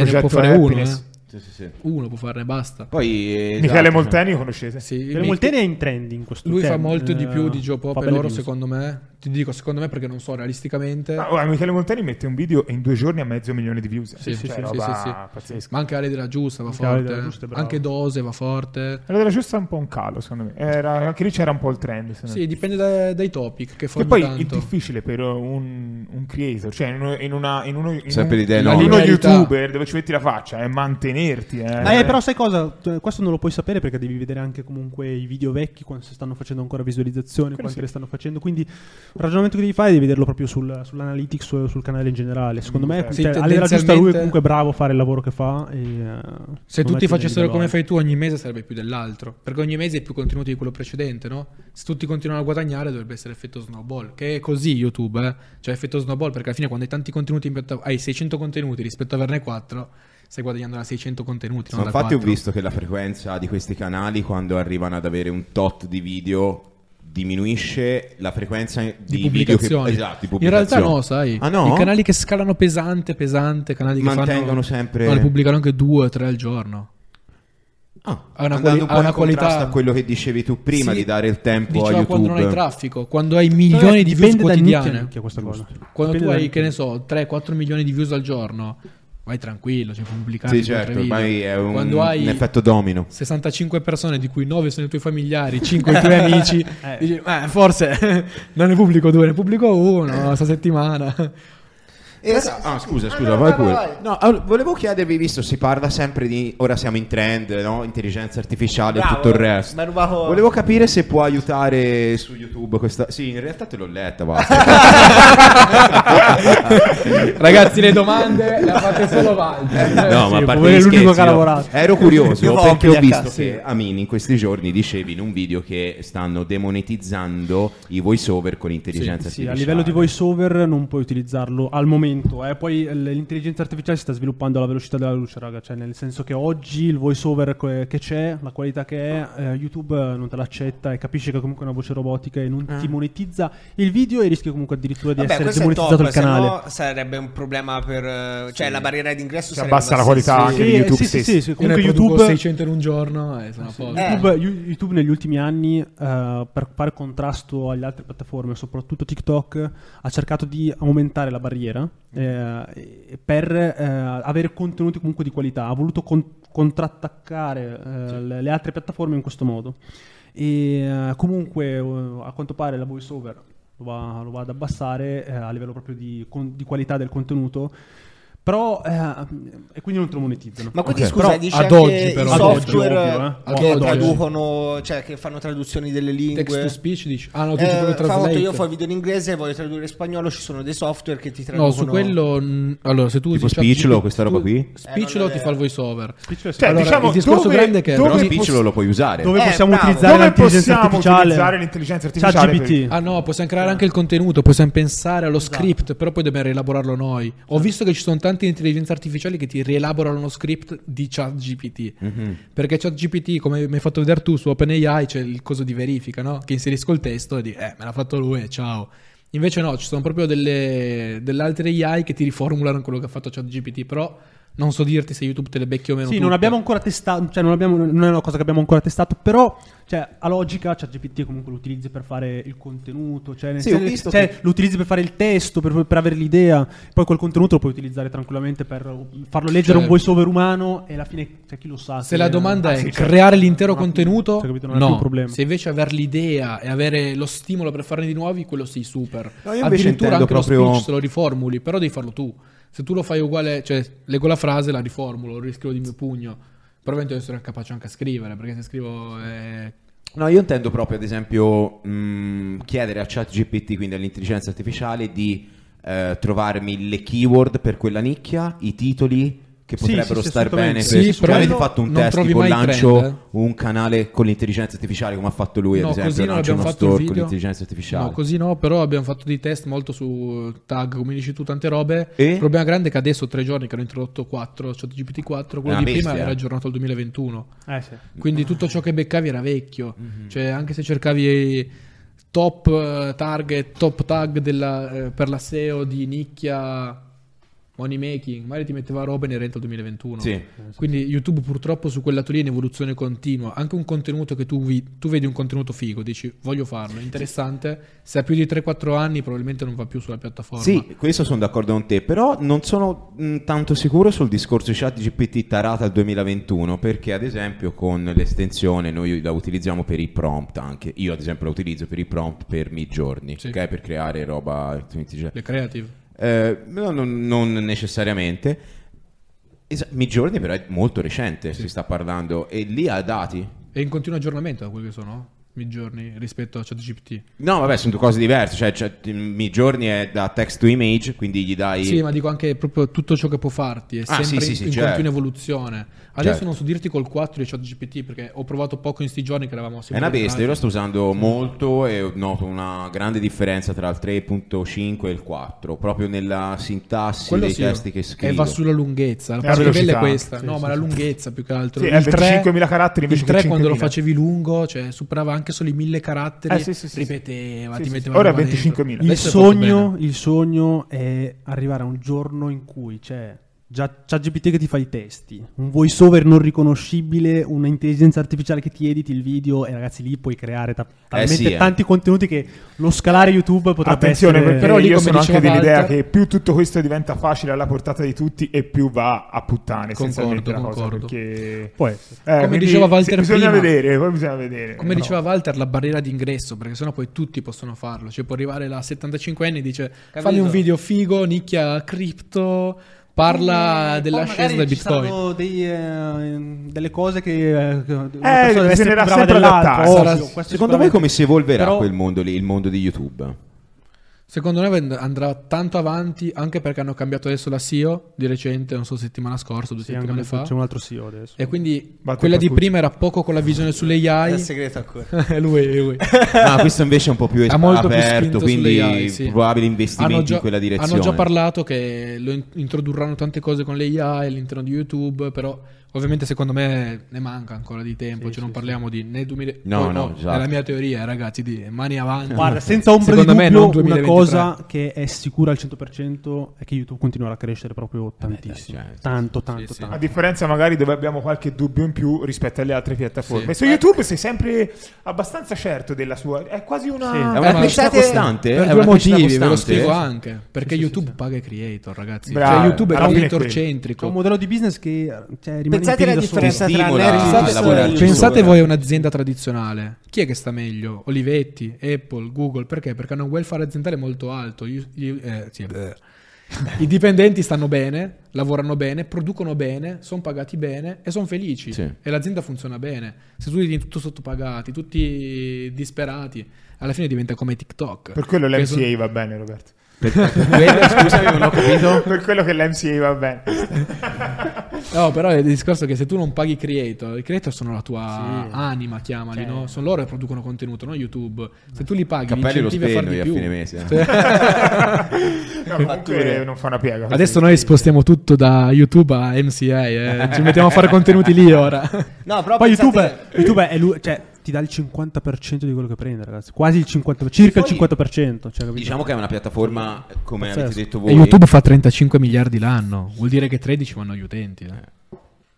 S1: ne
S3: Progetto
S1: può fare uno, eh.
S3: Happiness.
S4: Sì, sì, sì.
S1: Uno può farne, basta.
S4: Poi, eh,
S3: Michele
S4: esatto,
S3: Molteni lo conoscete?
S1: Sì,
S2: Perché
S1: mi-
S2: Molteni è in trending in questo
S1: lui fa
S2: tempo,
S1: molto di
S2: eh,
S1: più di Joe
S2: fa
S1: Pop e
S2: belle
S1: loro,
S2: views.
S1: secondo me. Ti dico secondo me perché non so realisticamente.
S3: Ah, guarda, Michele Montani mette un video e in due giorni ha mezzo milione di views.
S1: Sì, sì,
S3: Cioè,
S1: sì,
S3: roba
S1: sì, sì, sì.
S3: pazzesca.
S1: Ma anche Ale della Giusta va
S2: Anche Ale
S1: forte.
S2: della Giusta è bravo. Eh.
S1: Anche Dose va forte.
S3: Allora, della giusta è un po' un calo, secondo me. Era- anche lì c'era un po' il trend. secondo me.
S1: Sì, dipende da- dai topic che
S3: Che
S1: fanno
S3: poi è
S1: tanto.
S3: difficile per un, un creator, cioè in, uno- in una, in uno, in
S4: Sempre
S3: un-
S4: l'idea
S3: in
S4: no.
S3: uno
S1: Linearità.
S3: youtuber dove ci metti la faccia è mantenerti. Eh.
S2: Eh, però sai cosa? Cioè, Questo non lo puoi sapere perché devi vedere anche comunque i video vecchi, quando se stanno facendo ancora visualizzazioni, quante
S3: sì.
S2: le stanno facendo. Quindi il ragionamento che devi fare è di vederlo proprio sul- sull'analytics o sul canale in generale. Secondo me,
S1: Mm, Sì,
S2: cioè, alle della giusta lui
S1: tendenzialmente-
S2: è comunque bravo a fare il lavoro che fa. e, eh,
S1: Se
S2: secondo me
S1: tutti
S2: tiene
S1: facessero
S2: livello
S1: come
S2: alto.
S1: fai tu ogni mese sarebbe più dell'altro, perché ogni mese è più contenuto di quello precedente, no? Se tutti continuano a guadagnare dovrebbe essere effetto snowball, che è così YouTube, eh? cioè effetto snowball perché alla fine quando hai tanti contenuti in piattaforma, hai 600 contenuti rispetto a averne 4, stai guadagnando da 600 contenuti,
S4: cioè, Ma
S1: non da
S4: infatti ho
S1: 4.
S4: visto che la frequenza di questi canali quando arrivano ad avere un tot di video diminuisce la frequenza di,
S1: Di
S4: video che
S1: pubblicazioni.
S4: esatto, di
S1: In realtà
S4: pubblicazioni.
S1: no, sai.
S4: Ah, no?
S1: I canali che scalano pesante, pesante, canali che
S4: Mantengono
S1: fanno...
S4: sempre-
S1: No, ne pubblicano anche 2 o 3 al giorno.
S4: Ah,
S1: Ha una
S4: andando
S1: quali-
S4: un po'
S1: ha una
S4: in contrasto
S1: qualità-
S4: a quello che dicevi tu prima
S1: Sì,
S4: di dare il tempo a
S1: Diceva
S4: YouTube.
S1: quando non hai traffico, quando hai milioni di views
S2: Dipende da nicchia a
S1: quotidiane.
S2: nicchia questa cosa.
S1: Quando
S2: Dipende
S1: tu
S2: da
S1: hai,
S2: nicchia.
S1: che ne so, 3-4 milioni di views al giorno, vai tranquillo, cioè pubblicare.
S4: Sì, certo, ormai è un,
S1: Quando hai
S4: un effetto domino.
S1: 65 persone, di cui 9 sono i tuoi familiari, 5 i tuoi amici, dici, "Eh, forse non ne pubblico due, ne pubblico uno sta settimana.
S5: Eh, sì,
S4: Ah,
S5: sì,
S4: scusa,
S5: sì. Ah,
S4: scusa,
S5: no,
S4: vai
S5: vai,
S4: pure.
S5: vai.
S4: No, allora, volevo chiedervi, visto si parla sempre di ora siamo in trend, no? intelligenza artificiale e
S5: Bravo,
S4: tutto il resto.
S5: m'hai rubato-
S4: Volevo capire se può aiutare su YouTube questa Sì, in realtà te l'ho letta, basta.
S1: Ragazzi, le domande le ha fatte solo Walter.
S4: No, ma a
S2: Eh, sì,
S4: parte
S2: povero
S4: gli
S2: è l'unico
S4: scherzi,
S2: che ha
S4: io
S2: lavorato.
S4: Ero
S5: Io
S4: curioso
S5: ho
S4: perché
S5: ampia
S4: ho visto
S5: cassa.
S4: che Amini in questi giorni dicevi in un video che stanno demonetizzando i voiceover con intelligenza
S2: Sì,
S4: artificiale.
S2: a livello di voiceover non puoi utilizzarlo al momento. eh. Poi l- l'intelligenza artificiale si sta sviluppando alla velocità della luce, raga. Cioè, nel senso che oggi il voiceover que- che c'è, la qualità che è, eh, YouTube eh, non te l'accetta e capisce che comunque è una voce robotica e non ti monetizza il video e rischi comunque addirittura di
S5: Ah. Vabbè,
S2: essere
S5: questo è
S2: demonetizzato
S5: top,
S2: il canale.
S5: sennò sarebbe un problema per... eh, Cioè la barriera d'ingresso
S3: Si
S5: sarebbe
S3: abbassa la qualità
S5: bassissima.
S3: anche di YouTube
S2: sì, sì,
S3: stesso.
S2: sì, sì, comunque
S1: Io ne produco
S2: YouTube
S1: 600 in un giorno e sono a posto.
S5: Eh.
S2: YouTube, Yu- YouTube negli ultimi anni, eh, per fare contrasto alle altre piattaforme, soprattutto TikTok, ha cercato di aumentare la barriera
S5: Mm.
S2: eh, e- per eh, avere contenuti comunque di qualità. Ha voluto con- contrattaccare eh, le, le altre piattaforme in questo modo. E eh, comunque, eh, a quanto pare, la voiceover lo va, lo va ad abbassare eh, a livello proprio di, con- di qualità del contenuto. Però, eh, e quindi non te lo monetizzano.
S5: Ma quindi
S4: Ok.
S5: scusa,
S1: Però
S5: dice
S1: ad
S5: anche
S1: oggi,
S5: i
S1: però,
S2: ad
S5: software
S2: oggi, ovvio, eh.
S5: che
S1: Ad oggi.
S5: traducono, cioè che fanno traduzioni delle Eh. lingue.
S1: Text to speech dici? Ah no, tu ci
S5: Eh,
S1: puoi
S5: fa conto,
S1: translate.
S5: io fai video in inglese e voglio tradurre in spagnolo, ci sono dei software che ti traducono.
S1: No, su quello mh, allora se tu
S4: Tipo
S1: usi
S4: Speechlo,
S1: ChatGPT,
S4: questa roba
S1: tu-
S4: qui?
S1: Speechlo
S5: Eh, non è-
S1: ti fa il voice over.
S3: Cioè,
S1: Allora,
S3: diciamo,
S1: il discorso
S3: dove-
S1: grande è che
S3: dove
S4: Però
S1: ogni-
S4: Speechlo lo puoi usare.
S2: dove
S5: Eh,
S2: possiamo
S5: bravo.
S2: utilizzare
S3: Dove
S2: l'intelligenza
S3: possiamo
S2: artificiale?
S3: utilizzare l'intelligenza artificiale
S2: ChatGPT.
S1: Ah no, possiamo creare anche il contenuto, possiamo pensare allo
S5: Esatto.
S1: script, però poi dobbiamo rielaborarlo noi. Ho visto che ci sono tante intelligenze artificiali che ti rielaborano lo script di ChatGPT.
S4: Mhm.
S1: Perché ChatGPT, come mi hai fatto vedere tu su OpenAI, c'è il coso di verifica, no? Che inserisco il testo e dico, eh, me l'ha fatto lui, ciao. Invece no, ci sono proprio delle, delle altre AI che ti riformulano quello che ha fatto ChatGPT, però non so dirti se YouTube te le becchi o meno.
S2: Sì, non
S1: tutte.
S2: abbiamo ancora testato, cioè non, abbiamo- non è una cosa che abbiamo ancora testato, però cioè, a logica ChatGPT comunque lo utilizzi per fare il contenuto, cioè, nel
S4: Sì, ho
S2: senso-
S4: visto
S2: cioè,
S4: che-
S2: lo utilizzi per fare il testo, per, per avere l'idea, poi quel contenuto lo puoi utilizzare tranquillamente per farlo leggere a un
S1: Certo.
S2: voiceover umano e alla fine cioè, chi lo sa.
S1: Se la domanda
S2: ah,
S1: è
S2: sì, cioè,
S1: creare l'intero
S2: non ha-
S1: contenuto,
S2: cioè, capito, non è più
S1: no.
S2: un problema.
S1: Se invece avere l'idea e avere lo stimolo per farne di nuovi, quello sei super.
S4: No, io invece
S1: Addirittura
S4: intendo
S1: anche lo
S4: proprio-
S1: speech se lo riformuli, però devi farlo tu. Se tu lo fai uguale, cioè leggo la frase, la riformulo, lo riscrivo di mio pugno. Probabilmente devo essere capace anche a scrivere, perché se scrivo eh,
S4: No, io intendo proprio, ad esempio, mh, chiedere a ChatGPT, quindi all'intelligenza artificiale, di eh, trovarmi le keyword per quella nicchia, i titoli che
S2: Sì,
S4: potrebbero
S2: sì, sì,
S4: star
S2: assolutamente.
S4: bene.
S1: Sì,
S4: per-
S1: però
S4: Cioè, avete fatto un
S1: non
S4: test
S1: trovi
S4: tipo
S1: mai trend,
S4: lancio
S1: eh?
S4: un canale con l'intelligenza artificiale, come ha fatto lui, ad
S1: no,
S4: esempio,
S1: così non
S4: lancio
S1: abbiamo
S4: uno
S1: fatto il
S4: store
S1: video.
S4: con l'intelligenza artificiale.
S1: No, così no, però abbiamo fatto dei test molto su tag, come dici tu, tante robe.
S4: E?
S1: Il problema grande è che adesso tre giorni che hanno introdotto 4, cioè GPT 4, quello
S4: È
S1: di
S4: una
S1: prima
S4: bestia,
S1: era
S4: eh.
S1: aggiornato al 2021.
S2: Eh, sì.
S1: Quindi tutto ciò che beccavi era vecchio.
S4: Mhm.
S1: Cioè, anche se cercavi eh, top eh, target, top tag della, eh, per la SEO di nicchia money making, magari ti metteva roba inerente al 2021.
S4: Sì.
S1: Quindi YouTube purtroppo su quel lato lì è in evoluzione continua. Anche un contenuto che tu, vi- tu vedi un contenuto figo, dici voglio farlo, interessante. Se ha più di 3-4 anni probabilmente non va più sulla piattaforma.
S4: Sì, questo sono d'accordo con te, però non sono mh, tanto sicuro sul discorso chat GPT tarata al 2021, perché ad esempio con l'estensione noi la utilizziamo per i prompt anche, io ad esempio la utilizzo per i prompt per midgiorni,
S1: Sì.
S4: ok? Per creare roba...
S1: Le creative.
S4: cioè, Eh, no, non, non necessariamente. Esa- midgiorni però è molto recente, si sta parlando, e lì ha dati.
S1: È in continuo aggiornamento da quelli che sono i giorni rispetto a ChatGPT.
S4: No, vabbè, sono due cose diverse, cioè, cioè midgiorni è da text to image, quindi gli dai...
S1: Sì, ma dico anche proprio tutto ciò che può farti, è
S4: Ah,
S1: sempre
S4: sì, sì,
S1: in,
S4: sì,
S1: in
S4: certo.
S1: continua evoluzione. Adesso
S4: Certo.
S1: non so dirti col 4 di ChatGPT perché ho provato poco in sti giorni che eravamo
S4: È una bestia, io lo sto usando molto e noto una grande differenza tra il 3.5 e il 4, proprio nella sintassi
S1: quello
S4: dei
S1: sì,
S4: testi che
S1: e
S4: scrivo.
S1: va sulla lunghezza, la
S3: E la
S1: parte bella
S3: velocità.
S1: è questa,
S3: Sì,
S1: no, ma la lunghezza più che altro.
S3: Sì, è
S1: il 3
S3: 25.000 caratteri invece
S1: il
S3: che
S1: 3 quando lo
S3: 5.000.
S1: facevi lungo, cioè superava anche solo i 1000 caratteri,
S3: Eh, sì, sì, sì, sì.
S1: ripeteva,
S3: Sì,
S1: ti
S3: sì, sì.
S1: metteva
S3: Ora
S1: roba
S3: è
S1: dentro.
S3: 25.000.
S2: Il
S1: Adesso è fatto
S2: sogno,
S1: bene.
S2: il sogno è arrivare a un giorno in cui c'è già ChatGPT che ti fa i testi, un voiceover non riconoscibile, un'intelligenza artificiale che ti editi il video e ragazzi lì puoi creare ta- talmente
S4: sì, eh.
S2: tanti contenuti che lo scalare YouTube potrebbe
S3: Attenzione,
S2: essere...
S3: perché
S1: Però lì,
S3: io
S1: come
S3: sono anche
S1: diceva
S3: dell'idea
S1: Walter-
S3: che più tutto questo diventa facile alla portata di tutti e più va a puttane essenzialmente la
S1: Concordo,
S3: cosa,
S1: concordo.
S3: perché-
S2: Può essere.
S3: Eh,
S1: Come
S3: quindi
S1: diceva Walter
S3: sì, bisogna
S1: prima-
S3: vedere, poi bisogna vedere.
S2: Eh,
S1: Come diceva Walter, la barriera d'ingresso, perché sennò poi tutti possono farlo. Cioè, può arrivare la 75enne e dice: Fammi un video figo, nicchia cripto, parla dell'ascesa del Bitcoin.
S2: delle cose che
S3: persona deve essere
S2: essere
S3: più brava dell'altra. Ovvio,
S1: questo
S4: Secondo voi come si evolverà quel mondo lì, il mondo di YouTube?
S1: Secondo me vend- andrà tanto avanti anche perché hanno cambiato adesso la SEO di recente, non so, settimana scorsa, due
S2: Sì, anche
S1: settimane
S2: perché
S1: fa.
S2: c'è un altro CEO adesso.
S1: E quindi
S3: Batte
S1: quella di
S3: Percucci.
S1: prima era poco con la visione
S2: Eh,
S5: È
S1: sull'AI.
S5: segreto ancora.
S1: lui, lui.
S4: Ma Ah, questo invece è un po' più
S1: Ha molto più
S4: aperto,
S1: spinto
S4: quindi
S1: sulle AI, sì.
S4: probabili
S1: Hanno
S4: investimenti
S1: già-
S4: in quella direzione.
S1: Hanno già parlato che lo in- introdurranno tante cose con l'AI all'interno di YouTube, però ovviamente secondo me ne manca ancora di tempo,
S2: Sì,
S1: cioè non
S2: sì,
S1: parliamo di né 2000
S4: No,
S1: poi
S4: no, esatto.
S1: è la mia teoria, ragazzi, di mani avanti.
S2: Guarda, senza ombra
S1: Secondo
S2: di
S1: me
S2: dubbio,
S1: non
S2: una
S1: 2023.
S2: cosa che è sicura al 100% è che YouTube continuerà a crescere
S1: Eh
S2: proprio tantissimo.
S4: dai, certo.
S2: Tanto, tanto,
S1: cioè, Sì, sì.
S3: A
S2: tanto.
S3: differenza magari dove abbiamo qualche dubbio in più rispetto alle altre piattaforme.
S1: Sì.
S3: Su YouTube sei sempre abbastanza certo della sua... È quasi una...
S2: Sì.
S4: È
S1: Eh, ma
S4: una crescita
S5: pensate-
S4: costante?
S1: per
S4: È
S1: due
S4: una crescita
S1: motivi, ve lo
S4: costante?
S1: spiego anche, perché
S2: sì, sì,
S1: YouTube
S2: sì.
S1: paga i creator, ragazzi.
S3: Bravo,
S1: Cioè YouTube è
S3: alla fine è
S1: creator
S2: C'è un
S1: centrico.
S2: modello di business che cioè, rimane
S5: Pensate
S2: in
S5: alla
S2: piedi da solo.
S5: differenza tra
S4: Stimola
S5: Netflix
S4: a
S5: e
S4: lavorare
S5: YouTube.
S1: Pensate voi a un'azienda tradizionale, chi è che sta meglio? Olivetti, Apple, Google, perché? Perché hanno un welfare aziendale molto alto. Gli- gli- eh, sì, beh. I dipendenti stanno bene, lavorano bene, producono bene, sono pagati bene e sono felici.
S4: Sì.
S1: E l'azienda funziona bene. Se tu li tutto sottopagati, tutti disperati, alla fine diventa come TikTok.
S3: Per quello
S1: Che son-
S3: l'MCA va bene, Roberto.
S1: Eh,
S4: Quello, scusami, non ho capito.
S3: per quello che l'MCA va bene.
S1: No, però il discorso è che se tu non paghi i creator, i creator sono la tua anima, chiamali,
S2: Cioè.
S1: no? Sono loro che producono contenuto, non YouTube. Se tu li paghi,
S4: Cappelli
S1: li
S4: lo
S1: incentivi a far
S4: spendo
S1: di
S4: io a
S1: più.
S4: fine mese.
S3: No, comunque non fa una piega.
S1: Adesso noi spostiamo tutto da YouTube a MCA, eh. ci mettiamo a fare contenuti lì ora.
S5: No, però
S2: Poi
S5: pensate-
S2: YouTube, è- YouTube è lui- cioè, ti dà il 50% di quello che prende, ragazzi. Quasi il 50%, circa
S4: Poi-
S2: il 50%. Cioè, capito?
S4: Diciamo che è una piattaforma, come
S2: Pazzesco.
S4: avete detto voi,
S1: E YouTube fa 35 miliardi l'anno, vuol dire che 13 vanno agli utenti. eh.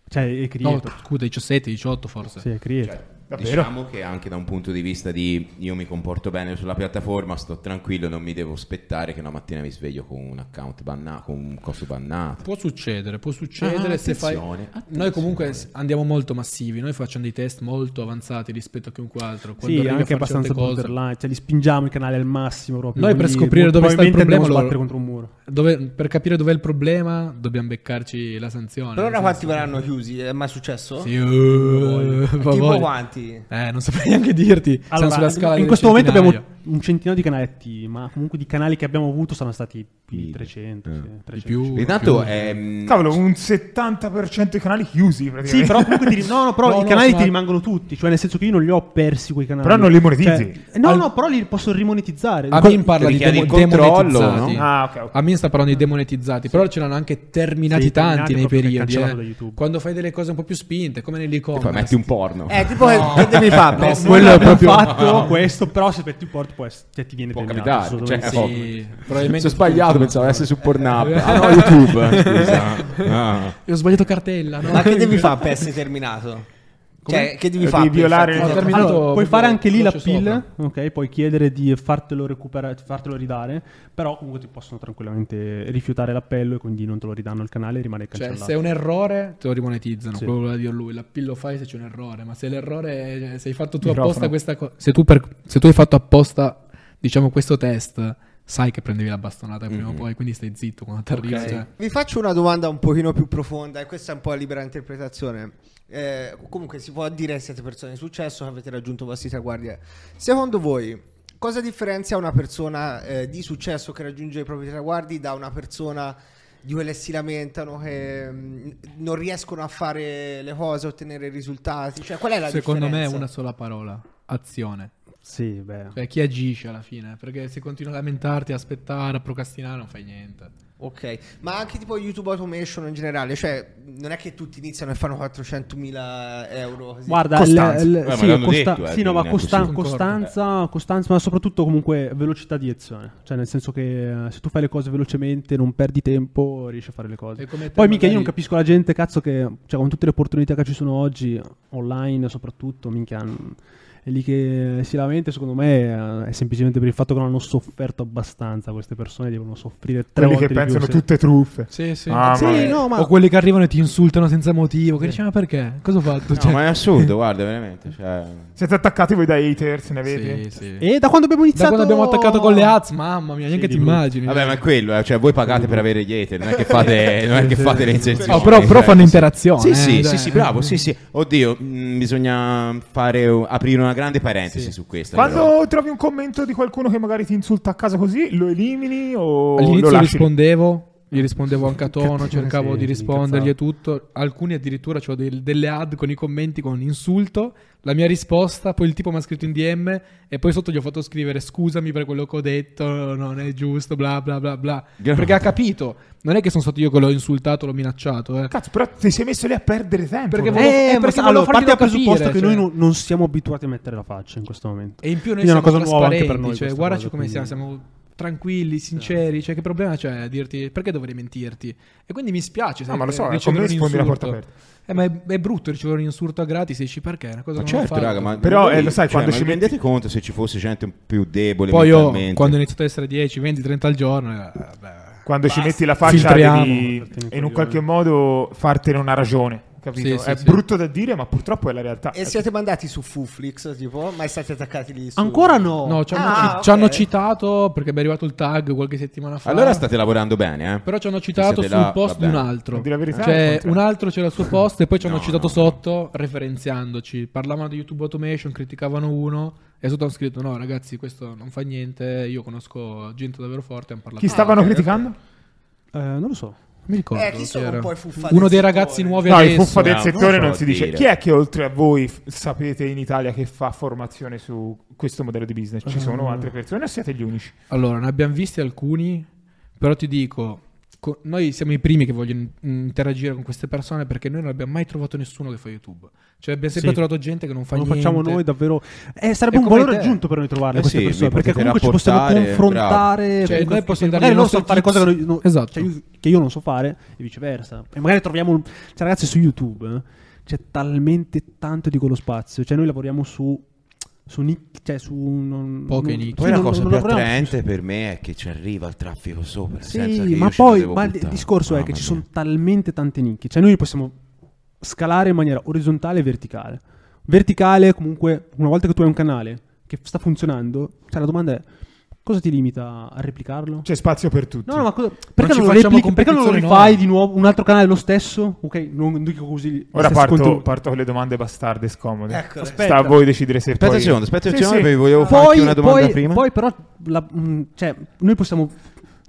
S2: Cioè, è
S1: No,
S2: creator.
S1: scusa, 17, 18 forse.
S2: Sì, è creator.
S3: Davvero?
S4: Diciamo che anche da un punto di vista di io mi comporto bene sulla piattaforma, sto tranquillo, non mi devo aspettare che una mattina mi sveglio con un account bannato, con un coso bannato.
S1: Può succedere, può succedere
S4: Ah,
S1: se fai...
S4: attenzione,
S1: Noi
S4: attenzione.
S1: comunque s- andiamo molto massivi, noi facciamo dei test molto avanzati rispetto a chiunque altro. Quando
S2: Sì,
S1: arrivi a
S2: anche
S1: far certe
S2: abbastanza
S1: cose-
S2: borderline. Cioè, li spingiamo i canali al massimo proprio.
S1: Noi per
S2: quindi
S1: scoprire
S2: molto
S1: dove sta il
S2: probabilmente
S1: problema,
S2: andiamo a
S1: allora-
S2: sbattere contro un muro.
S1: Dove- per capire dov'è il problema dobbiamo beccarci la sanzione.
S5: Per ora
S1: nel
S5: quanti
S1: senso-
S5: verranno chiusi? Eh, È mai successo?
S1: Sì, uh,
S5: Tipo
S1: voglia.
S5: quanti?
S1: Eh, non saprei neanche dirti. Siamo
S2: Allora,
S1: sulla scala
S2: in
S1: delle
S2: questo momento abbiamo
S1: centinaia.
S2: un centinaio di canali attivi, ma comunque di canali che abbiamo avuto saranno stati più di
S4: Mille.
S2: 300.
S4: Eh.
S2: sì,
S4: Di
S2: 300.
S1: più.
S4: Intanto
S1: più.
S4: ehm,
S3: Cavolo, un 70% dei canali chiusi
S2: Sì,
S3: praticamente.
S2: però comunque ti ri- no, no, però
S1: No,
S2: i
S1: no,
S2: canali
S1: sono-
S2: ti rimangono tutti, cioè nel senso che io non li ho persi quei canali.
S3: Però non li monetizzi.
S2: Cioè, no,
S1: Al- Ah,
S2: no, però li posso rimonetizzare.
S1: Amin parla di
S4: richiede
S1: demo-
S4: il controllo,
S1: demonetizzati.
S4: no?
S3: Ah, ok, ok.
S1: Amin sta parlando di demonetizzati, però c'erano anche terminati
S2: Sì,
S1: tanti
S2: terminati
S1: nei
S2: proprio che
S1: periodi.
S2: cancellato
S1: eh.
S2: da YouTube.
S1: Quando fai delle cose un po' più spinte, come
S4: e poi
S1: nell'e-commerce.
S4: metti un porno.
S5: Eh, tipo che devi fare?
S2: No,
S5: Beh,
S2: non
S1: quello è
S2: l'abbiamo
S1: proprio-
S2: fatto questo, però se metti un port può essere- cioè, ti viene
S4: Può
S2: premiato,
S4: capitare,
S2: assolutamente.
S4: cioè,
S2: Sì.
S4: oh.
S1: Sì, probabilmente.
S4: Sono sbagliato, pensavo
S2: eh.
S4: essere su Pornhub. Ah no, YouTube. Scusa. Ah.
S1: E ho sbagliato cartella. No?
S5: Ma che devi fare per essere terminato? Cioè, che devi
S3: Devi
S5: fare? per
S1: Ho
S3: violare le-
S5: farti terminare?
S4: cioè,
S1: terminato
S2: Allora, puoi
S1: proprio
S2: fare anche lì la
S1: veloce
S2: pill,
S1: sopra.
S2: ok? Puoi chiedere di fartelo recuperare, fartelo ridare, però comunque ti possono tranquillamente rifiutare l'appello e quindi non te lo ridanno il canale e rimane
S1: Cioè,
S2: cancellato.
S1: se è un errore, te lo rimonetizzano.
S2: Sì.
S1: Quello voleva dire lui. La pillo fai se c'è un errore. Ma se l'errore è- cioè, se hai fatto tu
S3: Microfono.
S1: apposta questa cosa. Se, tu per- se tu hai fatto apposta, diciamo, questo test, sai che prendevi la bastonata prima
S2: Mhm.
S1: o poi. Quindi stai zitto quando ti arriva. cioè.
S5: Vi faccio una domanda un pochino più profonda e questa è un po' a libera interpretazione. Eh, comunque si può dire siete persone di successo, avete raggiunto i vostri traguardi. Secondo voi cosa differenzia una persona eh, di successo che raggiunge i propri traguardi da una persona di quelle che si lamentano che mm, non riescono a fare le cose, ottenere risultati? Cioè, qual è la
S1: Secondo me è
S5: differenza?
S1: una sola parola: azione.
S2: Sì, beh.
S1: Cioè, chi agisce alla fine? Perché se continui a lamentarti, a aspettare, a procrastinare, non fai niente.
S5: Ok, ma anche tipo YouTube Automation in generale, cioè non è che tutti iniziano e fanno 400.000 euro. Così.
S2: Guarda,
S3: Costanza.
S2: il- il-
S4: Eh, ma
S2: sì,
S4: l'hanno
S2: costa-
S4: detto, eh,
S2: sì, no, ma
S4: quindi
S2: costa-
S4: neanche
S1: così.
S2: costanza, costanza, ma soprattutto comunque velocità di azione. Cioè, nel senso che eh, se tu fai le cose velocemente, non perdi tempo, riesci a fare le cose.
S1: E come te
S2: Poi mica io non
S1: magari-
S2: capisco la gente, cazzo, che cioè, con tutte le opportunità che ci sono oggi, online soprattutto, minchia. n- È lì che si lamenta, secondo me, eh, è semplicemente per il fatto che non hanno sofferto abbastanza. Queste persone devono soffrire tre
S3: Quelli
S2: volte
S3: che
S2: di più,
S3: pensano
S2: sì.
S3: tutte truffe.
S1: Sì, sì.
S3: Ah,
S2: Sì,
S3: mamma mia.
S2: no, ma
S1: O quelli che arrivano e ti insultano senza motivo. Che dici, ma perché? Cosa ho fatto? Cioè
S4: No, ma è assurdo, guarda, veramente. Cioè...
S3: Siete attaccati voi da haters, ne avete?
S1: Sì, sì.
S2: E da quando abbiamo
S1: Da
S2: iniziato
S1: quando abbiamo attaccato con le ads, mamma mia, neanche
S2: di
S1: ti
S2: brutto.
S1: immagini.
S4: Vabbè, ma è quello, eh, cioè voi pagate per avere gli hater, non è che fate, non è che fate le inserzioni.
S1: Oh, però, però
S4: cioè,
S1: fanno
S4: sì.
S1: interazione.
S4: Sì, sì,
S1: eh,
S4: sì,
S1: dai.
S4: sì, bravo, sì, sì. Oddio, mh, bisogna fare, aprire una grande parentesi
S1: Sì.
S4: su questo.
S3: Quando trovi un commento di qualcuno che magari ti insulta a caso così, lo elimini o lo
S1: All'inizio
S3: lasci?
S1: rispondevo, gli rispondevo anche a tono,
S2: Cattivo,
S1: cercavo
S2: sì,
S1: di
S2: sì,
S1: rispondergli e tutto. Alcuni addirittura c'ho del- delle ad con i commenti con insulto, la mia risposta, poi il tipo mi ha scritto in DM e poi sotto gli ho fatto scrivere scusami per quello che ho detto, non è giusto, bla bla bla bla.
S4: Gra-
S1: Perché ha capito, non è che sono stato io che l'ho insultato, l'ho minacciato, eh.
S3: Cazzo, però ti sei messo lì a perdere tempo.
S1: Perché
S3: no?
S1: volevo- eh,
S2: Eh, ma
S1: perché
S2: sa-
S1: volevo
S2: allora, parti
S1: farglielo
S2: dal presupposto
S1: capire,
S2: che
S1: cioè.
S2: noi non, non siamo abituati a mettere la faccia in questo momento.
S1: E in più noi
S2: Quindi è
S1: siamo
S2: una cosa nuova anche
S1: trasparenti,
S2: per noi.
S1: cioè,
S2: questa
S1: guardaci
S2: cosa,
S1: come siamo,
S2: quindi-
S1: siamo tranquilli, sinceri, cioè che problema c'è a dirti perché dovrei mentirti? E quindi mi spiace,
S3: No,
S1: sai,
S3: ma lo so, è
S1: ricevere
S3: come
S1: un
S3: rispondi a porta
S1: insulto.
S3: aperta.
S1: Eh, ma è, è brutto ricevere un insulto a gratis e dici perché? È una cosa
S4: Ma
S1: che non ho
S4: certo,
S1: fatto.
S4: raga, ma
S3: Però,
S4: voi- cioè,
S3: eh, lo sai, quando
S4: ma
S3: ci
S4: vi
S3: metti-
S4: rendete conto se ci fosse gente più debole
S1: Poi io,
S4: mentalmente?
S1: quando ho iniziato ad essere 10, 20, 30 al giorno, eh, vabbè.
S3: Quando ci metti la faccia
S1: Filtriamo.
S2: Portami
S3: devi in un
S2: coglioni.
S3: qualche modo fartene una ragione. Capito?
S1: Sì, sì,
S3: è
S1: sì.
S3: brutto da dire, ma purtroppo è la realtà.
S5: E siete mandati su Fuflix, tipo, ma siete attaccati lì su...
S6: Ancora no.
S1: No, ci hanno,
S5: Ah,
S1: ci-
S5: ok.
S1: ci hanno citato perché mi è arrivato il tag qualche settimana fa.
S4: Allora state lavorando bene, eh?
S1: Però ci hanno citato
S4: Siete
S1: sul
S4: là,
S1: post
S4: vabbè.
S1: di un altro.
S3: A dire la verità, al
S1: cioè,
S3: contrario.
S1: un altro c'era il suo post e poi ci hanno
S4: No,
S1: citato
S4: no,
S1: sotto, referenziandoci. Parlavano di YouTube Automation, criticavano uno. E sotto hanno scritto: No, ragazzi, questo non fa niente. Io conosco gente davvero forte. Hanno parlato. Ah,
S3: Chi stavano
S5: ok, ok.
S3: criticando?
S2: Eh, non lo so.
S1: Mi ricordo.
S5: Eh, chi sono
S1: chi era.
S5: un po' i fuffa del
S1: uno dei
S5: settore?
S1: ragazzi nuovi
S3: No, il
S1: adesso.
S3: fuffa del
S4: No,
S3: settore
S4: non
S3: non
S4: so
S3: si dice.
S4: dire.
S3: Chi è che oltre a voi f- sapete in Italia che fa formazione su questo modello di business? Ci sono altre persone o siete gli unici?
S1: Allora, ne abbiamo visti alcuni, però ti dico, co- noi siamo i primi che vogliono in- interagire con queste persone perché noi non abbiamo mai trovato nessuno che fa YouTube. Cioè abbiamo sempre
S2: Sì.
S1: trovato gente che non fa
S2: lo
S1: niente.
S2: facciamo noi davvero. Eh, sarebbe
S1: È
S2: un
S1: come
S2: valore
S1: te.
S2: aggiunto per noi trovarle
S4: Eh
S2: queste
S4: sì,
S2: persone.
S4: vi
S2: Perché
S4: potete
S2: comunque ci possiamo
S4: rapportare,
S2: confrontare.
S1: Cioè,
S2: comunque
S1: noi possiamo dargli
S2: magari
S1: i
S2: loro
S1: nostri
S2: sanno fare
S1: tips.
S2: cose che, noi- no-
S1: Esatto.
S2: cioè, io- che io non so fare e viceversa. E magari troviamo. un- Cioè, ragazzi, su YouTube eh, c'è talmente tanto di quello spazio. Cioè, noi lavoriamo su. Su nick, cioè su. Non,
S1: Poche
S2: non-
S1: nicchie.
S4: Poi
S2: sì,
S4: la
S2: non-
S4: cosa
S2: non
S4: più
S2: lavoriamo su-
S4: attraente per me è che ci arriva il traffico sopra. senza che
S2: Sì,
S4: io
S2: ma
S4: ce lo
S2: poi
S4: devo
S2: ma il
S4: buttare. Ah,
S2: discorso è che
S4: Mamma
S2: ci
S4: mia.
S2: sono talmente tante nicchie. Cioè, noi possiamo scalare in maniera orizzontale e verticale. Verticale, comunque, una volta che tu hai un canale che sta funzionando, cioè la domanda è: cosa ti limita a replicarlo?
S4: Cioè,
S3: C'è spazio per tutti.
S2: No, no, ma cosa- perché,
S1: ci
S2: non lo
S1: facciamo
S2: replichi- perché non lo
S1: competizione
S2: rifai
S1: noi?
S2: di nuovo un altro canale lo stesso? Ok, non dico così.
S3: Ora
S2: gli stessi
S3: parto,
S2: contenuti.
S3: parto con le domande bastarde scomode.
S5: Eccole.
S3: Sta a voi decidere se
S4: Aspetta
S3: poi...
S4: un secondo, aspetta un
S3: Sì,
S4: secondo,
S3: sì.
S4: perché volevo farti
S2: poi,
S4: una domanda
S2: poi-
S4: prima.
S2: poi però la- mh, cioè, noi possiamo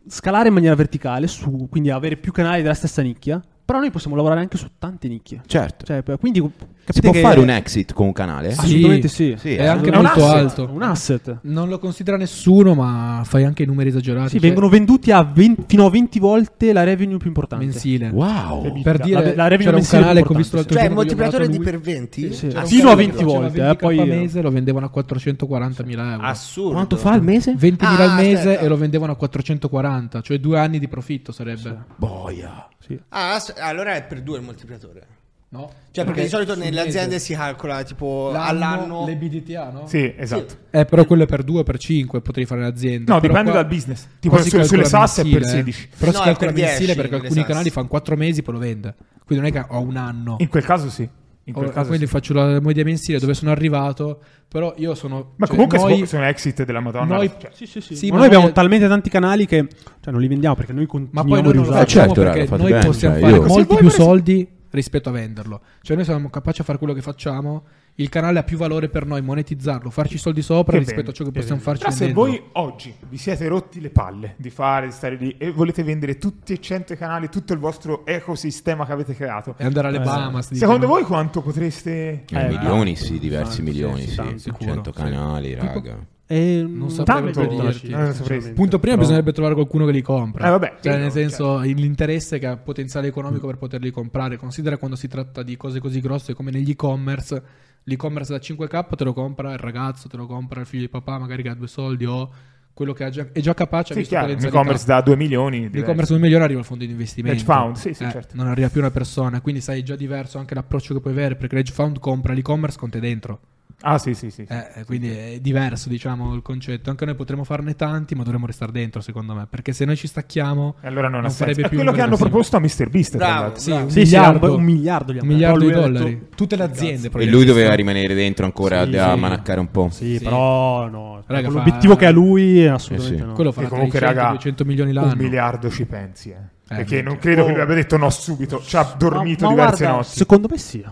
S2: scalare in maniera verticale su, quindi avere più canali della stessa nicchia però noi possiamo lavorare anche su tante nicchie
S4: Certo.
S2: cioè, per- quindi capite
S4: si può
S2: che-
S4: fare un exit con un canale?
S1: Sì.
S2: assolutamente sì,
S4: Sì,
S1: È
S4: eh.
S1: anche
S3: È un
S1: molto
S3: asset.
S1: alto.
S2: un asset
S1: Non lo considera nessuno, ma fai anche i numeri esagerati.
S2: sì,
S1: cioè,
S2: vengono venduti a 20 fino a 20 volte la revenue più importante
S1: mensile.
S4: Wow.
S1: Per
S2: La-
S1: dire, c'era
S2: la revenue
S1: un canale
S2: mensile è
S1: che ho
S2: importante,
S1: visto l'altro
S5: Cioè,
S1: giorno che
S5: il
S1: gli ho
S5: moltiplicatore di
S1: mandato
S5: per Cioè, 20?
S2: Sì,
S5: C'era un
S2: fino a
S5: canale
S2: 20
S5: che-
S1: lui,
S2: volte,
S1: faceva
S2: eh, poi-
S1: 20K al mese lo vendevano a 440.000 euro.
S5: Assurdo.
S2: quanto fa al mese?
S1: 20.000
S5: Ah,
S1: al mese
S5: aspetta.
S1: e lo vendevano a 440, cioè due anni di profitto sarebbe.
S4: Boia.
S5: Ah, ass- allora è per due il moltiplicatore.
S1: No?
S5: Cioè, perché di solito
S1: sul
S5: nelle
S1: mese,
S5: aziende si calcola tipo
S1: l'anno,
S5: all'anno.
S1: le BDTA, no?
S3: Sì, esatto.
S1: Eh, però quello è per 2 o per 5, potrei fare l'azienda.
S3: No,
S1: Però
S3: dipende
S1: qua-
S3: dal business. Tipo
S1: qua si
S3: su- sulle
S1: calcola
S3: SaaS è per
S1: mensile, eh.
S3: 16.
S1: Però
S5: No,
S1: si
S5: è
S1: calcola
S5: per 10
S1: mensile perché
S5: le
S1: alcuni
S5: SaaS.
S1: canali fanno 4 mesi poi lo vende. Quindi non è che ho un anno.
S3: In quel caso sì. In quel
S1: Ora,
S3: caso
S1: quindi
S3: sì.
S1: faccio la media mensile dove sono arrivato, però io sono...
S3: Ma
S1: cioè,
S3: comunque
S1: noi-
S3: sono- sono exit della Madonna.
S1: noi-
S3: cioè,
S2: sì, sì, sì.
S1: Sì,
S2: ma,
S1: ma
S2: noi
S1: noi-
S2: abbiamo talmente tanti canali che cioè, non li vendiamo perché noi
S1: Ma
S2: continuiamo
S1: poi noi
S2: a
S1: non lo
S2: riusare
S1: facciamo
S4: Eh, certo, raga,
S1: perché
S4: fate
S1: noi
S4: bene,
S1: possiamo
S4: cioè,
S1: fare
S4: io-
S3: Se
S1: molti
S3: voi
S1: più
S3: volesse-
S1: soldi rispetto a venderlo. Cioè noi siamo capaci a fare quello che facciamo, il canale ha più valore per noi, monetizzarlo, farci soldi sopra
S3: Che
S1: rispetto
S3: bene,
S1: a ciò che
S3: che
S1: possiamo
S3: bene.
S1: farci
S3: Però se
S1: vendendo.
S3: voi oggi vi siete rotti le palle di fare, di stare lì e volete vendere tutti e 100 i canali, tutto il vostro ecosistema che avete creato,
S1: E andare alle
S2: Eh,
S1: Bahamas.
S3: secondo
S1: dicono.
S3: voi quanto potreste...
S2: Eh,
S4: milioni,
S2: tanto,
S4: sì, diversi
S2: tanto,
S4: milioni,
S2: sì,
S4: sì.
S2: tanto, sicuro,
S4: 100 canali, raga.
S2: Eh,
S1: Non saprei
S2: tanto
S1: per
S2: no,
S1: dirti.
S2: sì,
S1: Eh, non
S3: saprei.
S2: sinceramente.
S1: Punto prima
S2: Però-
S1: bisognerebbe trovare qualcuno che li compra.
S3: Eh, vabbè,
S1: cioè,
S3: sì,
S1: nel
S3: no, certo.
S1: senso, l'interesse che ha potenziale economico per poterli comprare. Considera quando si tratta di cose così grosse come negli e-commerce. L'e-commerce da 5k te lo compra il ragazzo, te lo compra il figlio di papà, magari che ha due soldi o quello che ha già- è già capace. ha
S3: Sì,
S1: visto
S3: chiaro, un
S1: potenzialità.
S3: e-commerce da 2 milioni. diverso.
S1: L'e-commerce non migliore arriva al fondo di investimento. Eh,
S3: Hedge fund, sì, sì, certo.
S1: Non arriva più una persona, quindi sai è già diverso anche l'approccio che puoi avere perché l'edge fund compra l'e-commerce con te dentro.
S3: Ah, sì, sì, sì. sì.
S1: Eh, quindi è diverso, diciamo, il concetto. Anche noi potremmo farne tanti, ma dovremmo restare dentro, secondo me. Perché se noi ci stacchiamo,
S3: E allora non, ha
S1: Non farebbe
S3: senso. È
S1: più
S3: quello che hanno
S1: impressione.
S3: proposto a Mr. Beast. tra
S5: Bravo.
S3: l'altro.
S1: sì, un,
S2: Sì, sì, era un
S1: miliardo,
S2: bo- un miliardo gli
S1: un
S2: hanno
S1: miliardo
S2: dato.
S1: di
S2: Però lui ha
S1: dollari.
S2: detto-
S1: Tutte le aziende.
S4: E
S1: probabilmente,
S4: lui doveva
S1: stanno-
S4: rimanere dentro ancora
S2: Sì,
S4: a
S2: sì.
S4: manaccare un po'.
S2: Sì,
S1: Sì.
S2: però no.
S1: Raga, fa-
S2: l'obiettivo che ha lui è assolutamente
S4: Eh sì.
S2: no.
S1: Quello
S3: E
S1: farà
S3: comunque,
S1: 300,
S3: raga,
S1: 200 milioni l'anno.
S3: un miliardo ci pensi. eh. Perché
S1: minchia.
S3: non credo che lui abbia detto no subito. Ci ha dormito
S2: Oh. Ma- ma
S3: diverse
S2: guarda,
S3: notti.
S2: Secondo me sì.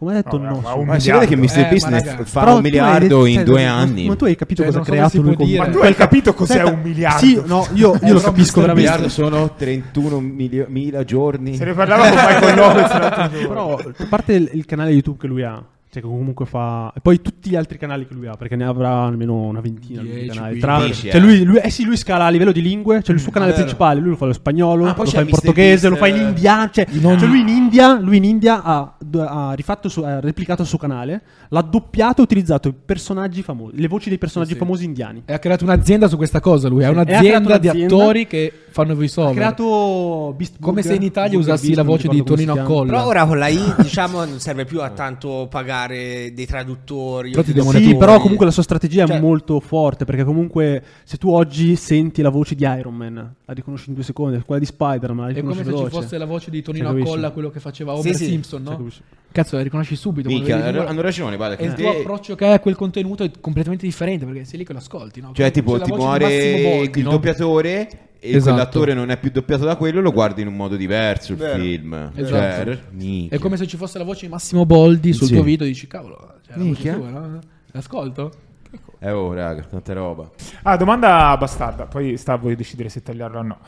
S2: Secondo Come hai detto,
S3: No,
S2: non
S3: ma
S2: so.
S3: un
S4: Ma si vede che
S3: miliardo.
S4: Mr.
S1: Eh,
S4: Beast
S1: ma
S4: ne
S1: raga.
S4: farà
S2: Però
S4: un
S2: tu hai detto-
S4: miliardo in
S2: cioè,
S4: due
S2: ma-
S4: anni.
S2: Ma tu hai capito
S1: Cioè,
S2: cosa ha
S1: non so
S2: creato
S1: se si
S2: lui
S1: può
S2: con
S1: dire.
S3: Ma tu
S1: Quel
S3: hai capito cos'è
S2: Aspetta,
S3: un miliardo?
S2: Sì, no, io, io lo capisco
S4: Un miliardo
S2: veramente.
S4: sono 31 milio- mila giorni.
S3: Se ne parlava con Michael Lopez l'altro giorno.
S2: Però, a parte il, il canale YouTube che lui ha, cioè che comunque fa, e poi tutti gli altri canali che lui ha, perché ne avrà almeno una ventina. lui di
S1: 10,
S2: canali.
S4: 15,
S2: cioè
S4: eh. Mm. Ah,
S2: lui, lui- eh sì, lui scala a livello di lingue, cioè il suo canale
S4: vero.
S2: principale, lui lo fa lo spagnolo,
S4: Ah,
S2: lo
S4: poi
S2: fa
S4: c'è
S2: in
S4: Mr.
S2: portoghese,
S4: Beast,
S2: lo fa in
S4: eh,
S2: indiano. Cioè, cioè lui in India, lui in India ha, ha rifatto il suo- ha replicato il suo canale, l'ha doppiato e utilizzato i personaggi famosi, le voci dei personaggi
S1: Sì, sì.
S2: famosi indiani.
S1: E ha creato un'azienda su questa cosa lui. È
S2: Sì, e ha creato
S1: un'azienda di
S2: un'azienda-
S1: attori che fanno voice
S2: Ha
S1: over.
S2: creato Beast
S1: Come
S2: Burger,
S1: se in Italia
S2: Burger
S1: usassi
S2: Beast,
S1: la
S2: non mi
S1: voce di
S2: ricordo come
S1: Tonino
S2: si chiama.
S1: Accolla.
S5: Però ora con la I, diciamo, non serve più a tanto pagare dei traduttori.
S1: Eh. Però ti
S5: o dei
S1: devono-
S2: Sì,
S1: monetizzare.
S2: però comunque la sua strategia
S5: Cioè-
S2: è molto forte perché comunque se tu oggi senti la voce di Iron Man, la riconosci in due secondi, quella di Spider-Man, la
S1: È
S2: riconosci
S1: come se ci
S2: veloce.
S1: fosse la voce di Tonino
S2: Cioè, capisci?
S1: Accolla, quello che faceva
S5: Sì,
S1: Homer
S5: sì.
S1: Simpson, no?
S2: Cioè, capisci?
S1: Cazzo, la riconosci subito. quando
S4: Minchia,
S1: vedi
S4: hanno-
S1: quello.
S4: hanno ragione, guarda,
S1: E
S4: che
S1: il
S4: te-
S1: tuo approccio che hai a quel contenuto è completamente differente perché sei lì che lo ascolti, no?
S4: Cioè, tipo,
S1: C'è la
S4: ti
S1: voce di
S4: muore
S1: Massimo Boldi,
S4: il
S1: no?
S4: doppiatore e
S1: Esatto.
S4: quell'attore non è più doppiato da quello, lo guardi in un modo diverso il
S5: Vero.
S4: film.
S1: Esatto.
S4: Cioè,
S1: È come se ci fosse la voce di Massimo Boldi sul
S4: Sì.
S1: tuo video e dici, cavolo, c'è la voce
S4: Minchia.
S1: tua, no? L'ascolto?
S4: Eh, oh, raga, tanta roba.
S3: Ah, domanda bastarda, poi sta a voi decidere se tagliarla o no.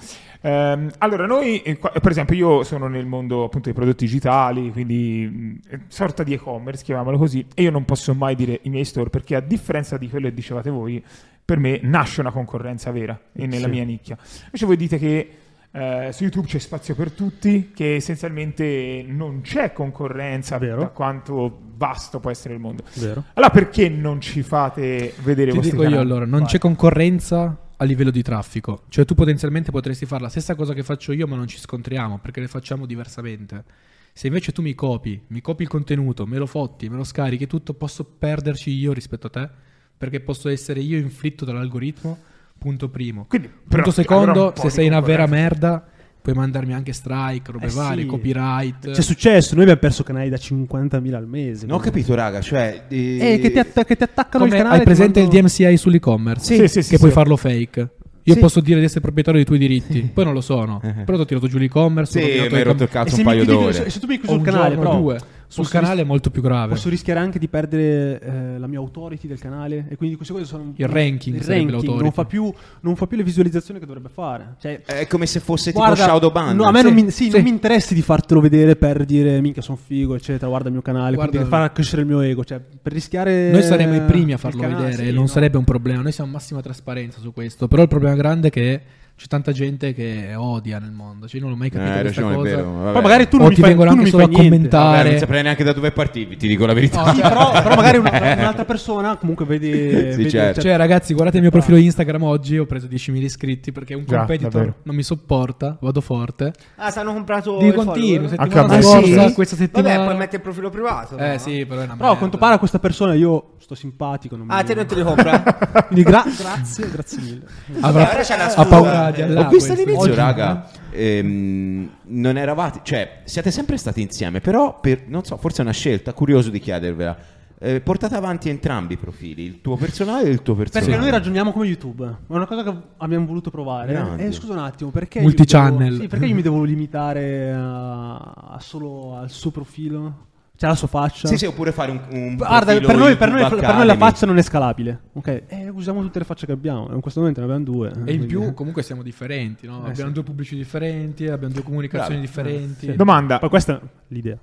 S3: Ehm, allora, noi, eh, qua- per esempio, io sono nel mondo appunto dei prodotti digitali, quindi mh, eh, sorta di e-commerce, chiamiamolo così, e io non posso mai dire i miei store perché a differenza di quello che dicevate voi, per me nasce una concorrenza vera e nella
S2: Sì.
S3: mia nicchia. Invece voi dite che eh, su YouTube c'è spazio per tutti, che essenzialmente non c'è concorrenza
S2: Vero.
S3: da quanto vasto può essere il mondo.
S2: Vero.
S3: Allora perché non ci fate vedere i
S1: Ti
S3: vostri
S1: dico io
S3: canali?
S1: allora, non
S3: Vai.
S1: c'è concorrenza a livello di traffico. Cioè tu potenzialmente potresti fare la stessa cosa che faccio io, ma non ci scontriamo perché le facciamo diversamente. Se invece tu mi copi, mi copi il contenuto, me lo fotti, me lo scarichi tutto, posso perderci io rispetto a te perché posso essere io inflitto dall'algoritmo, punto primo.
S3: Quindi,
S1: punto
S3: però, allora
S1: secondo,
S3: un po'
S1: se
S3: di
S1: sei una vera
S3: concorrenza.
S1: merda, puoi mandarmi anche strike, robe
S2: Eh sì.
S1: varie, copyright.
S2: C'è successo, noi abbiamo perso canali da 50.000 al mese.
S4: Non ho capito, raga, cioè...
S2: Eh, che ti, atta- che ti attaccano
S1: Come
S2: il canale.
S1: hai
S2: ti
S1: presente
S2: mandano-
S1: il DMCI sull'e-commerce?
S3: Sì, sì, sì,
S1: che
S3: sì,
S1: puoi
S3: sì.
S1: farlo fake. Io
S2: Sì. Eh.
S1: posso dire di essere proprietario dei tuoi diritti, poi non lo sono. Però ti ho tirato giù l'e-commerce, ho
S4: Sì, mi
S1: rovinato
S4: hai
S1: i
S4: rotto
S1: com-
S4: il
S2: E
S4: cazzo
S2: se
S4: un
S2: mi
S4: paio
S2: chiudi-
S4: d'ore.
S2: se- se tu mi chiudi
S1: o
S2: sul
S1: un
S2: canale,
S1: giorno o
S2: però,
S1: due. Ah, Sul
S2: posso ris-
S1: canale è molto più grave.
S2: Posso rischiare anche di perdere eh, la mia authority del canale e quindi di conseguenza sono un-
S1: Il ranking
S2: il
S1: sarebbe
S2: ranking
S1: l'authority.
S2: non fa, più, non fa più le visualizzazioni che dovrebbe fare. Cioè,
S4: È come se fosse
S2: Guarda,
S4: tipo Shadowban.
S2: No, a me non,
S1: Sì,
S2: mi, sì,
S1: sì.
S2: non mi interessi di fartelo vedere per dire minchia sono figo, eccetera, guarda il mio canale,
S1: Guarda-
S2: quindi far crescere il mio ego, cioè per rischiare
S1: Noi saremmo i primi a
S2: il
S1: farlo
S2: canale,
S1: vedere,
S2: sì,
S1: non
S2: no.
S1: sarebbe un problema. Noi siamo massima trasparenza su questo. Però il problema grande è che c'è tanta gente che odia nel mondo. Cioè, io non l'ho mai
S4: Eh,
S1: capito
S4: hai
S1: questa
S4: ragione, è
S1: cosa.
S4: vero. vabbè.
S2: Poi magari tu
S1: O
S2: non mi
S1: ti
S2: fai,
S1: vengono
S2: tu non
S1: anche
S2: mi
S1: solo
S2: fai
S1: a
S2: niente.
S1: commentare.
S4: Vabbè, non saprei neanche da dove partivi, ti dico la verità.
S1: No,
S2: Sì, però, però magari un'altra, un'altra persona comunque vede,
S4: Sì,
S2: vede-
S4: certo.
S1: Cioè, ragazzi, guardate il mio profilo Instagram oggi. Ho preso 10.000 iscritti perché un
S3: Esatto. Già, davvero.
S1: competitor non mi sopporta. Vado forte.
S5: Ah, stanno comprato
S1: Di
S5: il
S1: continuo,
S5: follower? Ah,
S3: Anche a
S1: settimana
S3: me,
S1: scorsa,
S3: sì.
S1: questa settimana.
S5: Vabbè, poi mette il profilo privato.
S1: Eh
S5: no?
S1: sì, però è una
S2: Però a quanto pare a questa persona io sto simpatico, non mi-
S5: Ah, te non te li compra?
S2: quindi gra- grazie, grazie mille.
S1: Avrà-
S5: Allora c'è la
S1: ha
S5: scusa.
S1: paura di
S4: Ho
S1: Allah.
S4: visto
S1: questo.
S4: all'inizio,
S1: Oggi-
S4: raga.
S2: eh.
S4: ehm, non eravate, cioè, siete sempre stati insieme, però per, non so, forse è una scelta, curioso di chiedervela. Eh, portate avanti entrambi i profili, il tuo personale e il tuo personale.
S2: Perché noi ragioniamo come YouTube, è una cosa che abbiamo voluto provare.
S4: Grande.
S2: Eh, scusa un attimo, perché io
S1: Multichannel.
S2: mi devo- sì, perché io mi devo limitare a, a solo al suo profilo? Cioè alla sua faccia?
S4: Sì, sì, oppure fare un, un
S2: Guarda,
S4: profilo
S2: per noi, per, noi, per
S4: YouTube
S2: noi la
S4: Academy.
S2: faccia non è scalabile. Ok, eh, usiamo tutte le facce che abbiamo. In questo momento ne abbiamo due.
S1: E in
S2: quindi-
S1: più, comunque, siamo differenti. no?
S2: Eh,
S1: abbiamo
S2: sì.
S1: due pubblici differenti, abbiamo due comunicazioni
S4: Bravo.
S1: differenti.
S2: Sì.
S3: Domanda,
S2: Poi questa è l'idea.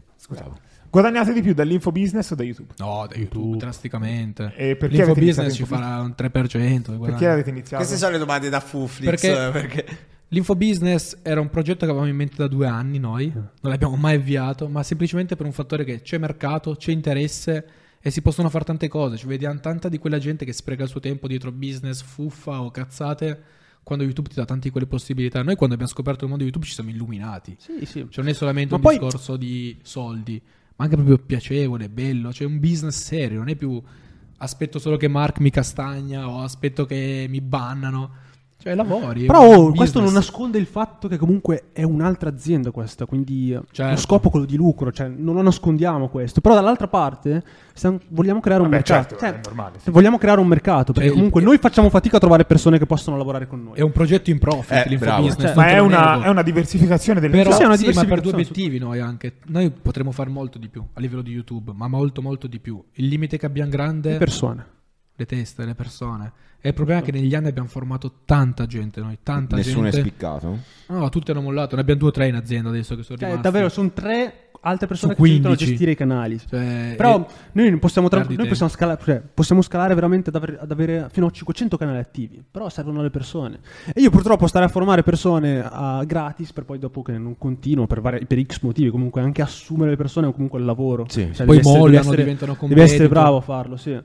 S3: guadagnate di più dall'info business o da YouTube?
S1: No, da YouTube, drasticamente.
S3: E perché
S1: L'info
S3: avete
S1: business
S3: iniziato
S1: ci
S3: in
S1: farà un 3%. di guadagno.
S3: Perché avete iniziato?
S5: Queste sono le domande da Fuflix.
S1: Perché-
S5: Perché? eh, perché...
S1: L'info business era un progetto che avevamo in mente da due anni noi, non l'abbiamo mai avviato, ma semplicemente per un fattore che c'è mercato, c'è interesse e si possono fare tante cose. Ci vediamo tanta di quella gente che spreca il suo tempo dietro business, fuffa o cazzate, quando YouTube ti dà tante di quelle possibilità. Noi quando abbiamo scoperto il mondo di YouTube ci siamo illuminati.
S2: Sì, sì.
S1: Cioè non è solamente
S2: Ma
S1: un
S2: poi-
S1: discorso di soldi, ma anche proprio piacevole, bello, cioè un business serio, non è più aspetto solo che Mark mi castagna o aspetto che mi bannano. Cioè, lavori.
S2: Però
S1: è un
S2: oh,
S1: business.
S2: questo non nasconde il fatto che comunque è un'altra azienda questa, quindi eh,
S1: Certo.
S2: lo scopo è quello di lucro, cioè non lo nascondiamo questo. Però dall'altra parte stiamo- vogliamo creare un
S3: Vabbè,
S2: mercato.
S3: certo, è
S2: Cioè,
S3: normale, sì.
S2: Vogliamo creare un mercato, perché
S1: Cioè,
S2: comunque
S1: il-
S2: noi facciamo fatica a trovare persone che possono lavorare con noi.
S1: È un progetto in profit.
S4: Eh,
S1: l'infobusiness,
S2: Cioè,
S4: bravo.
S1: non
S3: Ma
S1: te
S3: è
S1: lo
S3: una,
S1: nego.
S3: è una diversificazione del
S1: Però,
S2: Sì, è una
S1: sì, ma per due
S2: diversificazione,
S1: obiettivi noi anche. Noi potremmo fare molto di più a livello di YouTube, ma molto molto di più. Il limite che abbiamo grande
S2: Di persone.
S1: le teste, le persone. E il problema è che negli anni abbiamo formato tanta gente, noi, tanta
S4: Nessuno è
S1: gente.
S4: spiccato?
S1: No, tutti hanno mollato, ne abbiamo due o tre in azienda adesso che sono
S2: Cioè,
S1: rimasti.
S2: davvero, sono tre altre persone
S1: Su
S2: che si aiutano a
S1: 15.
S2: gestire i canali.
S4: Eh,
S1: Cioè,
S2: Però
S1: e-
S2: noi non possiamo, tra-
S1: perdi
S2: noi
S1: tempo.
S2: possiamo, scalare, cioè, possiamo scalare veramente ad avere, ad avere fino a 500 canali attivi, però servono le persone. E io purtroppo stare a formare persone ah, gratis per poi dopo che non continuo per, vari- per X motivi, comunque anche assumere le persone è comunque il lavoro.
S4: Sì.
S2: Cioè,
S1: Poi
S2: devi essere-
S1: mollano,
S2: devi essere-
S1: diventano
S2: Devi essere
S1: competitor.
S2: bravo a farlo, sì.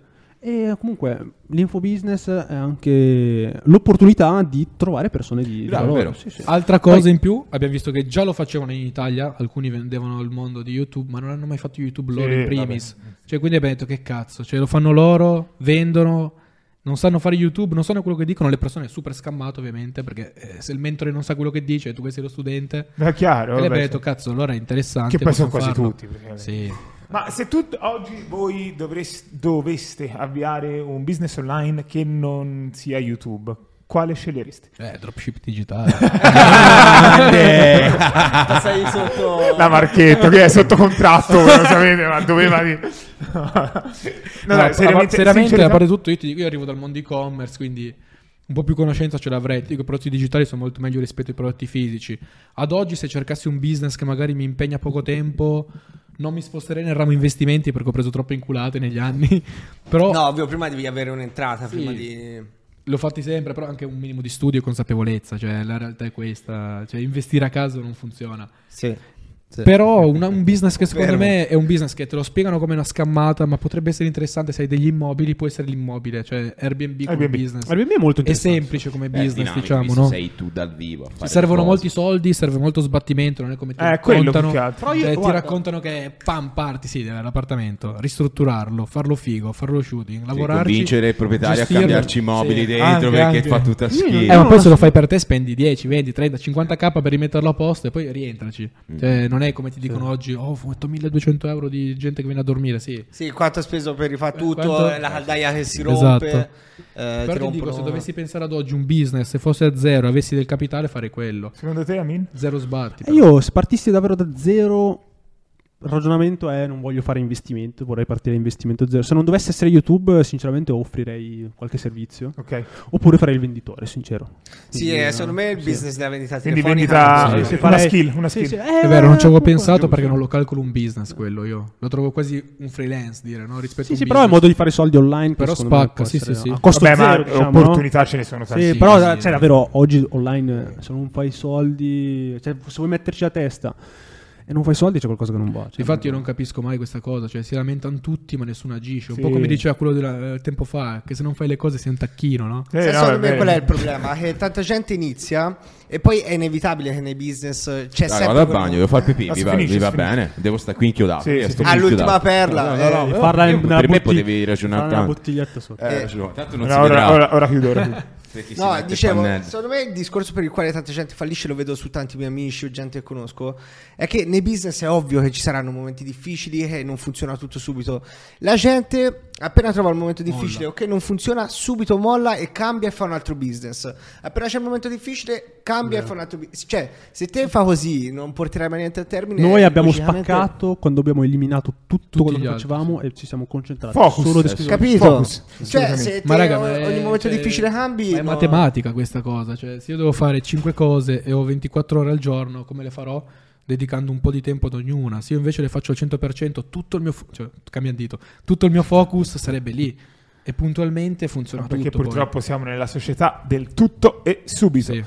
S2: E comunque l'infobusiness è anche l'opportunità di trovare persone di
S4: Bravo,
S2: valore.
S4: vero.
S2: Sì, sì.
S1: Altra cosa in più, abbiamo visto che già lo facevano in Italia, alcuni vendevano al mondo di YouTube, ma non hanno mai fatto YouTube loro
S3: Sì,
S1: in primis. Cioè, quindi abbiamo detto che cazzo, cioè, lo fanno loro, vendono, non sanno fare YouTube, non sanno quello che dicono, le persone è super scammato ovviamente, perché eh, se il mentore non sa quello che dice, tu che sei lo studente,
S3: È chiaro.
S1: e le
S3: vabbè,
S1: abbiamo
S3: sì.
S1: detto cazzo, allora è interessante.
S3: Che poi sono
S1: posso
S3: quasi
S1: farlo.
S3: tutti, praticamente.
S1: Sì.
S3: Ma se tu oggi voi dovreste- doveste avviare un business online che non sia YouTube, quale scegliereste?
S1: Eh, dropship digitale. Eh.
S5: Sei sotto.
S3: La Marchetto che è sotto contratto, voi lo sapete, ma doveva dire.
S1: No,
S3: No, dai,
S1: a- seriamente,
S3: sincerità-
S1: a parte tutto, io ti dico, io arrivo dal mondo e-commerce, quindi un po' più conoscenza ce l'avrei. Ti dico, i prodotti digitali sono molto meglio rispetto ai prodotti fisici. Ad oggi, se cercassi un business che magari mi impegna poco tempo, non mi sposterei nel ramo investimenti perché ho preso troppe inculate negli anni. Però
S5: No, ovvio, prima devi avere un'entrata. Prima di.
S1: l'ho fatti sempre, però anche un minimo di studio e consapevolezza. Cioè, la realtà è questa. Cioè, investire a caso non funziona.
S5: Sì.
S4: Eh,
S1: Però una- un business che secondo
S5: Fermo.
S1: me è un business che te lo spiegano come una scammata, ma potrebbe essere interessante se hai degli immobili, può essere l'immobile, cioè Airbnb, come
S3: Airbnb.
S1: business.
S2: Airbnb è molto
S1: è
S2: interessante.
S1: semplice come
S4: Beh,
S1: business,
S4: Eh, dinamico,
S1: diciamo,
S4: visto
S1: no?
S4: Sei tu dal vivo. a fare
S1: Ci servono
S4: le
S1: molti
S4: cose.
S1: soldi, serve molto sbattimento, non è come ti
S3: Eh, quello più
S1: raccontano.
S3: che altro.
S2: Però io-
S1: Cioè, ti
S2: guarda-
S1: raccontano che pam, parti sì dall'appartamento, ristrutturarlo, farlo figo, farlo shooting,
S4: Sì,
S1: lavorarci.
S4: convincere il proprietario
S1: gestirlo.
S4: a cambiarci i mobili
S1: Sì.
S4: dentro
S1: Anche,
S4: perché
S1: anche.
S4: fa tutta schifo.
S1: Eh, ma poi se lo fai per te spendi 10, 20, 30, 50k per rimetterlo a posto e poi rientraci. Cioè, non è come ti dicono oggi, oh, ho fatto 1200 euro di gente che viene a dormire, sì.
S5: Sì, quanto ha speso per rifare tutto,
S1: Quanto-
S5: la caldaia che si
S1: Esatto.
S5: rompe. eh, ti
S1: Però ti dico,
S5: rompono-
S1: se dovessi pensare ad oggi un business, se fosse a zero, avessi del capitale, farei quello.
S3: Secondo te, Amin?
S1: Zero sbatti.
S2: Eh, Io se partissi davvero da zero, il ragionamento è non voglio fare investimento, vorrei partire da investimento zero. Se non dovesse essere YouTube, sinceramente offrirei qualche servizio.
S3: Ok.
S2: Oppure farei il venditore, sincero.
S5: Sì,
S2: Quindi,
S5: eh,
S2: eh,
S5: secondo me il
S2: sì.
S5: business della vendita
S3: Quindi
S5: telefonica.
S3: vendita-
S2: se
S3: Ah, eh, una skill, una skill.
S2: eh,
S1: È vero, non ci avevo
S2: comunque-
S1: pensato perché non lo calcolo un business quello io. Lo trovo quasi un freelance, dire, no? Rispetto
S2: Sì,
S1: a un
S2: sì, però è un
S1: business.
S2: modo di fare soldi online. che
S1: Però
S2: secondo me
S1: spacca,
S2: può
S1: sì, sì,
S2: essere
S1: sì.
S2: A costo
S3: Vabbè,
S2: zero,
S3: ma
S2: diciamo, no?
S3: opportunità ce ne sono
S2: Sì,
S3: tantissime.
S2: però
S1: sì.
S2: cioè, davvero oggi online eh, se non fai soldi, cioè, se vuoi metterci la testa e non fai soldi c'è qualcosa che non va. cioè,
S1: Infatti io non capisco mai questa cosa, cioè si lamentano tutti ma nessuno agisce, un
S3: Sì.
S1: po' come diceva quello del tempo fa, che se non fai le cose sei un tacchino, no?
S3: Eh, no,
S5: Sai, secondo me
S3: vabbè.
S5: qual è il problema? Che tanta gente inizia e poi è inevitabile che nei business eh, c'è
S4: Dai,
S5: sempre...
S4: vado al
S5: quel-
S4: bagno, devo fare pipì,
S3: Ah, si
S4: mi va,
S3: finisce,
S4: mi va
S3: si finisce.
S4: bene. Devo stare qui inchiodato.
S3: Sì,
S4: Io
S3: sì.
S4: sto qui
S5: All'ultima
S4: inchiodato.
S5: perla.
S4: No, no, no,
S5: eh.
S4: no,
S2: Farla
S4: io
S2: in- nella
S4: per me
S2: bottig-
S4: potevi ragionare
S2: farla nella
S4: tanto.
S2: bottiglietta sotto.
S4: Eh, ragione, tanto non
S3: No,
S4: si
S3: ora,
S4: vedrà.
S3: ora, ora chiudo. Ora chiudo.
S4: Se chi si
S5: No,
S4: mette
S5: dicevo,
S4: pannelli.
S5: secondo me il discorso per il quale tanta gente fallisce, lo vedo su tanti miei amici o gente che conosco, è che nei business è ovvio che ci saranno momenti difficili e non funziona tutto subito. La gente appena trova il momento difficile o che non funziona, subito molla e cambia e fa un altro business. Appena c'è il momento difficile, cambia e fa un altro business. Cioè, se te fa così, non porterai mai niente a termine.
S2: Noi abbiamo
S5: logicamente-
S2: spaccato quando abbiamo eliminato tutto quello
S1: gli
S2: che
S1: altri,
S2: facevamo e ci siamo concentrati
S3: Focus,
S2: solo
S3: eh,
S2: esclusivamente-
S5: Capito?
S3: Focus,
S5: Cioè,
S3: assolutamente.
S5: se te
S1: Ma raga, ma
S5: ogni
S1: è-
S5: momento
S1: cioè,
S5: difficile cambi...
S1: ma È
S5: no.
S1: matematica questa cosa, cioè se io devo fare 5 cose e ho 24 ore al giorno, come le farò? Dedicando un po' di tempo ad ognuna. Se io invece le faccio al 100%, tutto il mio fo- cioè, cambia dito, tutto il mio focus sarebbe lì e puntualmente funziona
S3: Perché
S1: tutto poi.
S3: purtroppo siamo nella società del tutto e subito.
S1: Sì.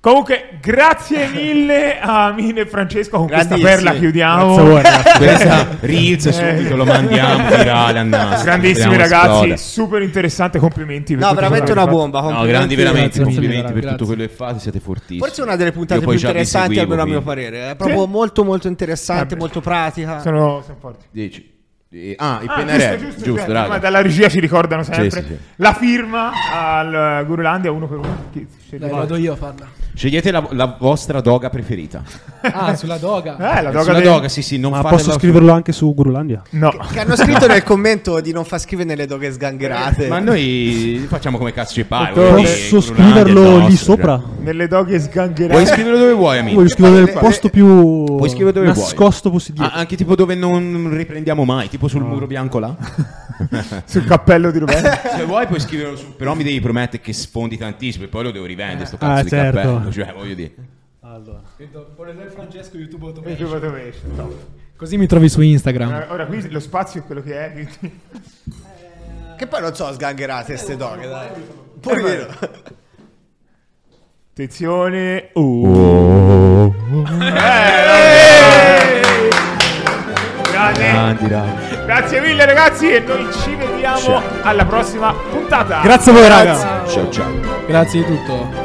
S3: Comunque, grazie mille a Amin e Francesco. Con questa
S5: Grandissimi.
S3: perla chiudiamo.
S2: Grazie a voi, ragazzi.
S4: Questa Reels subito lo mandiamo virale a Nastro.
S3: Grandissimi
S4: Speriamo
S3: ragazzi,
S4: esploda.
S3: super interessante. Complimenti. per
S5: No,
S3: tutto
S5: veramente
S3: quello
S5: una
S3: che fate.
S5: bomba.
S4: No,
S5: complimenti.
S4: grandi veramente,
S1: Grazie mille,
S4: complimenti per
S1: grazie.
S4: tutto quello che fate, siete fortissimi.
S5: Forse una delle puntate
S4: Io
S5: più
S4: poi già vi
S5: interessanti,
S4: seguivo,
S5: almeno a mio eh.
S4: quindi.
S5: parere. È proprio molto molto interessante,
S3: Vabbè.
S5: molto pratica.
S3: Sono, sono forti.
S4: Dici. Eh, ah, il
S3: Ah,
S4: PNRR, giusto,
S3: giusto,
S4: giusto,
S3: certo,
S4: raga.
S3: ma dalla regia ci ricordano sempre
S4: Sì, sì, sì.
S3: la firma al Gurulandia uno per uno. Chi- se
S1: Dai,
S3: ricorda.
S1: vado io a farla.
S4: Scegliete la, la vostra doga preferita.
S1: Ah, sulla doga.
S3: Eh, la doga
S4: Sulla
S3: del-
S4: doga, sì, sì, non
S6: Ma
S4: fate
S6: posso
S4: la- Eh,
S6: scriverlo anche su Gurulandia?
S3: No.
S5: Che hanno scritto nel commento di non far scrivere nelle doghe sgangherate.
S4: Ma noi facciamo come cazzo ci pare.
S3: Posso
S4: voglio dire,
S6: Posso
S4: Grunlandia è il
S6: scriverlo
S4: nostro,
S6: lì
S4: cioè.
S6: sopra?
S3: Nelle doghe sgangherate.
S4: Puoi scriverlo dove vuoi, amico.
S6: Voglio scriverlo nel
S5: palle-
S6: posto più
S4: Puoi scrivere dove
S6: nascosto
S4: vuoi.
S6: possibile.
S4: Ah, anche tipo dove non riprendiamo mai, tipo sul muro bianco là.
S3: sul cappello di Roberto.
S4: Se vuoi puoi scriverlo su, però mi devi promettere che sfondi tantissimo e poi lo devo rivendere sto cazzo
S6: Ah,
S4: di
S6: certo.
S4: cappello, cioè voglio dire.
S1: Francesco
S3: No.
S1: Così mi trovi su Instagram.
S3: Ora qui lo spazio è quello che è. quindi-
S5: Che poi non so sgangherate ste doghe, dai. Poi vero.
S3: Attenzione. Eh, Oh. Grande. Grazie mille ragazzi e noi ci vediamo alla prossima puntata.
S6: Grazie a voi, raga.
S4: Ciao ciao.
S1: Grazie di tutto.